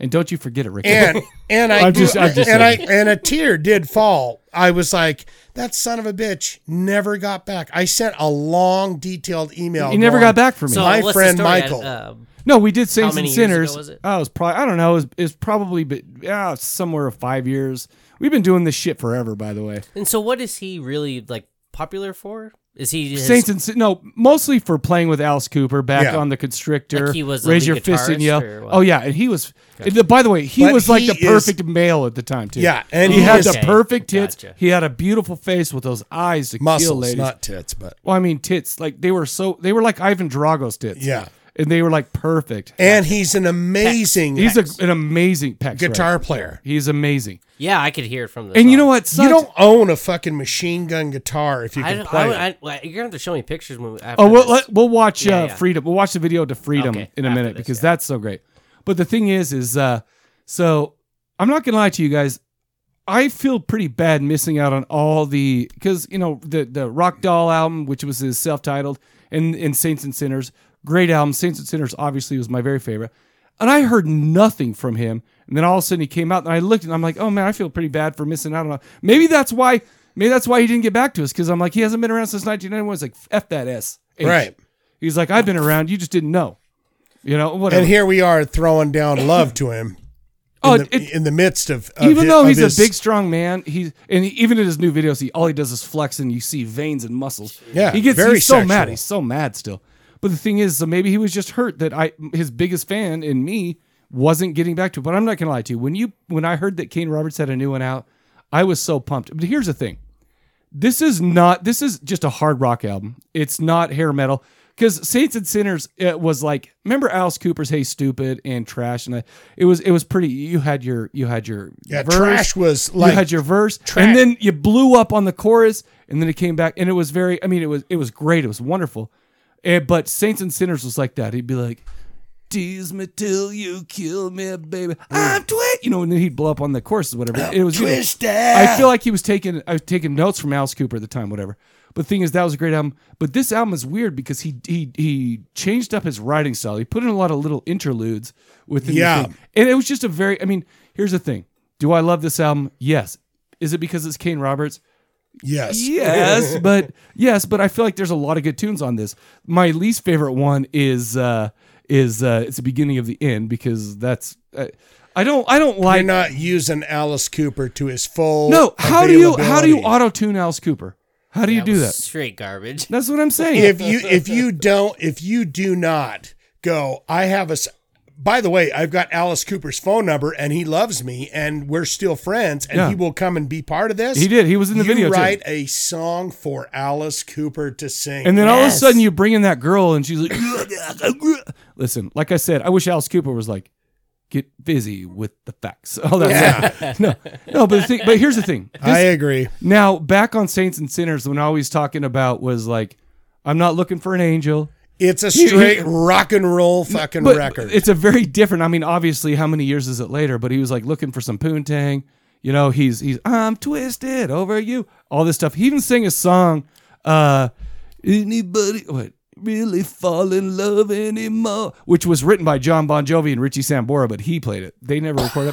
and don't you forget it, Ricky.
And and I
I'm
do,
just- I'm just
and I
joking.
and a tear did fall. I was like, that son of a bitch never got back. I sent a long, detailed email.
He never
going,
got back from me.
So
My
what's
friend
the story?
Michael.
Uh,
No, we did
How
Saints
many
and
years ago
Sinners.
was it?
Oh, it's probably I don't know. It's it's probably but yeah, it's somewhere five years. We've been doing this shit forever, by the way.
and so, what is he really like popular for? Is he his,
Saints and Sin- no, mostly for playing with Alice Cooper back
Yeah.
on the Constrictor.
Like he was a
raise
lead
your fist and
guitarist
yell.
or what?
Oh yeah, and he was. and by the way, he
But
was like
he
the
is-
perfect male at the time too.
Yeah, and
he
he
had
is-
the perfect tits.
Gotcha.
He had a beautiful face with those eyes to kill,
muscles,
ladies.
not tits, but
well, I mean tits. Like they were so they were like Ivan Drago's tits.
Yeah.
and they were like perfect.
and he's an amazing
He's a, an amazing pecs,
guitar
right?
player.
He's amazing.
Yeah, I could hear it from the.
And you know
song.
what?
You
sucks?
don't own a fucking machine gun guitar if you
I
can
don't.
play.
I,
it.
would- I, well, you're gonna have to show me pictures when. we- After
Oh, we'll,
this.
let- we'll watch
Yeah,
uh,
yeah.
Freedom. We'll watch the video to Freedom
Okay,
in a
after
minute
this,
because
yeah.
that's so great. But the thing is, is uh, so I'm not gonna lie to you guys. I feel pretty bad missing out on all the because you know the the Rock Doll album, which was his self titled, and and Saints and Sinners, great album. Saints and Sinners obviously was my very favorite, and I heard nothing from him. And then all of a sudden he came out, and I looked, and I'm like, oh man, I feel pretty bad for missing out on. Maybe that's why. Maybe that's why he didn't get back to us because I'm like he hasn't been around since 1991. It's like f that s.
Right.
He's like I've been around, you just didn't know. You know whatever.
and here we are throwing down love to him.
Oh,
in the,
it-
in the midst of, of
even
hi-
though
of
he's
his-
a big strong man he's and he, even in his new videos he all he does is flex and you see veins and muscles
Yeah,
he gets
very
he's so mad
sexual.
he's so mad still but the thing is so maybe he was just hurt that i his biggest fan in me wasn't getting back to it. but i'm not gonna lie to you when you when i heard that kane roberts had a new one out i was so pumped but here's the thing this is not this is just a hard rock album it's not hair metal because saints and sinners it was like remember alice cooper's hey stupid and trash and I, it was it was pretty you had your you had your
yeah, trash was like
you had your verse and then you blew up on the chorus and then it came back and it was very i mean it was it was great it was wonderful and, but saints and sinners was like that he'd be like tease me till you kill me baby i'm twit you know and then he'd blow up on the chorus or whatever it was you know, i feel like he was taking i was taking notes from alice cooper at the time whatever but the thing is that was a great album but this album is weird because he he he changed up his writing style he put in a lot of little interludes within
Yeah.
the thing and it was just a very i mean here's the thing do i love this album yes is it because it's kane roberts
yes,
yes but yes but i feel like there's a lot of good tunes on this my least favorite one is uh is uh it's the beginning of the end because that's uh, i don't i don't
You're
like
not using Alice Cooper to his full.
no how do you how do you
availability.
auto tune alice cooper how do you
That
do
was
that
Straight garbage.
that's what i'm saying
if you if you don't if you do not go? I have a. s- By the way, I've got Alice Cooper's phone number, and he loves me, and we're still friends, and
Yeah.
he will come and be part of this.
he did he was in the
you
video too.
write a song for Alice Cooper to sing,
And then all of a
Yes.
sudden you bring in that girl and she's like, listen, like I said, I wish Alice Cooper was like, get busy with the facts. All that stuff. No, no, but the thing, but here's the thing. This-
I agree.
now back on Saints and Sinners, when I was talking about was like, I'm not looking for an angel.
It's a
He- he-
straight rock and roll fucking
But
record.
It's a very different. I mean, obviously, how many years is it later? But he was like looking for some poontang. You know, he's he's I'm twisted over you. All this stuff. He even sang a song. Uh, anybody what really fall in love anymore, which was written by John Bon Jovi and Richie Sambora, but he played it. They never recorded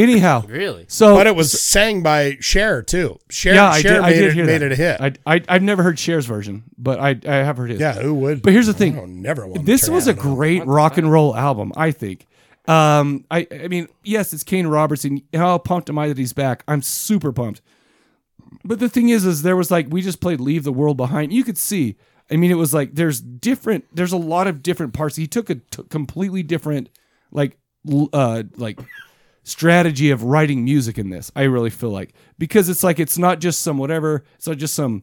Anyhow, So,
but it was sang by Cher too. Cher,
yeah, I
Cher
did,
made,
I did
it,
hear
made
that.
it a hit.
I, I I've never heard Cher's version, but I I have heard his.
Yeah, who would?
But here's the thing:
I don't never want to
this
turn
was a
that
great rock and roll album, I think. Um, I I mean, yes, it's Kane Robertson. How pumped am I that he's back? I'm super pumped. But the thing is, is there was like we just played "Leave the World Behind." You could see. I mean, it was like there's different. There's a lot of different parts. He took a t- completely different, like, l- uh, like strategy of writing music in this. I really feel like because it's like it's not just some whatever. It's not just some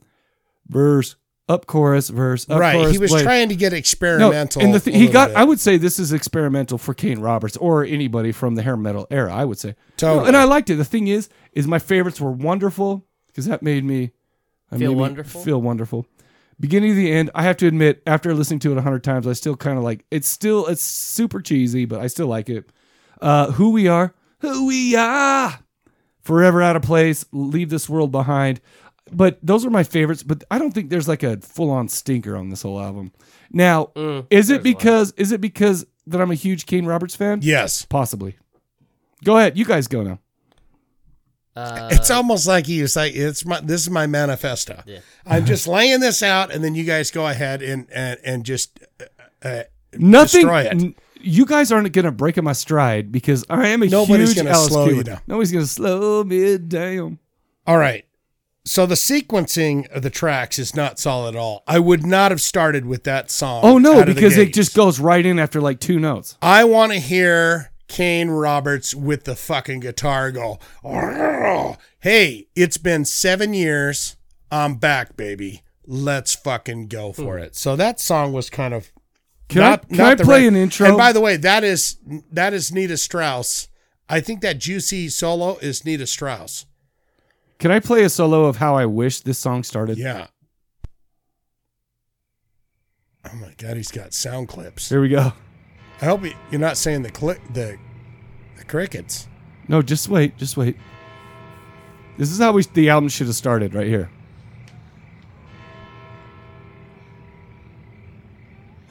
verse up chorus verse up
Right, he
chorus,
was
like-
trying to get experimental
and the
a
thing he
little
got
bit.
I would say this is experimental for Kane Roberts or anybody from the hair metal era. I would say.
Totally.
And I liked it. The thing is, is my favorites were wonderful because that made me I
Feel
made me
wonderful?
Feel wonderful. Beginning to the end, I have to admit, after listening to it a hundred times, I still kind of like it's still it's super cheesy, but I still like it. Uh, who we are, who we are, forever out of place, leave this world behind. But those are my favorites. But I don't think there's like a full on stinker on this whole album. Now,
Mm,
is it because is it because that I'm a huge Kane Roberts fan?
Yes.
possibly. Go ahead, you guys go now.
Uh,
It's almost like he was like, "It's my this is my manifesto.
Yeah.
I'm just laying this out, and then you guys go ahead and and, and just uh, uh,
Nothing.
destroy it.
n- you guys aren't going to break up my stride because I am a
Nobody's
huge
gonna
Alice
slow
Cooper.
you down.
Nobody's going to slow me down.
All right. So the sequencing of the tracks is not solid at all. I would not have started with that song.
Oh no,
out of the
because it
gate.
just goes right in after like two notes.
I want to hear Kane Roberts with the fucking guitar go. "Arrgh. Hey, it's been seven years. I'm back, baby. Let's fucking go for it. So that song was kind of
Can I- can I
the
play an intro?
And by the way, that is that is Nita Strauss. I think that juicy solo is Nita Strauss.
Can I play a solo of how I wish this song started?
Yeah. Oh my god, he's got sound clips.
Here we go.
I hope you- you're not saying the click the, the crickets.
No, just wait, just wait. This is how we the album should have started right here.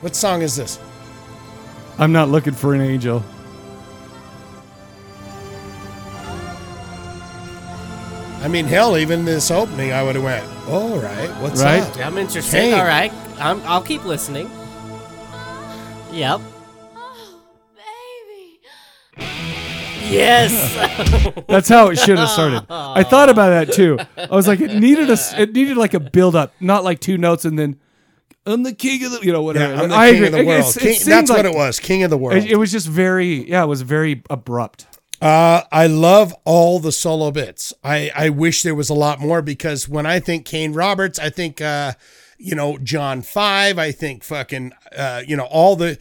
What song is this?
I'm not looking for an angel.
I mean, hell, even this opening, I would have went, all right, what's
Right?
up?
I'm interested.
Kane.
All right, I'm, I'll keep listening. Yep. Yes.
That's how it should have started. I thought about that too. I was like, it needed a, s- it needed like a build up, not like two notes and then I'm the king of the, you know, whatever.
Yeah, I'm the
I
king of the
agree. It-
world.
it's- it
King-
seemed
that's
like-
what it was, king of the world.
It, it was just very, yeah, it was very abrupt.
Uh, I love all the solo bits. I, I wish there was a lot more because when I think Kane Roberts, I think, uh, you know, John Five, I think fucking, uh, you know, all the,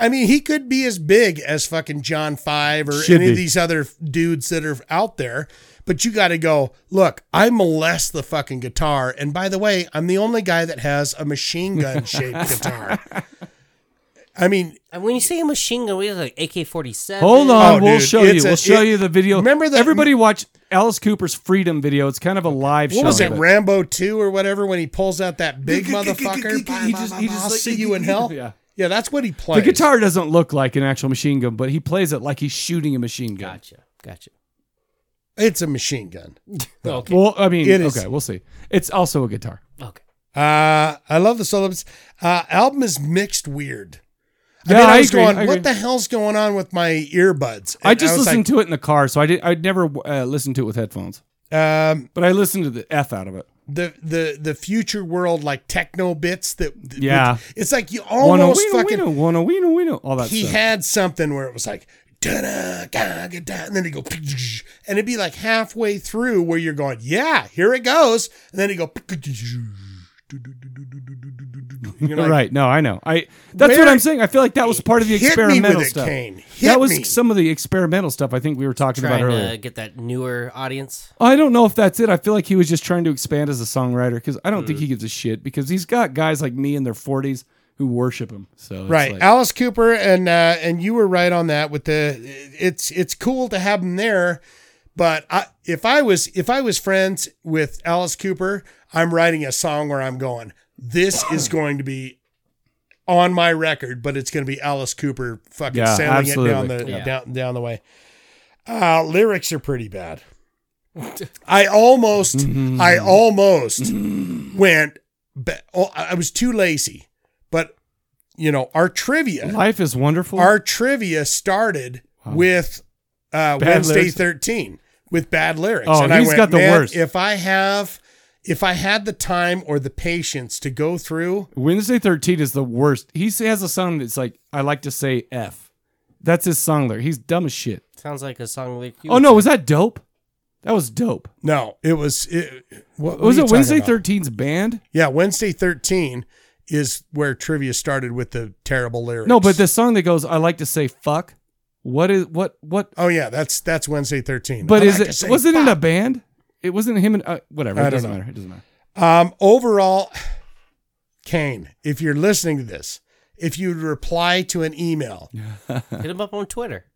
I mean, he could be as big as fucking John Five or
Should
any of
be.
these other dudes that are out there. But you got to go, look, I molest the fucking guitar. And by the way, I'm the only guy that has a machine gun shaped guitar. I mean,
and when you say a machine gun, we have like AK-47.
Hold on,
Oh,
we'll
dude,
show you.
it's a-
We'll show
it-
you the video.
Remember that-
Everybody watch Alice Cooper's Freedom video. It's kind of a live show.
What was it,
but-
Rambo 2 or whatever, when he pulls out that big
He
motherfucker?
just-
Bah,
he
bah,
just
bah, bah, I'll
like-
see you in hell.
Yeah.
Yeah, that's what he
The
plays.
guitar doesn't look like an actual machine gun, but he plays it like he's shooting a machine gun.
Gotcha. Gotcha.
It's a machine gun.
Okay.
Well, I mean,
It is.
Hmm, okay, we'll see. It's also a guitar.
Okay.
Uh, I love the solos. Uh, album is mixed weird.
Yeah,
I mean, I,
I
was
agree,
going,
I
what
agree.
the hell's going on with my earbuds?
I just
was
listened to it in the car, so I did. I'd never uh, listened to it with headphones,
like, um,
but I listened to the f out of it.
the the the future world like techno bits that
Yeah.
it's like you
Wanna
almost
weena,
fucking
weena, wanna weena, weena, all that
he
stuff.
had something where it was like da-da, ga, ga, da, and then he go and it'd be like halfway through where you're going yeah here it goes and then he go you're like,
right? No, I know. I that's what
Where-
I'm saying. I feel like that was part of the
Hit me with
experimental
it,
stuff.
Kane. Hit
that was
me.
some of the experimental stuff I think we were talking about
Trying
earlier.
to uh, get that newer audience.
I don't know if that's it. I feel like he was just trying to expand as a songwriter because I don't think
Mm.
he gives a shit because he's got guys like me in their 40s who worship him. So it's
right
like-
alice cooper and uh and you were right on that with the it's it's cool to have him there but I, if i was if i was friends with alice cooper i'm writing a song where i'm going this is going to be on my record, but it's going to be Alice Cooper fucking
Yeah,
sailing it down
absolutely.
the
Yeah.
down down the way. Uh, lyrics are pretty bad. I almost, I
Mm-hmm.
almost went. Ba- oh, I I was too lazy, but you know our trivia.
Life is wonderful.
Our trivia started with uh,
Bad
Wednesday
lyrics.
thirteen with bad lyrics.
Oh,
I
he's got the
"Man,
worst."
If I have, if I had the time or the patience to go through,
Wednesday 13 is the worst. He has a song that's like, I like to say F. That's his song lyric. He's dumb as shit.
Sounds like a song like you
Oh,
would
no.
say.
Was that dope? That was dope.
no, it was. It, what, what
was
are you
it
talking
Wednesday
about?
13's band?
Yeah, Wednesday thirteen is where trivia started with the terrible lyrics.
No, but the song that goes, I like to say fuck. What is, what, what?
oh yeah, that's that's Wednesday thirteen.
But
I
is
like to
it,
say
wasn't it a
fuck.
band? It wasn't him and, uh, whatever.
I
It
don't
doesn't
know.
matter. It doesn't matter.
Um, overall, Kane, if you're listening to this, if you reply to an email,
Hit him up on Twitter.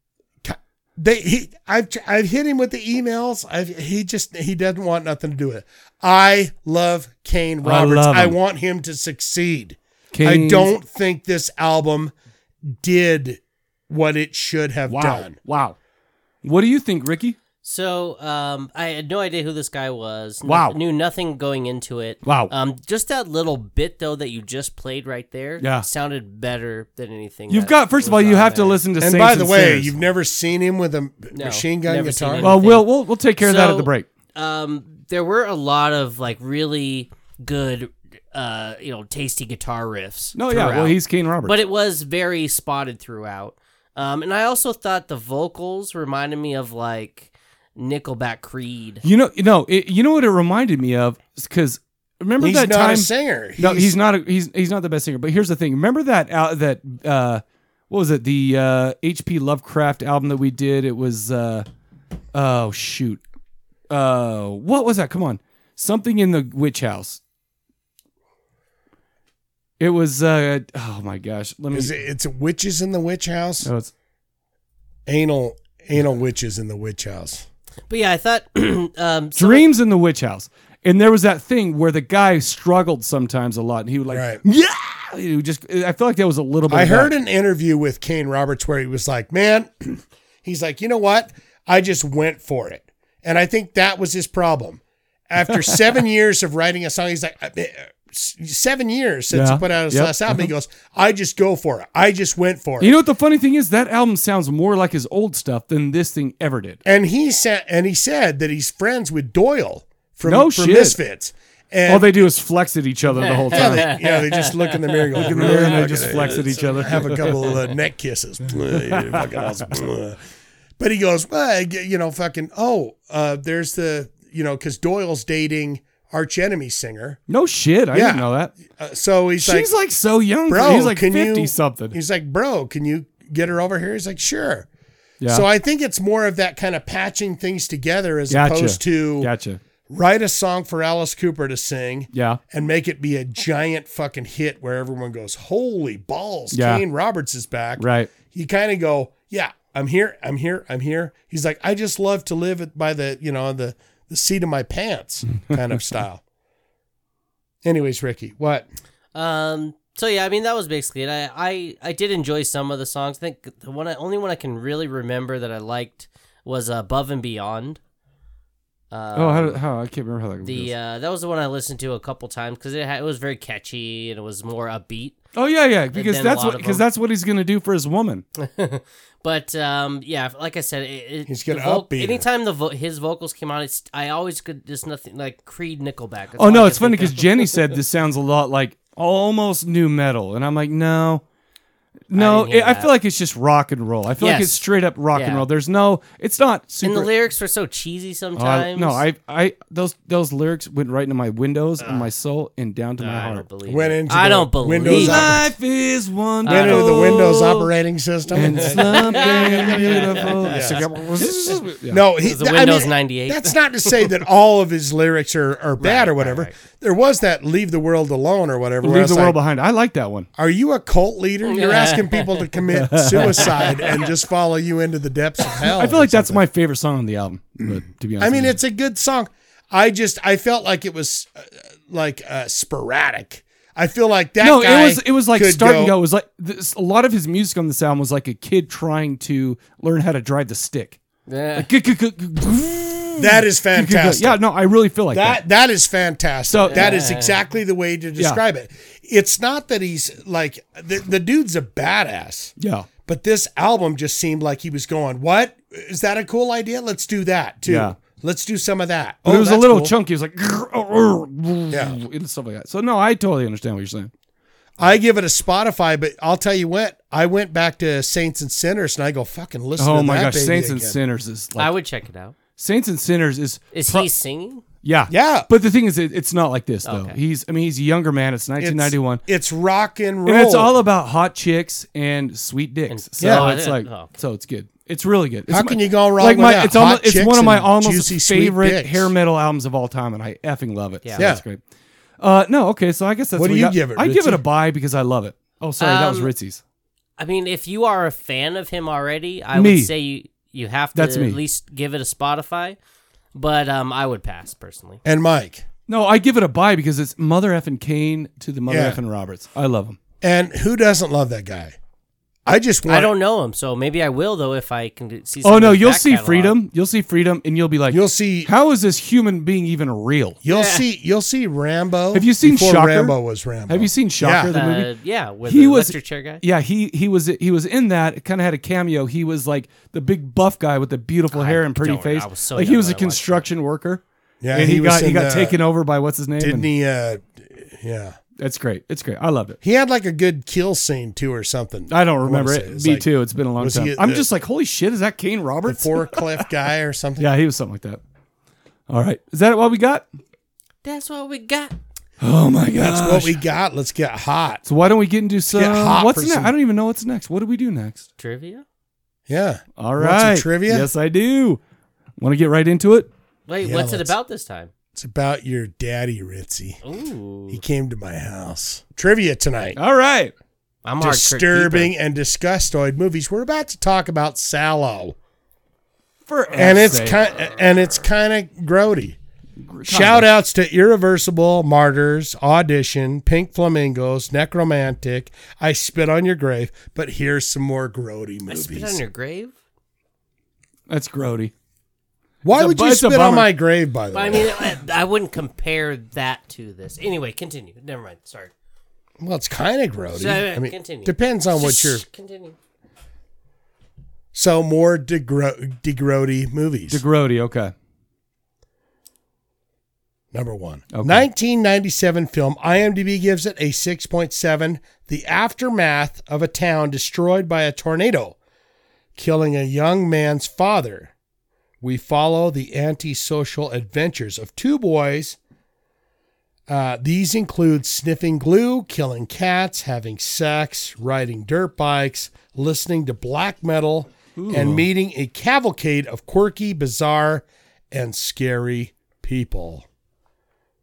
they he I've tr- I've hit him with the emails. I've he just he doesn't want nothing to do with it. I love Kane
I
Roberts. I,
love him.
want him to succeed. I
Kane's-
don't think this album did what it should have
Wow.
done.
Wow. What do you think, Ricky?
So um, I had no idea who this guy was. No-
Wow.
knew nothing going into it.
Wow.
Um, just that little bit though that you just played right there.
Yeah.
Sounded better than anything.
You've
that
got, first of
was
all, you
on
have to
there.
listen to
and
Saints
by the way,
Sinners.
you've never seen him with a m-
No,
machine gun
never seen
guitar.
him.
Well, we'll, we'll, we'll take care of that at
So-
the break.
um, there were a lot of like really good, uh, you know, tasty guitar riffs.
No, yeah. Well,
throughout.
he's Kane Roberts.
but it was very spotted throughout. Um, and I also thought the vocals reminded me of like Nickelback Creed.
You know, you know, it, you know what it reminded me of because remember
he's
that
not
time.
a singer.
No, he's, not. A, he's he's not the best singer. But here's the thing. Remember that uh, that uh, what was it? The uh, H.P. Lovecraft album that we did. It was uh, oh shoot, uh, what was that? Come on, something in the witch house. It was uh, oh my gosh. Let me.
Is it, it's witches in the witch house.
No, it's-
Anal anal witches in the witch house.
But yeah, I thought um, so
Dreams in the Witch House. And there was that thing where the guy struggled sometimes a lot, and he would like,
Right.
yeah, he would just. I feel like that was a little bit.
I
of that.
heard an interview with Kane Roberts where he was like, "Man, he's like, you know what? I just went for it." And I think that was his problem. After 7 years of writing a song, he's like, "I- eh, 7 years since
Yeah.
he put out his
Yep. Mm-hmm.
last album." He goes, "I just go for it. I just went for it."
You know what the funny thing is? That album sounds more like his old stuff than this thing ever did.
and he said and he said that he's friends with Doyle from,
No
from
shit.
Misfits. And
All they do is flex at each other the whole
yeah,
time.
they, yeah, they just look in the mirror, and go,
Look in the mirror and they just flex at each other.
have a couple of uh, neck kisses. Fucking awesome. but he goes, well, I get- you know, fucking, oh, uh, there's the, you know, because Doyle's dating Arch Enemy singer.
No shit, I
Yeah.
didn't know that.
Uh, so he's
She's like, so young.
bro,
he's like
can
fifty
you,
something.
He's like, bro, can you get her over here? He's like, sure.
Yeah.
So I think it's more of that kind of patching things together as
gotcha.
opposed to
gotcha.
write a song for Alice Cooper to sing
Yeah.
and make it be a giant fucking hit where everyone goes, "Holy balls,
Yeah.
Kane Roberts is back."
Right.
You kind of go, "Yeah, I'm here. I'm here. I'm here." He's like, "I just love to live it by the, you know, the the seat of my pants" kind of style. Anyways, Ricky, what?
Um. So yeah, I mean that was basically it. I, I I did enjoy some of the songs. I think the one I, only one I can really remember that I liked was uh, Above and Beyond. Uh,
oh, how, did- how I can't remember how that
the
goes.
uh, that was the one I listened to a couple times because it had, it was very catchy and it was more upbeat.
oh yeah, yeah, because
then a
that's
lot
what
of
because
them-
that's what he's gonna do for his woman.
But um, yeah, like I said, it, it,
He's gonna
the voc-
upbeat her.
Anytime the vo- his vocals came on, it's I always could just nothing like Creed, Nickelback. That's
Oh
all I
no,
could
it's funny
think
because
of.
Jenny said this sounds a lot like almost new metal, and I'm like, no, no.
didn't hear
I, I
that.
feel like it's just rock and roll. I feel like
Yes.
it's straight up rock and
Yeah.
roll. There's no, it's not super.
and the lyrics were so cheesy
Oh, I-
sometimes.
no, I, I, those, those lyrics went right into my windows and my soul and down to my
I don't
heart.
believe.
Went
it.
into
I
the
don't believe.
Windows
it.
op-
Life is wonderful.
Went into the Windows operating system.
Oh. and something beautiful. Yeah.
No, he,
was a
th-
Windows 98.
That's not to say that all of his lyrics are, are bad or whatever. There was that "Leave the World Alone" or whatever. where I
leave
was
the
like,
world behind. I like that one.
Are you a cult leader? You're asking people to commit suicide and just follow you into the depths of hell.
I feel like that's my favorite song on the album. But
Mm.
to be honest,
I mean,
with
it's a good song. I just I felt like it was uh, like uh, sporadic. I feel like that.
no,
guy
it was it was like
could
start and go. It was like this, a lot of his music on the sound was like a kid trying to learn how to drive the stick.
Yeah.
That is fantastic.
Yeah, no, I really feel like that.
that that is fantastic.
So-
that is
Yeah.
exactly the way to describe it. It's not that he's like the, the dude's a badass.
Yeah.
But this album just seemed like he was going, "What is that a cool idea? Let's do that too.
Yeah.
Let's do some of that." Oh,
But it was a
that's
little
cool.
chunky. It was like grrr, oh, grrr, and stuff like that. So no, I totally understand what you're saying.
I give it a Spotify, but I'll tell you what, I went back to Saints and Sinners and I go fucking listen.
oh
to
my
that
gosh,
baby
Saints and
again."
Sinners is like
I would check it out.
Saints and Sinners is
Is
pro-
he singing?
Yeah,
yeah.
But the thing is, it, it's not like this though.
Okay.
He's I mean, he's a younger man. It's 1991,
It's rock and roll.
and it's all about hot chicks and sweet dicks. So
Yeah.
it's like
Oh, okay.
so it's good. It's really good. It's
How can you go wrong
Like
with
my,
that?
it's almo-
Hot
it's
chicks
one of my
and
almost
juicy, sweet
favorite
dicks.
hair metal albums of all time, and I effing love it.
Yeah.
So
Yeah.
that's great. Uh, no, okay, so I guess that's
What do
we
you
got.
give it,
I give it
Ritzy?
a buy because I love it. Oh, sorry, that was
Um,
Ritzy's.
I mean, if you are a fan of him already, I
Me.
would say you, you have to
That's
at
me.
least give it a Spotify. But um, I would pass personally.
and Mike.
No, I give it a buy because it's mother effing Kane to the mother
Yeah.
effing Roberts. I love him.
And who doesn't love that guy? I just want
I don't know him, so maybe I will though if I can see. some
Oh
of
no,
his
you'll
back
see
catalog.
freedom. You'll see freedom, and you'll be like,
You'll see.
how is this human being even real?
You'll see. You'll see Rambo.
Have you seen
before
Shocker?
Rambo was Rambo.
Have you seen Shocker the
Uh,
movie?
yeah, with
He
the
was-
electric chair guy.
Yeah, he he was he was in that. It kind of had a cameo. He was like the big buff guy with the beautiful hair and pretty
don't-
face.
I was so
like
young
he was
when I
a
watched that.
construction worker.
Yeah,
and he,
he was
got he
in
got
the-
taken over by what's his name.
Didn't
and
he? Uh, yeah,
That's great. It's great. I loved it.
he had like a good kill scene too, or something.
I don't
wanna
remember
say
it.
it's
Me
like
too. It's been a long
was he
time.
at
I'm
the-
just like, holy shit, is that Kane
The
Roberts?
forklift guy or something.
yeah, he was something like that. All right, is that what we got?
That's what we got.
Oh my god,
That's what we got. Let's get hot.
So why don't we get into some?
get hot
what's
for
next?
some-
I don't even know what's next. What do we do next?
Trivia.
Yeah.
All
Want
right,
some trivia?
Yes, I do. Want to get right into it?
Wait,
Yeah,
what's it
let's-
about this time?
It's about your daddy, Ritzy.
Ooh,
He came to my house. Trivia tonight.
All right.
I'm hard crit keeper.
Disturbing and disgustoid movies. We're about to talk about Sallow.
For
and
F's
it's
sake.
kind and it's kind of grody. Shout outs to Irreversible, Martyrs, Audition, Pink Flamingos, Necromantic, I Spit on Your Grave, but here's some more grody
I
movies.
spit on your grave.
That's grody.
Why
It's a
would
bu-
you
it's a
spit on
bummer.
my grave by the
But I
way?
mean, I, I wouldn't compare that to this. Anyway, continue. Never mind. Sorry.
well, it's kind of
Oh,
grody.
So, uh,
I mean,
continue.
depends on what
Shh,
you're
Continue.
so more degro- degrody movies.
The grody. Okay.
Number one.
Okay.
1997 film. IMDb gives it a 6.7. The aftermath of a town destroyed by a tornado, killing a young man's father. We follow the antisocial adventures of two boys. Uh, these include sniffing glue, killing cats, having sex, riding dirt bikes, listening to black metal, and meeting a cavalcade of quirky, bizarre, and scary people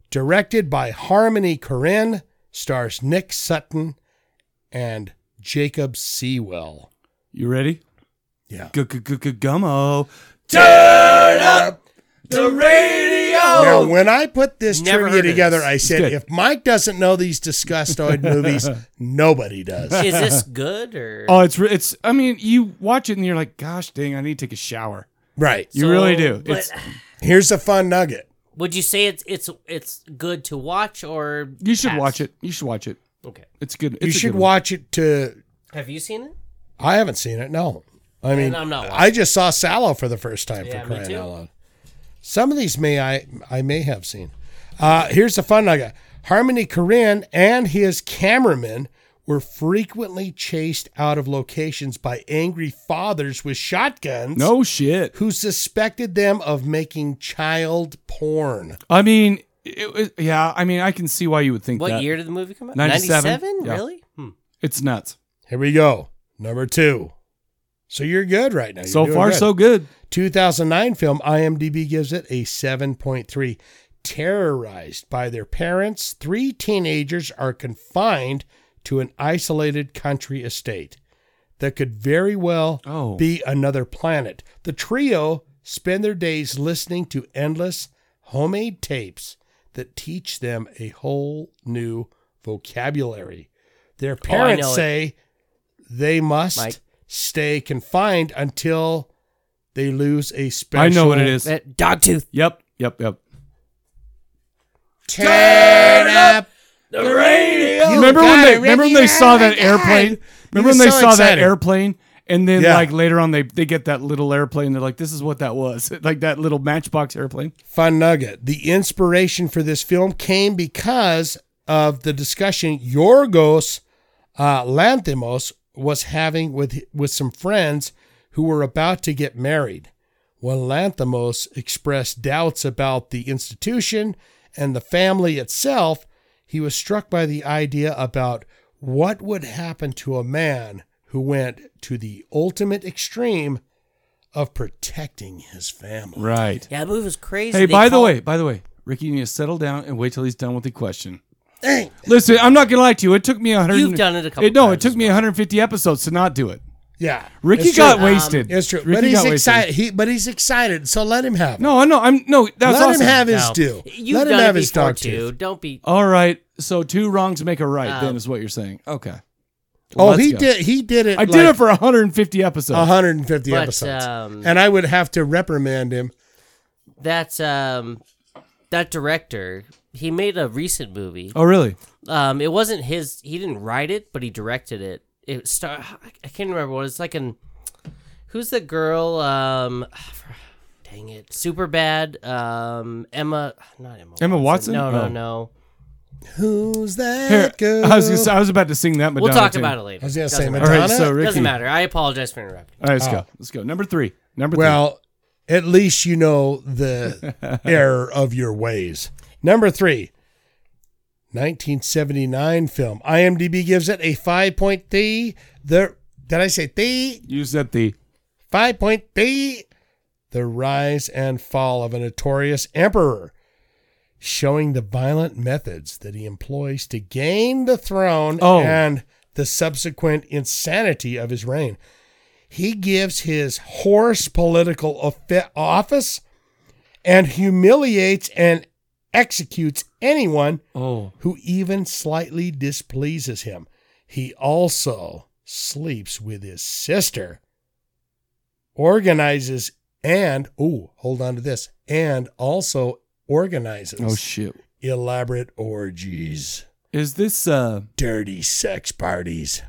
directed by Harmony Korine, stars Nick Sutton and Jacob Sewell.
You ready?
Yeah.
Gummo. Turn up the radio.
Now, when I put this
Oh! Never
trivia
heard of
together,
this.
I
It's
said,
good.
if Mike doesn't know these disgustoid movies, nobody does.
Is this good or?
Oh, it's re- it's. I mean, you watch it and you're like, gosh dang, I need to take a shower.
Right.
You really do.
but-
It's
Here's a fun nugget.
Would you say it's it's it's good to watch or
you should
pass?
watch it. You should watch it.
Okay.
It's good.
you
It's a
should
good one.
watch it to.
Have you seen it?
I haven't seen it. No. I mean,
I'm not
I just saw Sallow for the first time
Yeah,
for
me
crying
too.
out loud. Some of these may I I may have seen. Uh, here's the fun nugget: Harmony Korine and his cameraman were frequently chased out of locations by angry fathers with shotguns
No shit.
who suspected them of making child porn.
I mean, it, was yeah. I mean, I can see why you would think
What
that.
year did the movie come out?
97.
97?
Yeah.
Really? Hmm.
It's nuts.
Here we go, number two. So you're good right now. You're
so
doing
far,
good.
so good.
2009 film, IMDb gives it a 7.3. Terrorized by their parents, three teenagers are confined to an isolated country estate that could very well
Oh.
be another planet. The trio spend their days listening to endless homemade tapes that teach them a whole new vocabulary. Their
Oh, I know
parents
it.
say they must
Mike.
stay confined until they lose a special.
I know what it is.
dog tooth.
Yep. Yep. Yep.
Turn up
the radio.
remember when they remember when they saw that airplane? Remember
was
when they
so
saw that
excited.
airplane? And then
Yeah.
like later on they they get that little airplane. They're like, this is what that was. Like that little matchbox airplane.
Fun nugget. The inspiration for this film came because of the discussion Yorgos uh, Lanthimos was having with with some friends who were about to get married. When Lanthimos expressed doubts about the institution and the family itself, he was struck by the idea about what would happen to a man who went to the ultimate extreme of protecting his family.
Right.
Yeah, that movie was crazy.
Hey,
They
by the
call-
way, by the way, Ricky, you need to settle down and wait till he's done with the question. Listen, I'm not gonna lie to you. It took me a 100.
You've done it a couple
It, no,
times
it took me 150 episodes to not do it.
Yeah,
Ricky
it's true. Um,
got wasted.
It's true, but
Ricky
he's
got wasted.
excited. He, but he's excited, so let him have. It.
No, I know. I'm no. That's
let
awesome.
him have his
No.
due.
You've
let him
done
have
it
his
before
dog
too.
tooth.
Don't be.
All right. So two wrongs make a right. then
Um,
is what you're saying. Okay.
Oh,
Let's
he
go.
did. He did it.
I did it for 150 episodes.
150
But,
episodes,
um,
and I would have to reprimand him.
That um, that director, he made a recent movie.
Oh, really?
Um, it wasn't his. He didn't write it, but he directed it. It star. I can't remember what it's like. An who's the girl? Um, dang it, super bad. Um, Emma, not Emma.
Emma Watson?
No, no,
Oh.
no.
Who's that
Here,
girl?
I was gonna say- I was about to sing that. Madonna
we'll talk
too.
about it later.
I was gonna
Doesn't
say
matter.
All
Madonna.
right. So Ricky.
Doesn't matter. I apologize for interrupting.
All right, let's
Oh.
go. Let's go. Number three. Number
Well, at least you know the error of your ways. Number three, 1979 film. IMDb gives it a 5.3. The did I say three?
three. You said the.
5.3 The Rise and Fall of a Notorious Emperor, showing the violent methods that he employs to gain the throne
Oh.
and the subsequent insanity of his reign. He gives his horse political offi- office and humiliates and executes anyone
Oh.
who even slightly displeases him. He also sleeps with his sister, organizes, and, ooh, hold on to this, and also organizes
Oh shit.
elaborate orgies,
Is this? uh
dirty sex parties.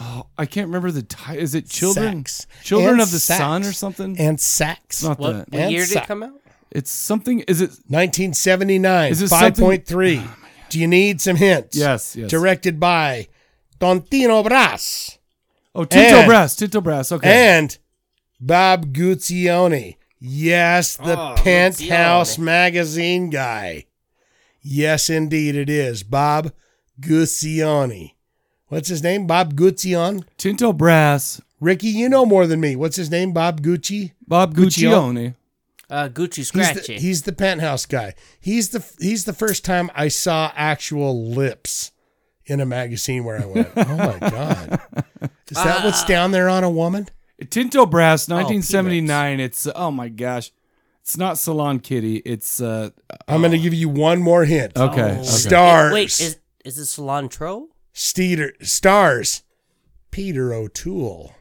Oh, I can't remember the. Ti- is it children?
Sex.
Children
And
of the
sex.
Sun or something?
And
it's
sex.
not
What,
that.
what
And
year did
suck.
it come out?
It's something. Is it?
1979,
Is this Ah,
5.3. Do you need some hints?
Yes. Yes.
Directed by Tontino Brass.
oh, Tito
and-
Brass. Tito Brass. Okay.
and Bob Guccione. Yes, the
Oh,
Penthouse
Guccione.
magazine guy. Yes, indeed, it is Bob Guccione. What's his name? Bob Guccione.
Tinto Brass.
Ricky, you know more than me. What's his name? Bob Gucci.
Bob
Guccione.
Guccione.
Uh, Gucci
He's
Scratchy.
the, he's the penthouse guy. He's the he's the first time I saw actual lips in a magazine where I went. oh my god, is
Uh,
that what's down there on a woman?
Tinto Brass, 1979. it's oh my gosh, it's not Salon Kitty. It's uh
I'm going to give you one more hint.
okay.
Oh.
okay.
Stars.
Wait, is is it cilantro?
Steeder, stars Peter O'Toole.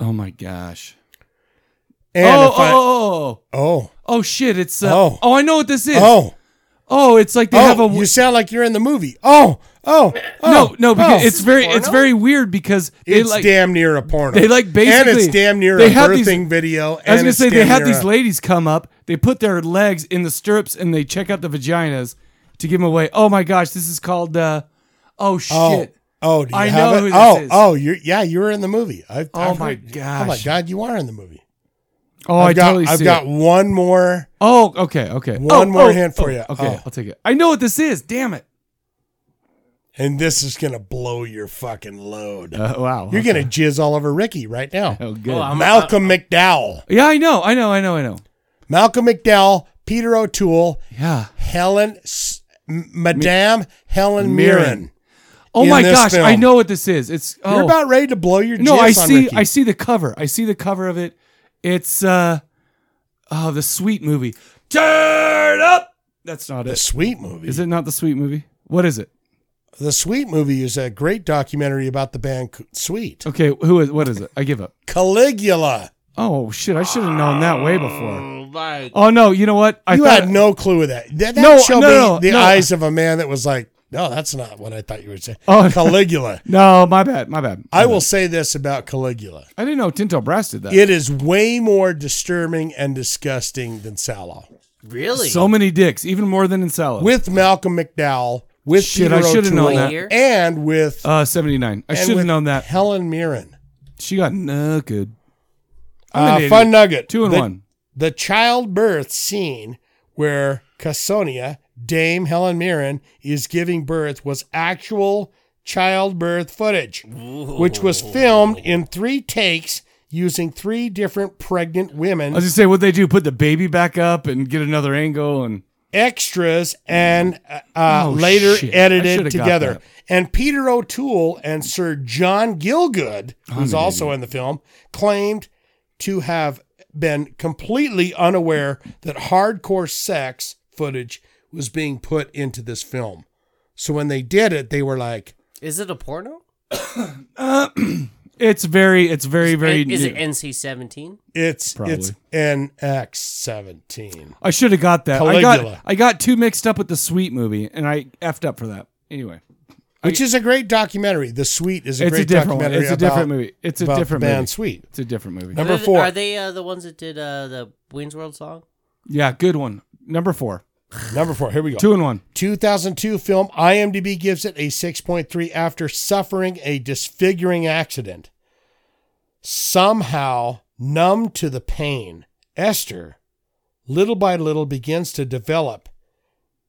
Oh my gosh.
And
oh,
if
oh,
I, oh,
oh, oh,
oh,
oh, shit! It's uh,
Oh.
oh. I know what this is.
oh,
Oh, it's like they have a
you sound like you're in the movie. Oh, oh, oh
no, no, because
oh.
it's very, it's very weird because they
It's
like
damn near a porno.
they like basically
and it's damn near
they
a
have these-
birthing video.
I was
and
gonna
it's
say they
damn
had
near
these
a-
ladies come up. They put their legs in the stirrups and they check out the vaginas to give them away. Oh my gosh, this is called. uh Oh shit!
Oh, oh, do you
I
have
know
it?
who this
oh,
is.
oh, you're yeah, you were in the movie. I,
Oh
I've
my
heard- Oh my
gosh.
god, you are in the movie.
oh,
I've
I
got,
totally
I've
see it.
got one more.
Oh, okay, okay.
One
One
more hint for you.
Okay,
Oh.
I'll take it. I know what this is. Damn it!
And this is gonna blow your fucking load.
Uh, wow,
You're
okay.
gonna jizz all over Ricky right now.
Oh, good.
Oh, I'm-
Malcolm McDowell.
yeah, I know, I know, I know, I know.
Malcolm McDowell, Peter O'Toole,
Yeah.
Helen, S- M- Madame Helen
Mirren.
Mirren.
Oh
In
my
this
gosh, I
film.
know what this is. It's oh.
You're about ready to blow your
no,
jizz
I
on
see,
Ricky.
I see the cover. I see the cover of it. It's uh, oh, the sweet movie. Turn up That's not
The
it.
Sweet movie.
Is it not the sweet movie? What is it?
The Sweet movie is a great documentary about the band C- Sweet.
Okay, who is what is it? I give up.
Caligula.
Oh shit! I should have known that way before.
right.
Oh no! You know what? I
you
thought-
had no clue of that. That, that
No,
showed
no,
me
no,
the
no.
eyes of a man that was like, no, that's not what I thought you were saying.
Oh,
Caligula.
no, my bad. My bad.
I will say this about Caligula.
I didn't know Tinto Brass did that.
It is way more disturbing and disgusting than Sallow.
Really?
So many dicks, even more than in salad.
With Malcolm McDowell, with
Shit,
Peter
I should have known
O'Toole,
that.
and with
uh, seventy nine. I
and
should have
with
known that.
Helen Mirren.
She got naked. I'm an
Uh,
idiot.
fun nugget.
Two and
The-
one.
The childbirth scene where Cassonia, Dame Helen Mirren, is giving birth was actual childbirth footage, which was filmed in three takes using three different pregnant
I
women,
was just say what they do: put the baby back up and get another angle, and
extras, and uh, uh,
Oh,
later
shit. I
edited
should've got
together.
that.
And Peter O'Toole and Sir John Gilgood, who's
an
also in the film, claimed to have been completely unaware that hardcore sex footage was being put into this film. So when they did it, they were like,
Is it a porno?
uh, it's very, it's very, very.
Is it
new.
NC seventeen?
"It's it's
Probably.
NX seventeen.
I should have got that. I
Caligula.
got I got too mixed up with the sweet movie, and I effed up for that. Anyway,
Which is a great documentary. The Sweet is a
It's a
great
different one.
documentary.
It's a
about-
different movie. It's a
about the
different
band
movie.
Sweet.
it's a different movie.
Number
Are they-
four.
Are they uh, the ones that did uh, the Wayne's World song?
Yeah, good one. Number four.
Number four. Here we go.
Two and one.
2002 film IMDb gives it a 6.3 after suffering a disfiguring accident. Somehow, numb to the pain, Esther, little by little, begins to develop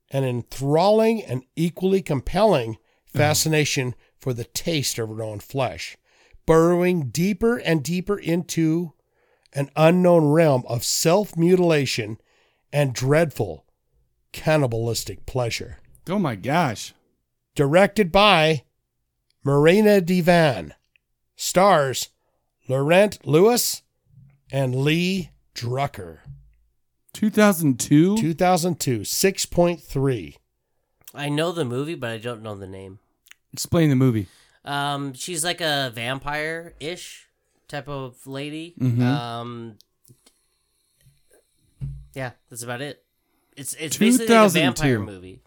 an enthralling and equally compelling fascination for the taste of her own flesh, burrowing deeper and deeper into an unknown realm of self mutilation and dreadful cannibalistic pleasure.
Oh my gosh.
Directed by Marina Divan. Stars Laurent Lewis and Lee Drucker.
2002.
2002, 6.3.
I know the movie, but I don't know the name.
Explain the movie.
Um, she's like a vampire ish type of lady.
Mm-hmm.
Mhm.
Um, yeah, that's about it. It's it's basically like a
2002.
vampire movie.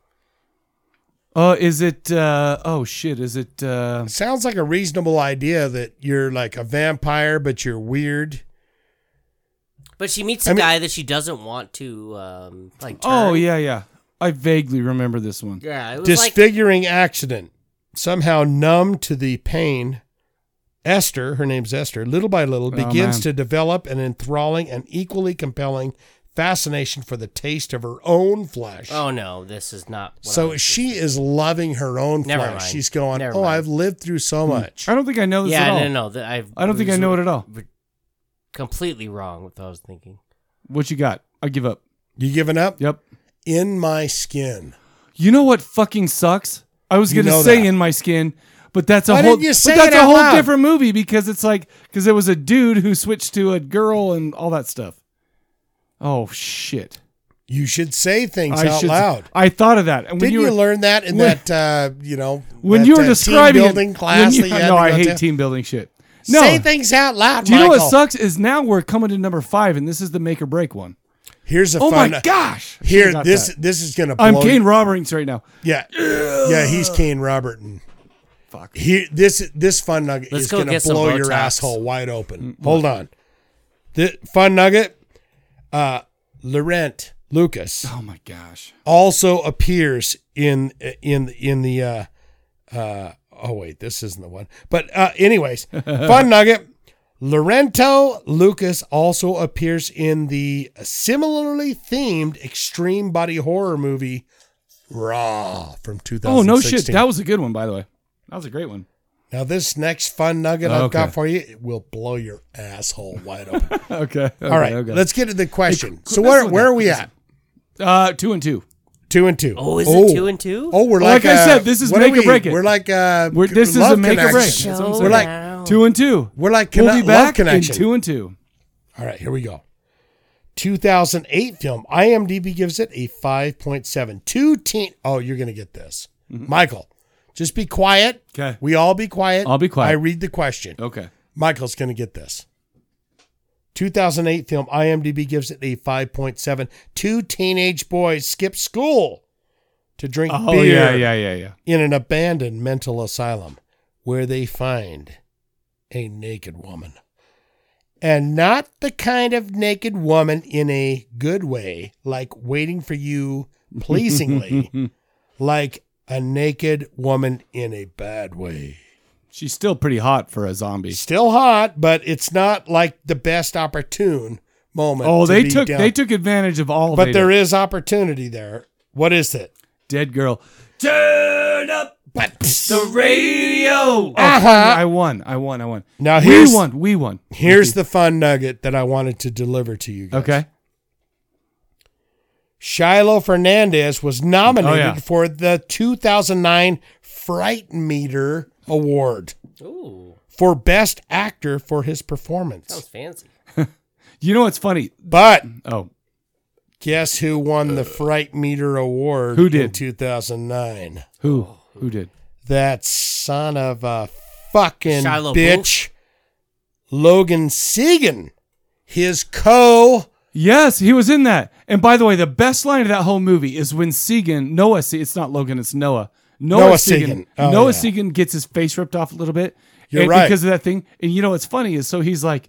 Oh, is it? uh Oh shit! Is it? uh
Sounds like a reasonable idea that you're like a vampire, but you're weird.
But she meets a
I mean-
guy that she doesn't want to um like. Turn.
Oh yeah, yeah. I vaguely remember this one.
yeah. It was like
Disfiguring accident. Somehow numb to the pain, Esther, her name's Esther, little by little begins
Oh, man.
to develop an enthralling and equally compelling fascination for the taste of her own flesh.
oh no, this is not. What I
so
was
she is loving her own
Never
flesh.
mind.
She's going,
Never
Oh,
mind.
I've lived through so much.
Hmm. I don't think I know this
yeah,
at all.
no, no, no. I
I don't think I know it at all.
Completely wrong with what I was thinking.
What you got? I give up.
You giving up?
Yep.
In my skin.
You know what fucking sucks? I was
You
gonna
know
say
that.
in my skin, but that's a
Why
whole
didn't you
but
say
that's
it
a
out
whole
loud?
different movie because it's like because it was a dude who switched to a girl and all that stuff. Oh shit!
You should say things out
should-
loud.
I thought of that. And when
Didn't you,
you, were,
learn that in
when-
that uh, you know
when
that,
you were
uh,
describing
team
it-
building
when
class
you-
that you had
no,
to
I
go
hate
to?
team building shit. No,
Say things out loud,
do you know
Michael.
what sucks is now we're coming to number five, and this is the make or break one.
Here's a
Oh
fun uh,
my gosh! I should've
Here,
got
this
that.
this is gonna. Blow
I'm Kane Roberts right now.
Yeah, yeah, he's Kane Roberton.
Fuck.
Here, this this fun nugget
Let's
is
go
gonna
get some
blow your
Botox.
asshole wide open. Hold on, the fun nugget. Uh, Laurent Lucas
Oh my gosh!
also appears in in in the. Uh, uh, oh wait, this isn't the one. But uh, anyways, fun nugget. Laurento Lucas also appears in the similarly themed extreme body horror movie Raw from 2016.
Oh no shit! That was a good one, by the way. That was a great one.
now this next fun nugget I've
Okay.
got for you it will blow your asshole wide open.
okay,
All right,
okay.
let's get to the question.
Hey,
so
let's
where
look
where
at
are we
this.
at?
Uh, two and two.
Two and two.
Oh, is it two and two?
Oh, we're like
Like I
uh,
said, this is
what are
make or
we?
break it.
We're like uh,
We're, this is
Love
a make or break.
Connection.
That's what I'm
Show
saying.
We're like-
now.
two and two.
We're like
We'll
conne-
be
Love
back in
Connection.
two and two.
All right, here we go. 2008 film. IMDb gives it a 5.7. Two teen. Oh, you're going to get this. Michael, just be quiet.
Mm-hmm. Okay.
We all be quiet.
I'll be quiet.
I read the question.
Okay.
Michael's going to get this. 2008 film. IMDb gives it a 5.7. Two teenage boys skip school to drink
Oh,
beer
yeah, yeah, yeah, yeah.
in an abandoned mental asylum where they find a naked woman. And not the kind of naked woman in a good way, like waiting for you pleasingly, like a naked woman in a bad way.
She's still pretty hot for a zombie.
Still hot, but it's not like the best opportune moment.
Oh,
to
they
be
took
down.
they took advantage of all.
But there
there is
is opportunity there. What is it?
dead girl. Turn up the radio. Oh,
Uh-huh.
I won. I won. I won.
Now
we
here's-
won. We won.
Here's the fun nugget that I wanted to deliver to you guys.
Okay.
Shiloh Fernandez was nominated
Oh, yeah.
for the 2009 Fright Meter Award
Ooh,
for Best Actor for his performance.
sounds fancy.
You know what's funny?
But
Oh,
guess who won the Fright Meter Award
Who
in
did?
2009?
who who did?
That son of a fucking
Shiloh
bitch, Logan Segan, his co.
Yes, he was in that. And by the way, the best line of that whole movie is when Segan, Noah, Se- it's not Logan, it's Noah. Noah,
Noah
Segan,
Segan. Oh,
Noah
yeah.
Segan gets his face ripped off a little bit.
You're
and-
right.
Because of that thing. And you know what's funny is so he's like,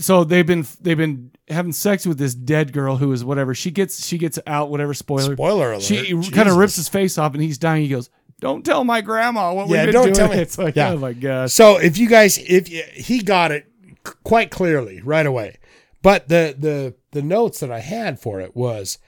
so they've been they've been having sex with this dead girl who is whatever. She gets she gets out whatever spoiler.
Spoiler alert.
She kind
Jesus.
of rips his face off and he's dying. He goes, "Don't tell my grandma what we've
Yeah,
been
don't
doing."
tell me.
It's like,
Yeah.
oh my gosh.
So if you guys, if you, he got it c- quite clearly right away, but the the the notes that I had for it was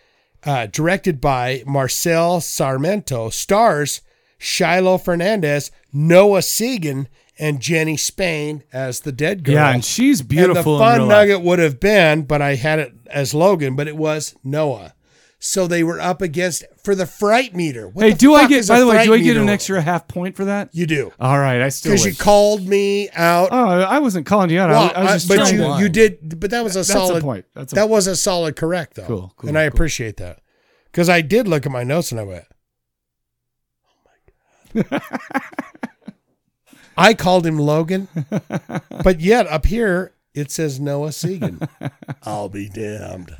uh, directed by Marcel Sarmento, stars Shiloh Fernandez, Noah Segan, and Jenny Spain as the dead girl.
Yeah, and she's beautiful.
And
in
the fun
real life.
nugget would have been, but I had it as Logan, but it was Noah. So they were up against for the fright meter. What
Hey,
the
do I
fuck
get?
is a
By the way,
fright
do I get
meter?
an extra half point for that?
You do
All right, I still.
because you
win.
called me out.
Oh, I wasn't calling you out.
Well,
I, was- I was
I-
just
but
trying
you,
to-
you did, but that was a
That's a
solid
point. That's a-
that was a solid correct though.
Cool, cool,
and I
cool.
appreciate that because I did look at my notes and I went, "Oh my god!" I called him Logan, but yet up here it says Noah Segan. I'll be damned.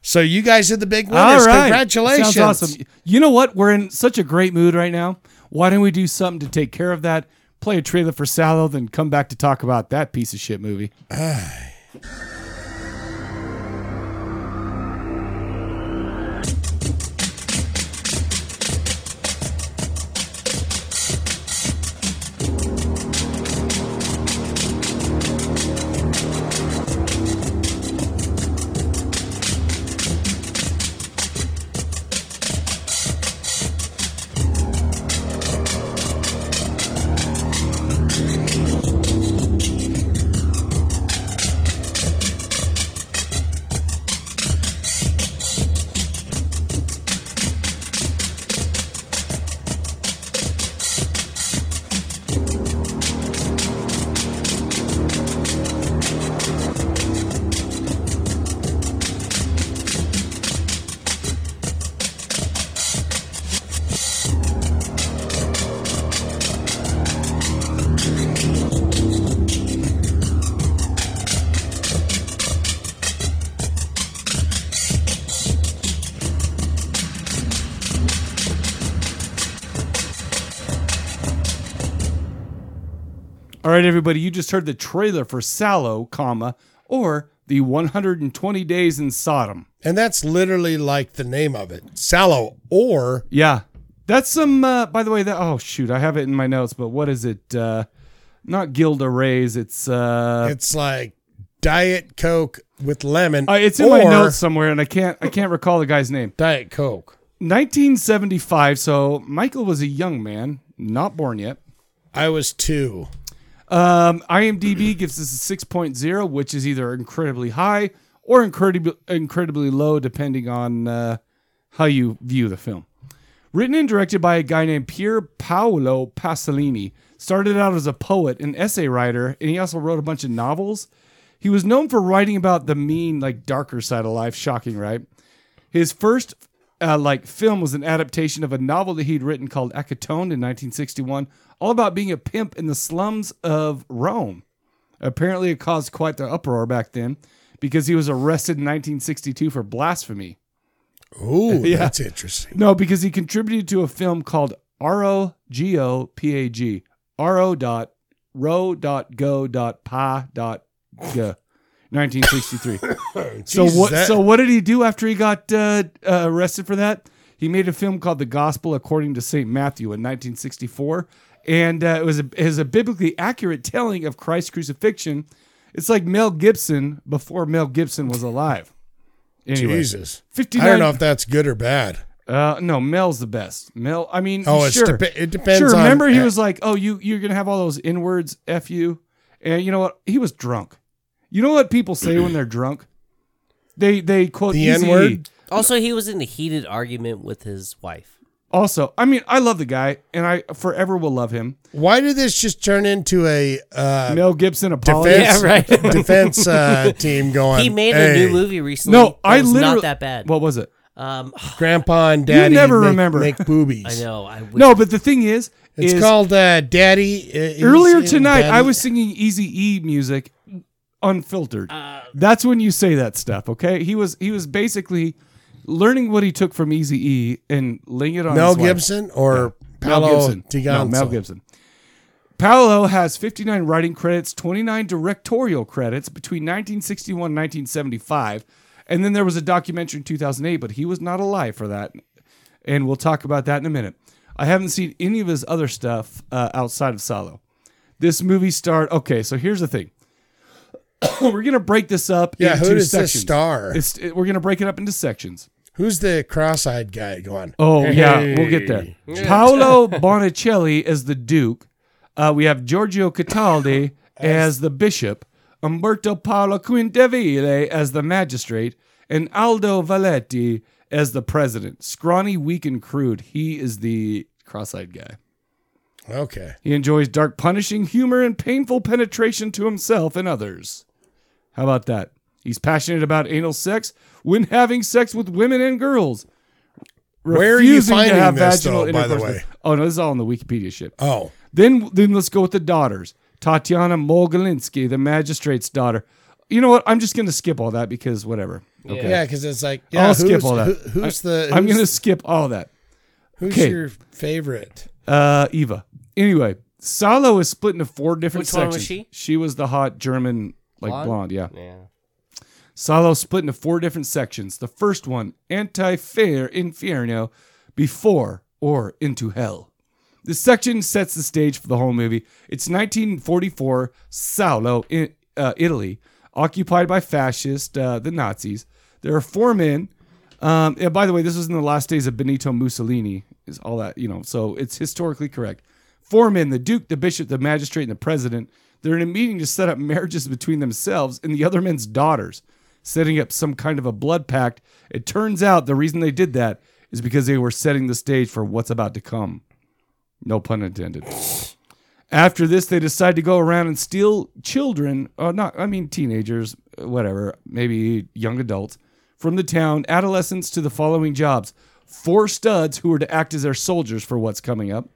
So you guys are the big
All
winners.
right,
Congratulations!
Sounds awesome. You know what? We're in such a great mood right now. Why don't we do something to take care of that? Play a trailer for Sallow, then come back to talk about that piece of shit movie. All right, everybody, you just heard the trailer for Sallow, comma, or the 120 Days in Sodom.
And that's literally like the name of it, Sallow or
Yeah. That's some uh, by the way that oh shoot, I have it in my notes, but what is it? Uh not Gilda Ray's, it's uh
it's like Diet Coke with lemon.
uh, it's in my
or
notes somewhere and I can't I can't recall the guy's name.
Diet Coke.
1975, so Michael was a young man, not born yet.
I was two.
Um, IMDb gives us a 6.0, which is either incredibly high or incredibly incredibly low, depending on uh, how you view the film. Written and directed by a guy named Pier Paolo Pasolini, started out as a poet and essay writer, and he also wrote a bunch of novels. He was known for writing about the mean, like darker side of life. Shocking, right? His first uh, like film was an adaptation of a novel that he'd written called Acatone in 1961, all about being a pimp in the slums of Rome. Apparently, it caused quite the uproar back then because he was arrested in 1962 for blasphemy.
Oh, that's interesting.
No, because he contributed to a film called R-O-G-O-P-A-G. R-O dot ro dot go dot pa dot g. 1963. so
Jesus,
what?
that-
So what did he do after he got uh, uh, arrested for that? He made a film called The Gospel According to Saint Matthew in 1964, and uh, it was a, it is a biblically accurate telling of Christ's crucifixion. It's like Mel Gibson before Mel Gibson was alive. Anyway,
Jesus.
59
I don't know if that's good or bad.
Uh, no, Mel's the best. Mel, I mean,
Oh, it's
sure.
depe- it depends
Sure,
on- e-
remember he was like, "Oh, you you're gonna have all those n words, f you," and you know what? He was drunk. You know what people say when they're drunk? They they quote
The
Eazy-E.
N-word?
Also, he was in a heated argument with his wife.
Also, I mean, I love the guy, and I forever will love him.
Why did this just turn into a uh,
Mel Gibson apology.
defense,
Yeah, right.
defense uh, team going?
He made
hey,
a new movie recently.
No, I
that was
literally
not that bad.
What was it?
Um,
Grandpa and Daddy.
never
make,
remember.
Make boobies.
I know. I wish
No, oh, but the thing is,
It's
is
called uh, Daddy. uh, is
earlier
it
tonight
Daddy?
I was singing Easy E music, unfiltered. That's when you say that stuff. Okay, he was he was basically learning what he took from Easy E and laying it on
Mel
his wife.
Gibson or
Mel
Paolo
Gibson. No,
Gibson.
Mel Gibson. Paolo has 59 writing credits, 29 directorial credits between 1961 and 1975. And then there was a documentary in 2008, but he was not alive for that. And we'll talk about that in a minute. I haven't seen any of his other stuff uh, outside of Salo. This movie starred. Okay, so here's the thing. We're going to break this up
Yeah,
into
who does
sections.
this star?
It's, it- we're going to break it up into sections.
Who's the cross-eyed guy going?
Oh yeah, we'll
Hey.
get there. Paolo Bonicelli as the Duke. Uh, we have Giorgio Cataldi as the Bishop. Umberto Paolo Quintevile as the Magistrate, and Aldo Valetti as the President. Scrawny, weak, and crude. He is the cross-eyed guy.
Okay.
He enjoys dark, punishing humor and painful penetration to himself and others. How about that? He's passionate about anal sex when having sex with women and girls.
Where are you
Refusing to
finding
have
this,
vaginal
though, by the
intercourse with-
way?
Oh, no, this is all on the Wikipedia shit.
Oh,
Then, then let's go with the daughters. Tatiana Mogolinsky, the magistrate's daughter. You know what? I'm just going to skip all that because whatever. Okay.
yeah, because it's like yeah,
I'll
who's,
skip all that.
who- who's
I-
the? Who's,
I'm going to skip Uh, all that.
Who's
okay.
your favorite?
Uh, Eva. Anyway, Salo is split into four different
Which one
sections.
was she?
was the hot German, like blonde.
Blonde?
yeah.
Yeah.
Salo split into four different sections. The first one, anti-fair inferno, before or into hell. This section sets the stage for the whole movie. It's 1944, Saulo, in, uh, Italy, occupied by fascists, uh, the Nazis. There are four men. Um, and by the way, this was in the last days of Benito Mussolini, is all that, you know, so it's historically correct. Four men, the Duke, the Bishop, the Magistrate, and the President, they're in a meeting to set up marriages between themselves and the other men's daughters, setting up some kind of a blood pact. It turns out the reason they did that is because they were setting the stage for what's about to come. No pun intended. After this, they decide to go around and steal children, uh, not, I mean, teenagers, whatever, maybe young adults, from the town, adolescents to the following jobs four studs who were to act as their soldiers for what's coming up,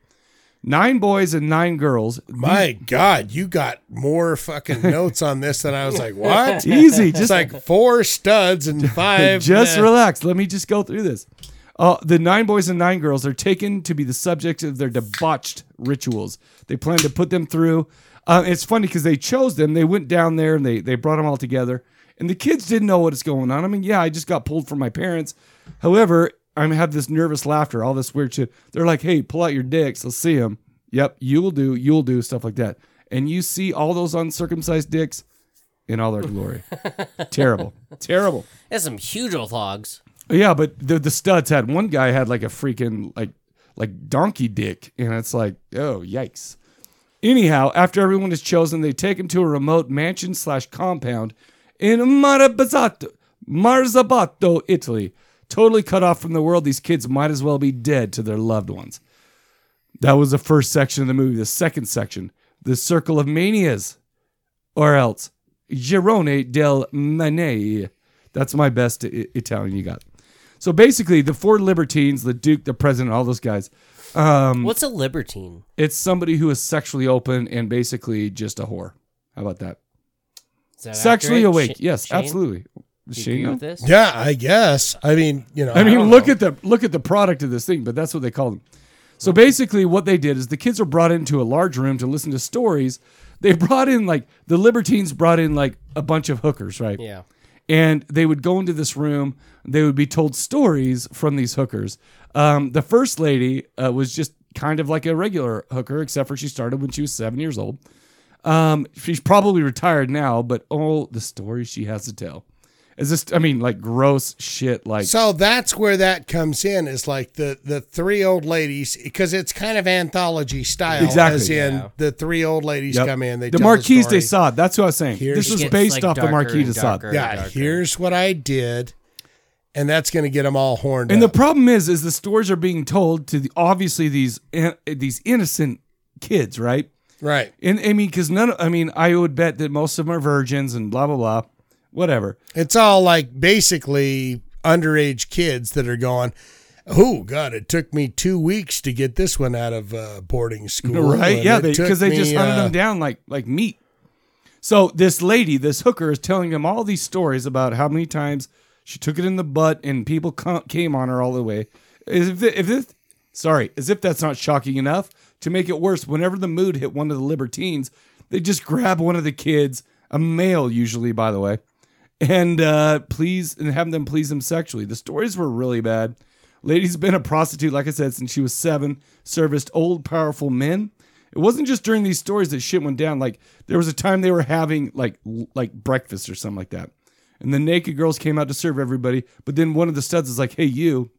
nine boys and nine girls.
My God, you got more fucking notes on this than I was like, what?
Easy,
It's
just
like four studs and five.
just
uh,
relax. Let me just go through this. Uh, the nine boys and nine girls are taken to be the subject of their debauched rituals. They plan to put them through. Uh, it's funny because they chose them. They went down there and they they brought them all together. And the kids didn't know what is going on. I mean, yeah, I just got pulled from my parents. However, I have this nervous laughter, all this weird shit. They're like, "Hey, pull out your dicks. Let's see them." Yep, you'll do. You'll do stuff like that. And you see all those uncircumcised dicks in all their glory. Terrible. Terrible.
That's some huge old hogs.
Yeah, but the the studs had one guy had like a freaking like like donkey dick, and it's like, oh yikes. Anyhow, after everyone is chosen, they take him to a remote mansion slash compound in Marabazzato, Marzabato, Italy. Totally cut off from the world, these kids might as well be dead to their loved ones. That was the first section of the movie. The second section, the circle of manias, or else Girone del Manet. That's my best I- Italian you got. So basically, the four libertines, the Duke, the president, all those guys. Um,
What's a libertine?
It's somebody who is sexually open and basically just a whore. How about that?
Is that
Sexually
accurate?
awake.
Sh-
yes,
Shane?
absolutely.
Do you
Shane,
agree
no?
with this?
Yeah, I guess. I mean, you know,
I mean,
don't
look at the look at the product of this thing, but that's what they call them. So basically, what they did is the kids are brought into a large room to listen to stories. They brought in like the libertines brought in like a bunch of hookers, right?
Yeah.
And they would go into this room. They would be told stories from these hookers. Um, the first lady uh, was just kind of like a regular hooker, except for she started when she was seven years old. Um, she's probably retired now, but oh, the stories she has to tell is this. I mean, like gross shit. Like
So that's where that comes in is like the the three old ladies because it's kind of anthology style.
Exactly.
As in
Yeah.
the three old ladies
Yep.
come in. They
the
tell
Marquise
story.
de Sade. That's what I was saying. this
Here's-
is
It gets,
based
like,
off the
darker
Marquis de
and
Sade.
darker.
Yeah. Here's what I did, and that's going to get them all horned.
And the
up.
problem is, is the stories are being told to the, obviously these in- these innocent kids, right?
right.
And I mean, because none. Of, I mean, I would bet that most of them are virgins and blah blah blah, whatever.
It's all like basically underage kids that are going. Oh God! It took me two weeks to get this one out of uh, boarding school.
right?
and
yeah,
it took
because they,
me,
just hunted
uh,
them down like like meat. So this lady, this hooker, is telling them all these stories about how many times she took it in the butt and people ca- came on her all the way. As if, if this, sorry, as if that's not shocking enough to make it worse. Whenever the mood hit one of the libertines, they just grab one of the kids, a male usually, by the way, and uh, please and have them please them sexually. The stories were really bad. Lady's been a prostitute, like I said, since she was seven, serviced old, powerful men. It wasn't just during these stories that shit went down. Like there was a time they were having like l- like breakfast or something like that, and the naked girls came out to serve everybody. But then one of the studs is like, "Hey, you,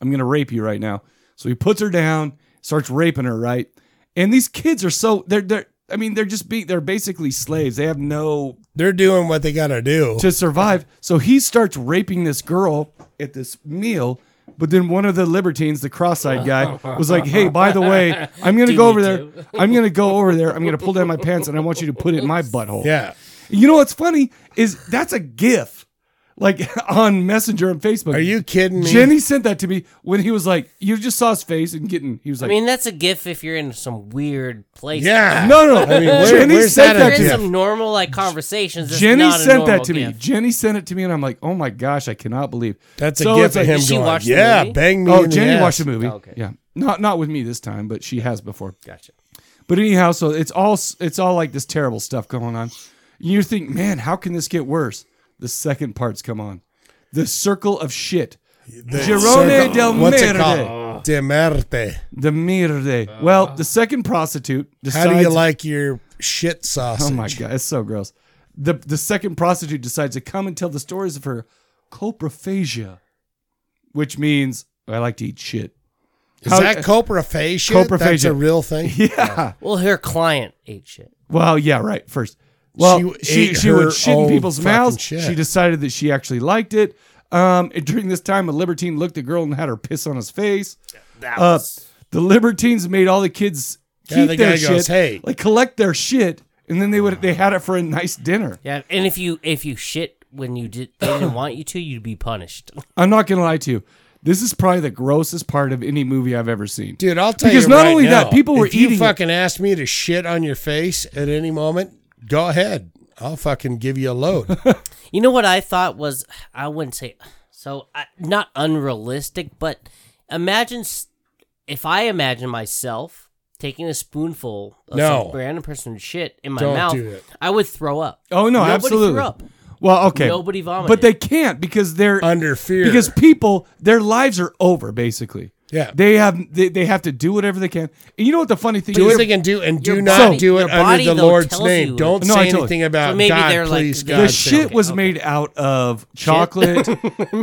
I'm gonna rape you right now." So he puts her down, starts raping her, right? And these kids are so they're they're I mean they're just be they're basically slaves. They have no
They're doing what they got to do.
to survive. So he starts raping this girl at this meal. But then one of the libertines, the cross-eyed guy, was like, "Hey, by the way, I'm gonna
Do
go
me
over there.
too.
I'm gonna go over there. I'm gonna pull down my pants, and I want you to put it in my butthole."
yeah.
You know what's funny is that's a GIF, like on Messenger and Facebook.
Are you kidding me?
Jenny sent that to me when he was like, "You just saw his face and getting." He was
I
like,
mean, that's a gif if you're in some weird place.
Yeah.
"No, no."
I mean, where-
Jenny
where's
sent
that
If you're
that, to
at?
in
me.
GIF.
some normal like conversations. That's
Jenny
not a
sent that
normal
to me.
GIF.
Jenny sent it to me, and I'm like, "Oh my gosh, I cannot believe."
That's a
So
gift
it's
of
like-
him
Did she
going.
watch the
yeah,
movie?"
bang me.
Oh,
in the
Jenny
ass."
watched the movie.
Oh, okay.
Yeah, not not with me this time, but she has before.
Gotcha.
But anyhow, so it's all s- it's all like this terrible stuff going on. You think, man, how can this get worse? The second part's come on. The circle of shit.
The
Girone
circle-
del
What's
Merde.
it called? De Merte.
The merde. well, the second prostitute
How
decides.
do you like your shit sausage?
oh my god, it's so gross. The the second prostitute decides to come and tell the stories of her coprophagia, which means I like to eat shit.
Is
How-
that coprophagia? That's
Coprophagia.
a real thing.
Yeah.
Well, her client ate shit.
Well, yeah, right. First, well,
She
she she,
ate her
would shit in
own
people's
fucking
mouths.
shit.
She decided that she actually liked it. Um, and during this time, a libertine looked at girl and had her piss on his face.
That
Uh,
was
the libertines made all the kids keep
Yeah, the
their
guy
shit,
goes, "Hey."
like collect their shit, and then they would they had it for a nice dinner.
yeah. And if you if you shit when you did they didn't want you to, you'd be punished.
I'm not gonna lie to you. This is probably the grossest part of any movie I've ever seen.
Dude, I'll tell
Because
you
not
right
only that,
now,
people were
if you
eating it.
fucking asked me to shit on your face at any moment, go ahead. I'll fucking give you a load.
You know what I thought was I wouldn't say so I, not unrealistic, but imagine s- if I imagine myself taking a spoonful of
No.
some random person's shit in my
Don't
mouth,
do it.
I would throw up.
Oh no,
Nobody
absolutely.
Threw up.
Well, okay.
Nobody vomited.
But they can't because they're
Under fear.
Because people, their lives are over basically.
Yeah.
They have they, they have to do whatever they can. And you know what the funny thing
do
is?
what they can do and do
your
not
body-
do it
your
under
body,
the
though,
Lord's
tells
name.
you-
Don't
No, I
say
totally-
anything about
So maybe
God,
they're like-
please,
the
the
God.
shit
okay,
was
okay.
made out of chocolate,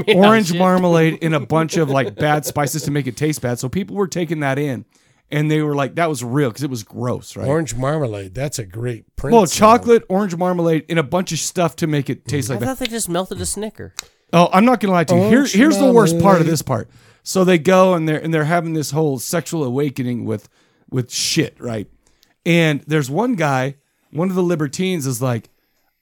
orange marmalade, and a bunch of like bad spices to make it taste bad. So people were taking that in, and they were like, "That was real" because it was gross, right?
Orange marmalade. That's a great print.
well, chocolate, orange marmalade, and a bunch of stuff to make it taste
I
like that.
thought they just melted a Snicker.
Oh, I'm not gonna lie to you. Here,
Orange
here's the worst part of
marmalade.
this part. So they go and they're and they're having this whole sexual awakening with with shit, right? And there's one guy, one of the libertines is like,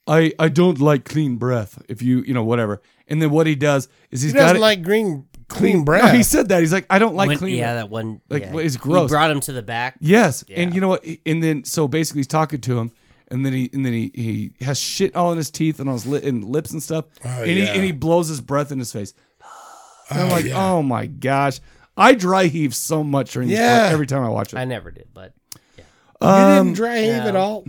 I I don't like clean breath. If you you know whatever. And then what he does is
He
he's
doesn't
got it-
like green clean
No,
breath.
he said that he's like I don't like
When-
clean.
yeah,
breath."
that one-
Like
yeah.
what is
He
gross.
brought him to the back.
Yes, and you know what? And then so basically he's talking to him. And then he and then he, he has shit all in his teeth and on his lip and lips and stuff. and he
Oh, yeah.
and he blows his breath in his face. And I'm
Oh,
like,
yeah.
oh my gosh. I dry heave so much during this
Yeah.
every time I watch it.
I never did, but
you
Um,
didn't dry heave at
no.
all.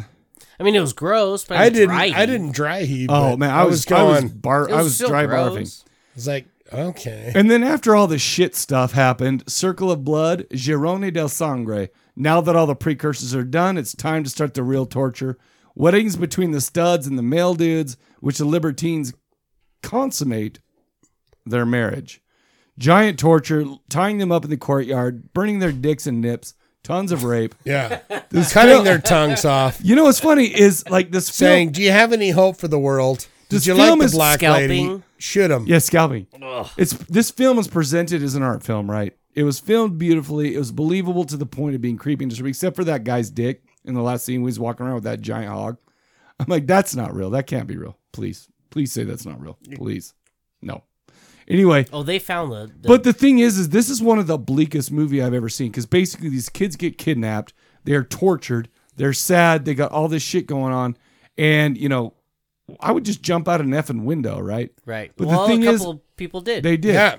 I mean, it was gross. But
I didn't.
Dry
I
heave.
didn't dry heave.
oh
but
man, I, was, I was bar
It
I
was
was
still
dry
gross.
barfing.
It's like okay.
And then after all the shit stuff happened, Circle of Blood, Girone del Sangre. Now that all the precursors are done, it's time to start the real torture. Weddings between the studs and the male dudes, which the libertines consummate their marriage. Giant torture, tying them up in the courtyard, burning their dicks and nips, tons of rape.
Yeah,
This
cutting
film-
their tongues off,
You know what's funny is like this film.
saying, "Do you have any hope for the world?
This
Did you like
film
the
is
black lady?
scalping.
Shoot him."
Yeah, scalping. It's this film was presented as an art film, right? It was filmed beautifully. It was believable to the point of being creepy and disturbing, except for that guy's dick in the last scene. When he's walking around with that giant hog. I'm like, that's not real. That can't be real. Please, please say that's not real. Please, no. Anyway,
Oh, they found the. the
but the thing is, is this is one of the bleakest movie I've ever seen because basically these kids get kidnapped, they're tortured, they're sad, they got all this shit going on, and you know, I would just jump out an effing window, right?
right.
but the
well,
thing
a
is-
couple people did.
They did.
Yeah.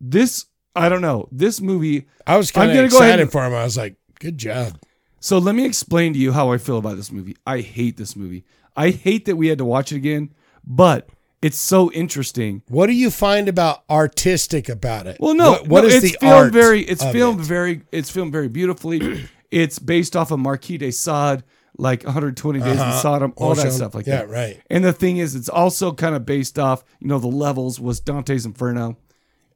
This I don't know. This movie.
I was
I'm
kind of
gonna
excited
go ahead and-
for him. I was like, "Good job."
So let me explain to you how I feel about this movie. I hate this movie. I hate that we had to watch it again, but it's so interesting.
What do you find about artistic about it?
Well, no,
what, what
no,
is
it's
the
filmed
art?
very. It's
of
filmed
it?
very. It's filmed very beautifully. it's based off of Marquis de Sade, like 120 Days in
Uh-huh.
Sodom, all that
Ocean-
stuff like
yeah,
that.
right.
And the thing is, it's also kind of based off. You know, the levels was Dante's Inferno,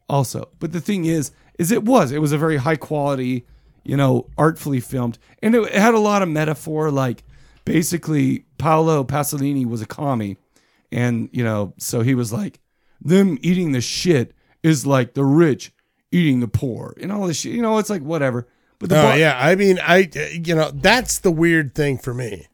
also. But the thing is, is it was. It was a very high quality, you know, artfully filmed, and it, it had a lot of metaphor. Like basically, Paolo Pasolini was a commie, and you know, so he was like, them eating the shit is like the rich eating the poor, and all this shit. You know, it's like whatever. But the
oh
bo-
yeah, I mean, I you know that's the weird thing for me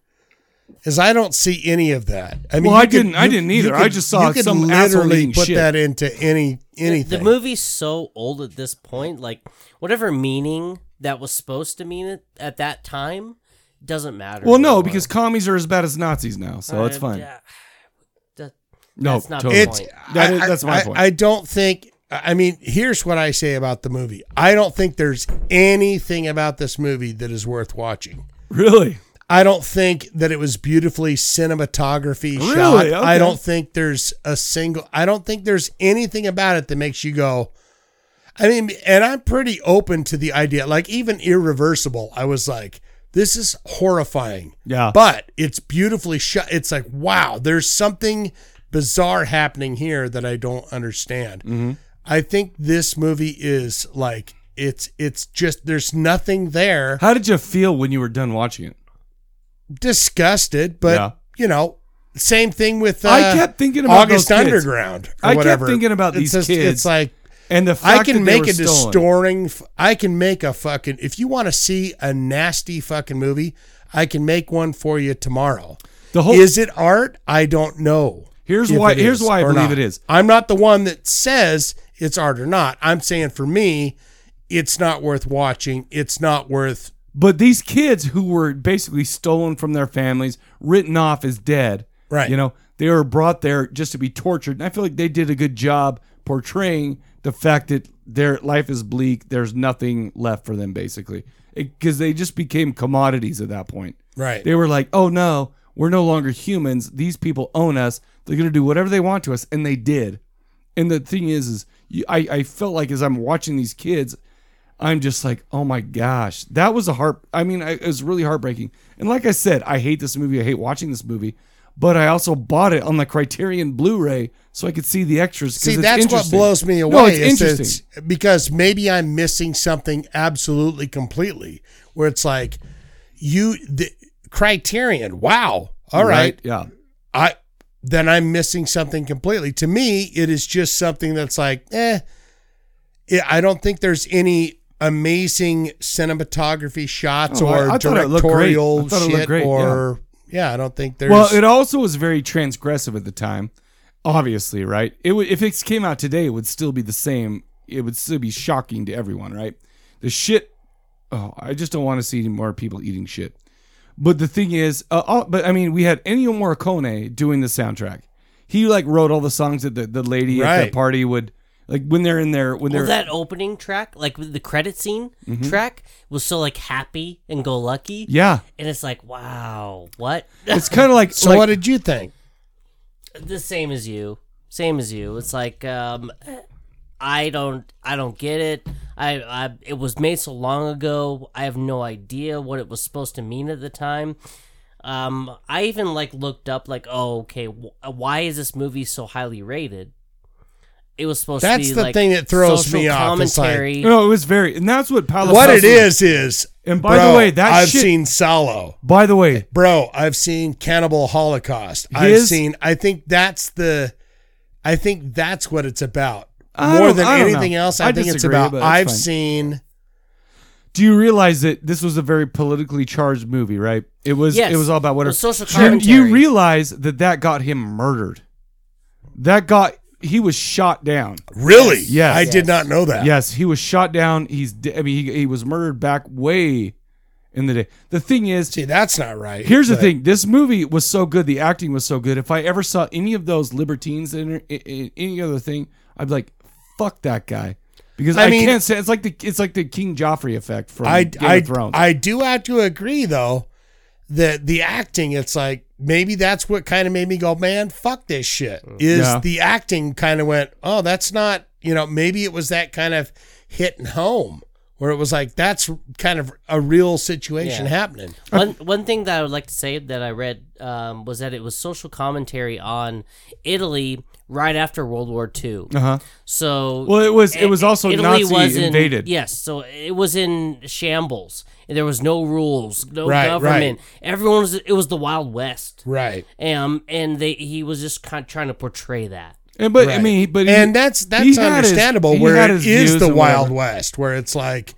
is I don't see any of that. I mean,
Well, I
you could-
didn't- I
you-
didn't
you
either.
could-
I just saw
you could
some asshole
literally
eating
put
shit.
that into any anything.
The movie's so old at this point, like whatever meaning that was supposed to mean it at that time doesn't matter.
Well, no,
anymore.
because commies are as bad as Nazis now, so it's
Uh,
fine.
yeah. That-
No,
that's not
totally.
the
it's
point.
That is-
I-
that's my
I-
point.
I don't think. I mean, here's what I say about the movie. I don't think there's anything about this movie that is worth watching.
Really?
I don't think that it was beautifully cinematography
Really?
shot.
Okay.
I don't think there's a single I don't think there's anything about it that makes you go I mean and I'm pretty open to the idea like even irreversible I was like this is horrifying.
Yeah.
But it's beautifully shot. It's like wow, there's something bizarre happening here that I don't understand. I think this movie is like it's it's just there's nothing there
How did you feel when you were done watching it?
disgusted, but
Yeah.
you know, same thing with uh,
I kept thinking about
August
those kids.
Underground. or
I kept
whatever.
thinking about
It's
these
just-
kids.
It's like
And the
I
fact
can
that they
make
were
a
stolen.
distorting. f- I can make a fucking. If you want to see a nasty fucking movie, I can make one for you tomorrow.
The whole
is it art? I don't know.
Here's
if
why-
it
here's
is
why I
or
believe it
not.
is.
I'm not the one that says it's art or not. I'm saying for me, it's not worth watching. It's not worth
But these kids who were basically stolen from their families, written off as dead,
Right.
You know, they were brought there just to be tortured. And I feel like they did a good job portraying the fact that their life is bleak. There's nothing left for them, basically, because they just became commodities at that point.
right.
They were like, oh no, we're no longer humans. These people own us. They're going to do whatever they want to us. And they did. And the thing is, is you, I, I felt like as I'm watching these kids, I'm just like, oh my gosh, that was a heart. I mean, I, it was really heartbreaking. And like I said, I hate this movie. I hate watching this movie. But I also bought it on the Criterion Blu-ray so I could see the extras. 'cause
See,
it's
that's what
interesting.
blows me away.
No, it's
is that
interesting.
it's- because maybe I'm missing something absolutely completely. Where it's like, you the criterion. Wow. All right.
Yeah.
I then I'm missing something completely. To me, it is just something that's like, eh. It, I don't think there's any amazing cinematography shots
Oh, I-
or
I thought it looked great. I
directorial
thought it looked
shit
great,
or yeah, I don't think there's.
Well, it also was very transgressive at the time, obviously, right? It would if it came out today, it would still be the same. It would still be shocking to everyone, right? The shit. Oh, I just don't want to see any more people eating shit. But the thing is, uh, all, but I mean, we had Ennio Morricone doing the soundtrack. He like wrote all the songs that the, the lady at the
Right.
party would like when they're in there when
Well,
they're
that opening track, like with the credit scene
Mhm.
track, was so like happy and go lucky.
Yeah.
and it's like, wow, what?
It's kind of like
So what
did you think?
the same as you, same as you. It's like, um, I don't, I don't get it. I, I, it was made so long ago. I have no idea what it was supposed to mean at the time. Um, I even like looked up, like, oh, okay, wh- why is this movie so highly rated? It was supposed
That's
to be
the
like
thing that throws
social
me off. It's like-
Commentary.
no, it was very, and that's what Palo.
what it
Santo-
is is.
And by
bro,
the way, that
I've
shit-
seen Solo.
By the way,
bro, I've seen Cannibal Holocaust. I've
His-
seen. I think that's the. I think that's what it's about
I
more
don't-
than
I don't
anything
know.
else. I,
I
think it's
disagree,
about.
but it's
I've
fine.
seen.
Do you realize that this was a very politically charged movie, right? It was.
Yes.
It was all about what
It was social
You, you
commentary.
realize that that got him murdered. That got he was shot down.
Really?
Yes.
I did not know that.
Yes, he was shot down. He's. de- I mean, he, he was murdered back way in the day. The thing is,
see, that's not right.
Here's the
but-
thing: this movie was so good, the acting was so good. If I ever saw any of those libertines in, in, in any other thing, I'd be like, "Fuck that guy," because
I
I,
mean-
can't say it's like the it's like the King Joffrey effect from
I,
Game
I,
of Thrones.
I do have to agree though that the acting, it's like maybe that's what kind of made me go, man, fuck this shit. Is
Mm. Yeah.
the acting kind of went, oh, that's not, you know, maybe it was that kind of hitting home where it was like that's kind of a real situation
Yeah.
happening.
One one thing that I would like to say that I read um, was that it was social commentary on Italy right after World War II.
Uh-huh.
So
Well, it was- it was also Nazi
in-
invaded.
yes, so it was in shambles. There was no rules, no
Right, right.
government. Everyone was it was the Wild West.
Right.
Um, and they he was just kind of trying to portray that.
and, but I
Right.
mean, but he-
and that's
he
that's
had his-
understandable
he
where
had
it
his
is
views
the
and
Wild
whatever.
West where it's like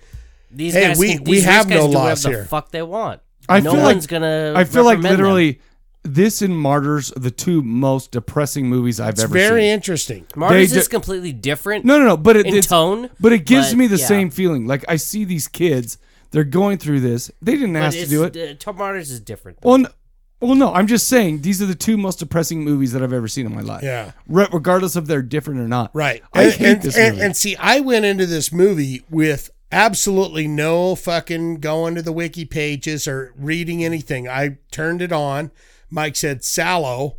These
hey,
guys
we,
can,
we
these
have
guys
no
can do whatever
laws
the
here.
Fuck they want.
I
no
feel
one's
like
gonna.
I feel like
reprimand them.
literally this and Martyrs are the two most depressing movies I've
It's
ever
very
seen.
interesting.
Martyrs
They
is
do-
completely different.
No, no, no. But it,
in
it's,
tone,
but it gives
but
me the
yeah.
same feeling. Like I see these kids, they're going through this. They didn't
But
ask to
it's-
do it.
Uh, Top Martyrs is different.
Well, n- well, no, I'm just saying these are the two most depressing movies that I've ever seen in my life.
Yeah.
Re- regardless if they're different or not.
Right.
I
and,
hate
and,
this
and,
movie.
and see, I went into this movie with absolutely no fucking going to the wiki pages or reading anything. I turned it on. Mike said sallow,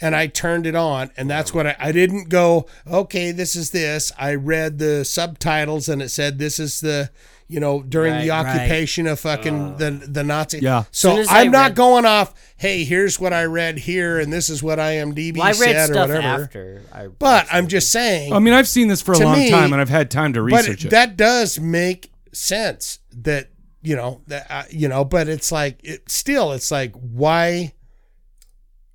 and I turned it on, and that's what I, I didn't go. Okay, this is this. I read the subtitles, and it said this is the you know during the
Right, right.
occupation of fucking the the Nazi.
Yeah.
So
Soon as I
I'm not
read-
going off. Hey, here's what I read here, and this is what IMDb
Well, I read
said or
stuff
whatever.
after. I,
But
uh,
I'm just saying.
I mean, I've seen this for a
To
long
me-
time, and I've had time to
but
research it.
that does make sense that you know that uh, you know but it's like it still it's like why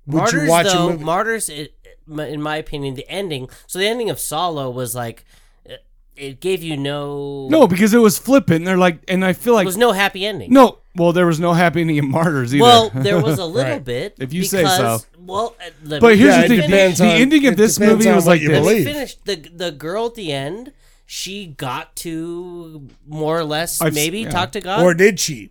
would
Martyrs,
you watch
though,
a movie
Martyrs, it, in my opinion, the ending. So the ending of Solo was like, it, it gave you no.
no, because it was flippant. And they're like, and I
there
feel like
was no happy ending.
no. Well, there was no happy ending in Martyrs either.
Well, there was a little
Right.
bit.
If you say
because-
so.
Well, uh, let
But
me
here's
Yeah,
the
it
thing:
depends
the, the
on-
ending
it
of this
depends
movie
on
was
what
like
you
this.
Let me
believe.
finish. The the girl at the end, she got to more or less
I've s-
maybe
yeah.
talk to God.
or did she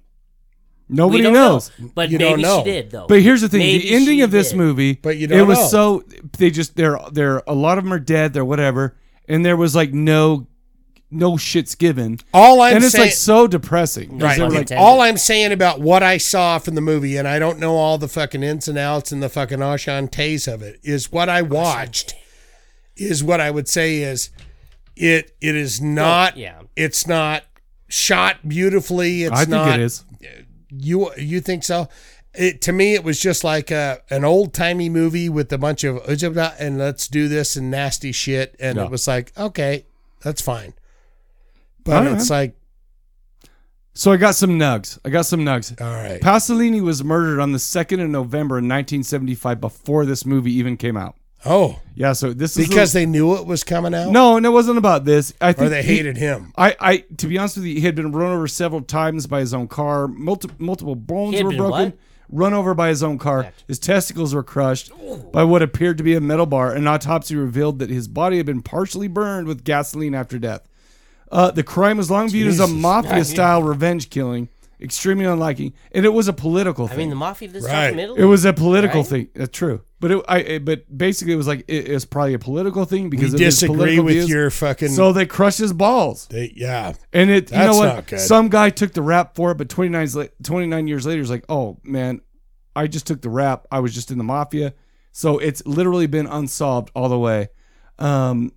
we
Nobody
don't
knows.
know. but
You
maybe
don't know.
she did though.
But here's the thing:
Maybe
the ending
she
of this
did.
movie,
But you
it
don't
was
know.
so oh, they just they're they're a lot of them are dead, they're whatever, and there was like no no shits given.
all i'm
and it's
saying
like so depressing. 'cause
Right.
they were
Fucking
like,
dead.
all i'm saying about what i saw from the movie and i don't know all the fucking ins and outs and the fucking enchantes of it is what i watched is what i would say is it it is not
yeah.
it's not shot beautifully it's
I think
not
it is.
You you think so? It, to me, it was just like a, an old timey movie with a bunch of and let's do this and nasty shit, and
Yeah.
it was like okay, that's fine. But
All right.
it's like
So I got some nugs. I got some nugs.
all right,
Pasolini was murdered on the second of November in 1975, before this movie even came out.
oh,
Yeah. So this is
because
a-
they knew it was coming out,
no, and it wasn't about this. I think
or they
he-
hated him.
I, I, to be honest with you, he had been run over several times by his own car. Multi, multiple bones
He had
were
been
broken.
what?
run over by his own car. His testicles were crushed by what appeared to be a metal bar. An autopsy revealed that his body had been partially burned with gasoline after death. Uh, the crime was long viewed as a
Jesus.
mafia style revenge killing, extremely unlikely, and it was a political
I
thing.
mean, the mafia did this stuff in Italy.
It was a political
right?
thing. That's Uh, true. But it, I, it- but basically, it was like it, it was probably a political thing because
We
of his
disagree
political
with
views.
your fucking-
So they crush his balls.
They- yeah.
And it, you
That's
know
not
what?
good.
Some guy took the rap for it, but 29, 's la- 29 years later, he's like, oh man, I just took the rap. I was just in the mafia. So it's literally been unsolved all the way. Um,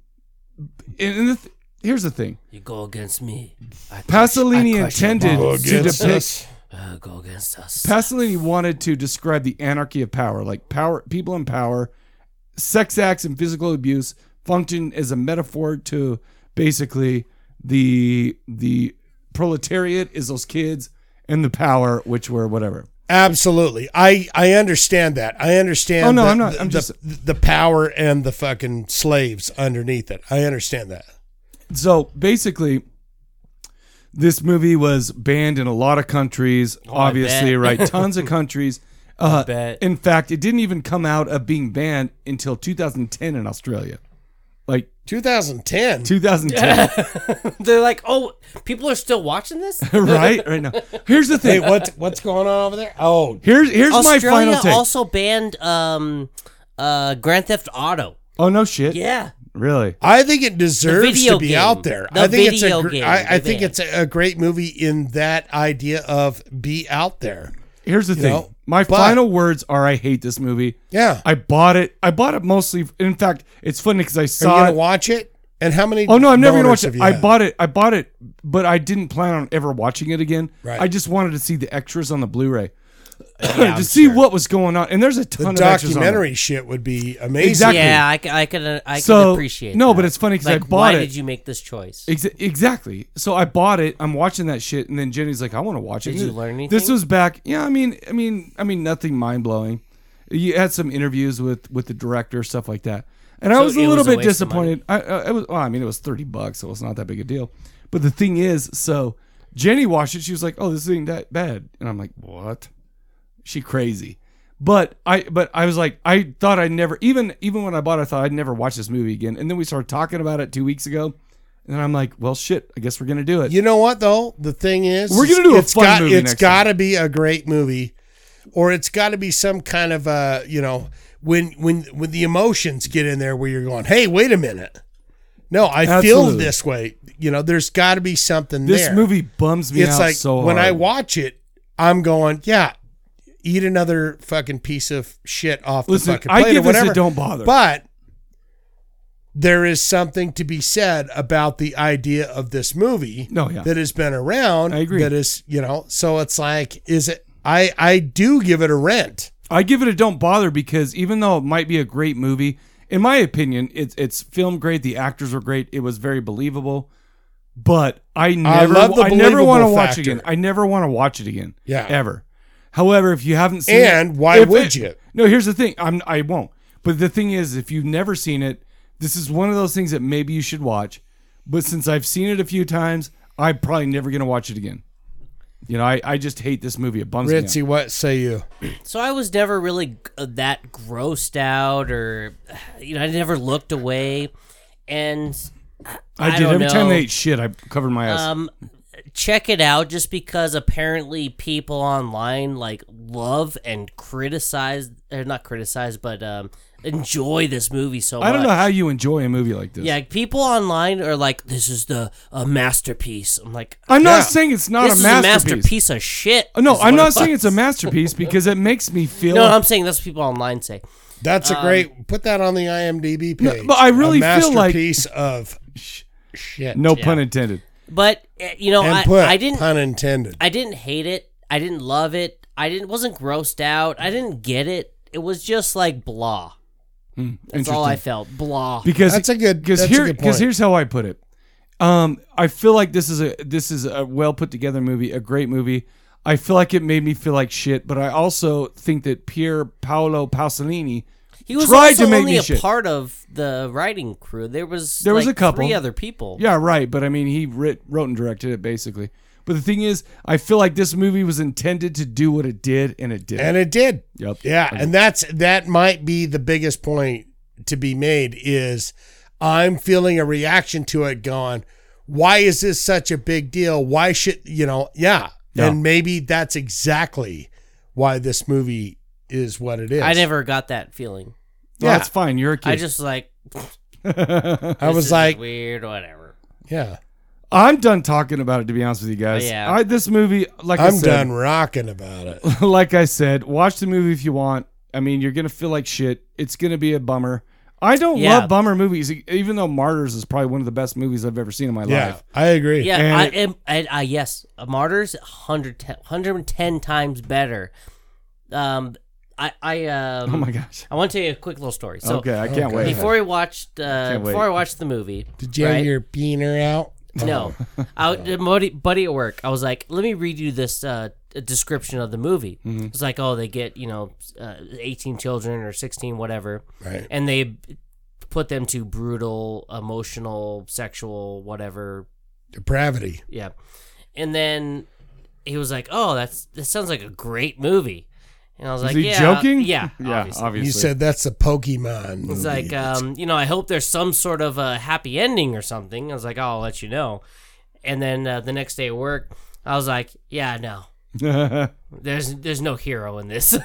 and, and the th- here's the thing.
You go against me. I crush-
Pasolini
I crush your
intended
balls.
to depict
Uh, go against us.
Pasolini wanted to describe the anarchy of power, like power, people in power, sex acts and physical abuse function as a metaphor to basically the the proletariat is those kids and the power, which were whatever.
Absolutely. I I understand that. I understand.
Oh, no,
the,
I'm not-
The,
I'm just-
the, the power and the fucking slaves underneath it. I understand that.
So basically, this movie was banned in a lot of countries.
I
obviously,
bet.
right? Tons of countries.
I
Uh,
bet.
In fact, it didn't even come out of being banned until 2010 in Australia. Like
2010.
2010.
They're like, oh, people are still watching this,
right, right now. Here's the
Hey,
thing.
what's what's going on over there? Oh,
Here's here's
Australia
my final take.
also banned um, uh, Grand Theft Auto.
oh no shit.
Yeah.
Really?
I think it deserves
video
to be
game.
out there.
The
I think it's a
video
gr-
game,
I, I
the
think
van.
it's a, a great movie in that idea of be out there.
Here's the
You
thing.
know,
my
but-
final words are I hate this movie.
Yeah.
I bought it. I bought it mostly in fact, it's funny cuz I
Are you
saw
gonna
it.
watch it? And how many?
Oh no, I'm never gonna
boners
watch
have
it.
you
I
had?
bought it. I bought it, but I didn't plan on ever watching it again.
Right.
I just wanted to see the extras on the Blu-ray
Yeah,
to
I'm
see what was going on. And there's a
the
ton of extras on there.
documentary shit would be amazing.
Exactly.
Yeah, I, c- I could uh, I
So-
could appreciate.
no,
that.
but it's funny 'cause I
Like,
bought
why
it.
did you make this choice?
Ex- exactly. So I bought it. I'm watching that shit, and then Jenny's like, "I want to watch it."
Did you learn
This
anything?
was back. Yeah, I mean, I mean, I mean, nothing mind blowing. You had some interviews with with the director, stuff like that, and I
So
was a
it
little
was a
bit
waste of money.
disappointed. I, I, it was. Well, I mean, it was thirty bucks, so it's not that big a deal. But the thing is, so Jenny watched it. She was like, "Oh, this ain't that bad," and I'm like, "What?" She crazy. But I but I was like I thought I'd never even even when I bought it, I thought I'd never watch this movie again. And then we started talking about it two weeks ago, and I'm like, well shit, I guess we're gonna do it.
You know what though? The thing is,
We're gonna do a
it's
fun
got,
movie
It's
next
got to be a great movie, or it's got to be some kind of uh, you know, when when when the emotions get in there, where you're going, hey, wait a minute, no, I feel
Absolutely.
this way. You know, there's got to be something
This
there.
movie bums me
it's
out
like
so
when I
hard.
watch it, I'm going, yeah, eat another fucking piece of shit off
Listen,
the fucking
I
plate
give
or
this a
whatever.
don't bother.
but. There is something to be said about the idea of this movie
No, yeah.
that has been around.
I agree.
That is, you know, so it's like, is it? I I do give it a rent.
I give it a don't bother because even though it might be a great movie, in my opinion, it's it's film great. The actors were great. It was very believable. But I never, I,
love the
never want to
believable
watch
factor.
again. I never want to watch it again.
Yeah.
ever. However, if you haven't seen it,
And why
if
would
it-
you?
No, here's the thing. I'm I won't. But the thing is, if you've never seen it, this is one of those things that maybe you should watch. But since I've seen it a few times, I'm probably never gonna watch it again. You know, I, I just hate this movie. It bums me out.
Ritzy, what say you?
So I was never really g- uh, that grossed out, or you know, I never looked away, and
I, did
don't
every time
know.
they ate shit. I covered my eyes.
um, check it out just because apparently people online like love and criticize or not criticize, but um, enjoy this movie so much.
I don't know how you enjoy a movie like this.
Yeah, people online are like, "This is the a masterpiece." I'm like,
I'm not
Yeah.
saying it's not
"This
a
is
masterpiece.
a masterpiece of shit."
No,
is
I'm
what
not
it
saying
was.
it's a masterpiece because it makes me feel.
No, I'm saying that's what people online say.
That's a great. Put that on the IMDb page.
but I really
a
feel like-
masterpiece of sh- shit.
no pun intended.
But eh, you know,
and
I,
put
I didn't
pun intended.
I didn't hate it. I didn't love it. I didn't wasn't grossed out. I didn't get it. It was just like blah.
Hmm,
That's all I
interesting.
felt. Blah.
because
That's a good-
because
that's a
here
good
because
point.
here's how I put it. Um, I feel like this is a this is a well put together movie, a great movie. I feel like it made me feel like shit, but I also think that Pier Paolo Pasolini
He was
tried
also
to make
only
me
a
shit.
part of the writing crew. There was
There was
like,
a couple.
three other people.
Yeah, right. But I mean, he writ, wrote and directed it basically. But the thing is, I feel like this movie was intended to do what it did, and it did.
And it did.
Yep.
Yeah, and that's that might be the biggest point to be made is I'm feeling a reaction to it going, why is this such a big deal? Why should, you know, yeah.
Yeah.
And maybe that's exactly why this movie is what it is.
I never got that feeling.
Well, Yeah. that's fine. You're a
I
kid.
just like.
I
this
was
is
like-
weird, whatever.
Yeah.
I'm done talking about it. To be honest with you guys,
Yeah.
I, this movie, like I
I'm
said,
done rocking about it.
like I said, watch the movie if you want. I mean, you're gonna feel like shit. It's gonna be a bummer. I don't
Yeah.
love bummer movies, e- even though Martyrs is probably one of the best movies I've ever seen in my life.
I agree.
Yeah,
And
I
it-
am. I, I, yes, Martyrs 110, 110 times better. Um, I, I, um,
Oh my gosh.
I want to tell you a quick little story. So
Okay, I
Oh,
can't wait.
Before I watched, uh,
Can't wait.
before I watched the movie,
Did you
right?
have your beaner out? Oh,
No, I, a buddy, buddy at work. I was like, let me read you this uh, description of the movie.
Mm-hmm.
Mhm.
It's like, oh, they get you know, uh, eighteen children or sixteen, whatever,
Right.
And they put them to brutal, emotional, sexual, whatever
Depravity.
yeah. And then he was like, "Oh, that's this sounds like a great movie." And I was
Is
like,
he
"Yeah,
joking?
Yeah,
Yeah, obviously.
You said that's a Pokemon.
It's
movie.
like, um, you know, I hope there's some sort of a happy ending or something. I was like, "Oh, I'll let you know. And then uh, the next day at work, I was like, yeah, no, there's there's no hero in this.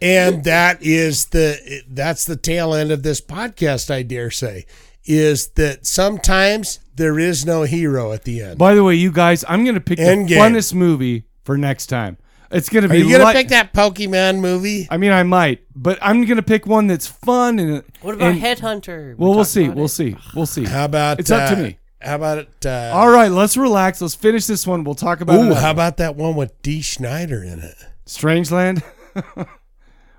and that is the that's the tail end of this podcast, I dare say, is that sometimes there is no hero at the end.
By the way, you guys, I'm gonna pick the
Endgame.
funnest movie for next time. It's gonna
Are
be.
you gonna
li-
pick that Pokemon movie?
I mean, I might, but I'm gonna pick one that's fun and.
what about
and-
Headhunter?
Well, we'll see. We'll see. We'll see.
How about
it's up to
uh,
me.
How about it? Uh,
All right, let's relax. Let's finish this one. We'll talk about.
Ooh,
another
how
one.
about that one with D. Schneider in it?
Strangeland?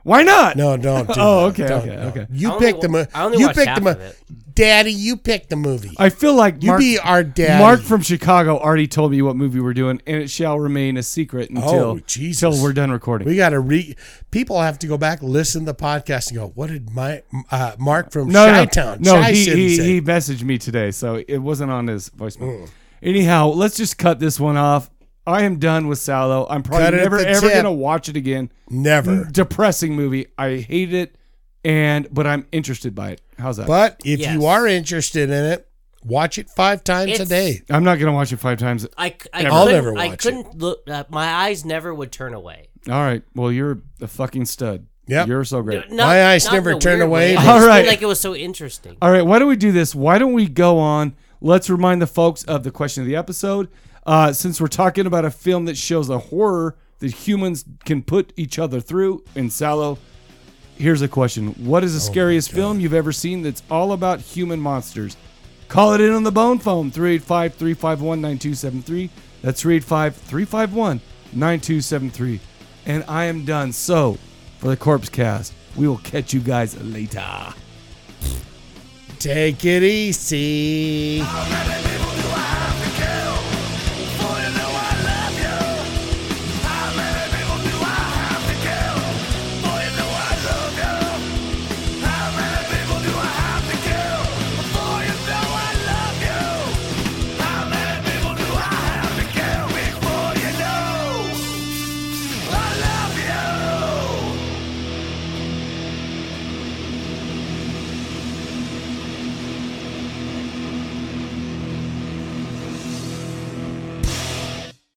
Why not?
No, don't. Do
oh,
that.
okay,
Don't,
okay,
no.
okay.
I
You
only
pick the
wa-
movie.
I only
You
watched
pick
half
the
of
movie.
it.
Daddy, you pick the movie.
I feel like
You
Mark,
be our daddy.
Mark from Chicago already told me what movie we're doing, and it shall remain a secret until
oh, Jesus.
until we're done recording.
We got to re. People have to go back, listen to the podcast, and go, "What did my uh, Mark from
no, no,
Chi-town,
no, he,
Chi-City
he,
say?"
he messaged me today, so it wasn't on his
Hmm.
voicemail. Anyhow, let's just cut this one off. I am done with Sallow. I'm
Cut
probably
it at
never
the
ever
tip.
gonna Mm-hmm. watch it again.
Never.
Depressing movie. I hate it, and but I'm interested by it. How's that?
But if you are interested in it, watch it five times a
It's-
day.
I'm not gonna watch it five times.
I, c- I
ever.
couldn't, I couldn't look. Uh, my eyes never would turn away.
All right. Well, you're a fucking stud. Yeah. You're so great.
Not-
My eyes
not in
never
a
turn
weird
away,
way.
but-
I just
All right.
feel like it was so interesting.
All right. Why don't we do this? Why don't we go on? Let's remind the folks of the question of the episode. Uh, since we're talking about a film that shows the horror that humans can put each other through in Sallow, here's a question What is the scariest film you've ever seen that's all about human monsters? Call it in on the bone phone 385 351 9273. That's 385 351 9273. And I am done. So, for the Corpse Cast, we will catch you guys later.
Take it easy.
I'll never live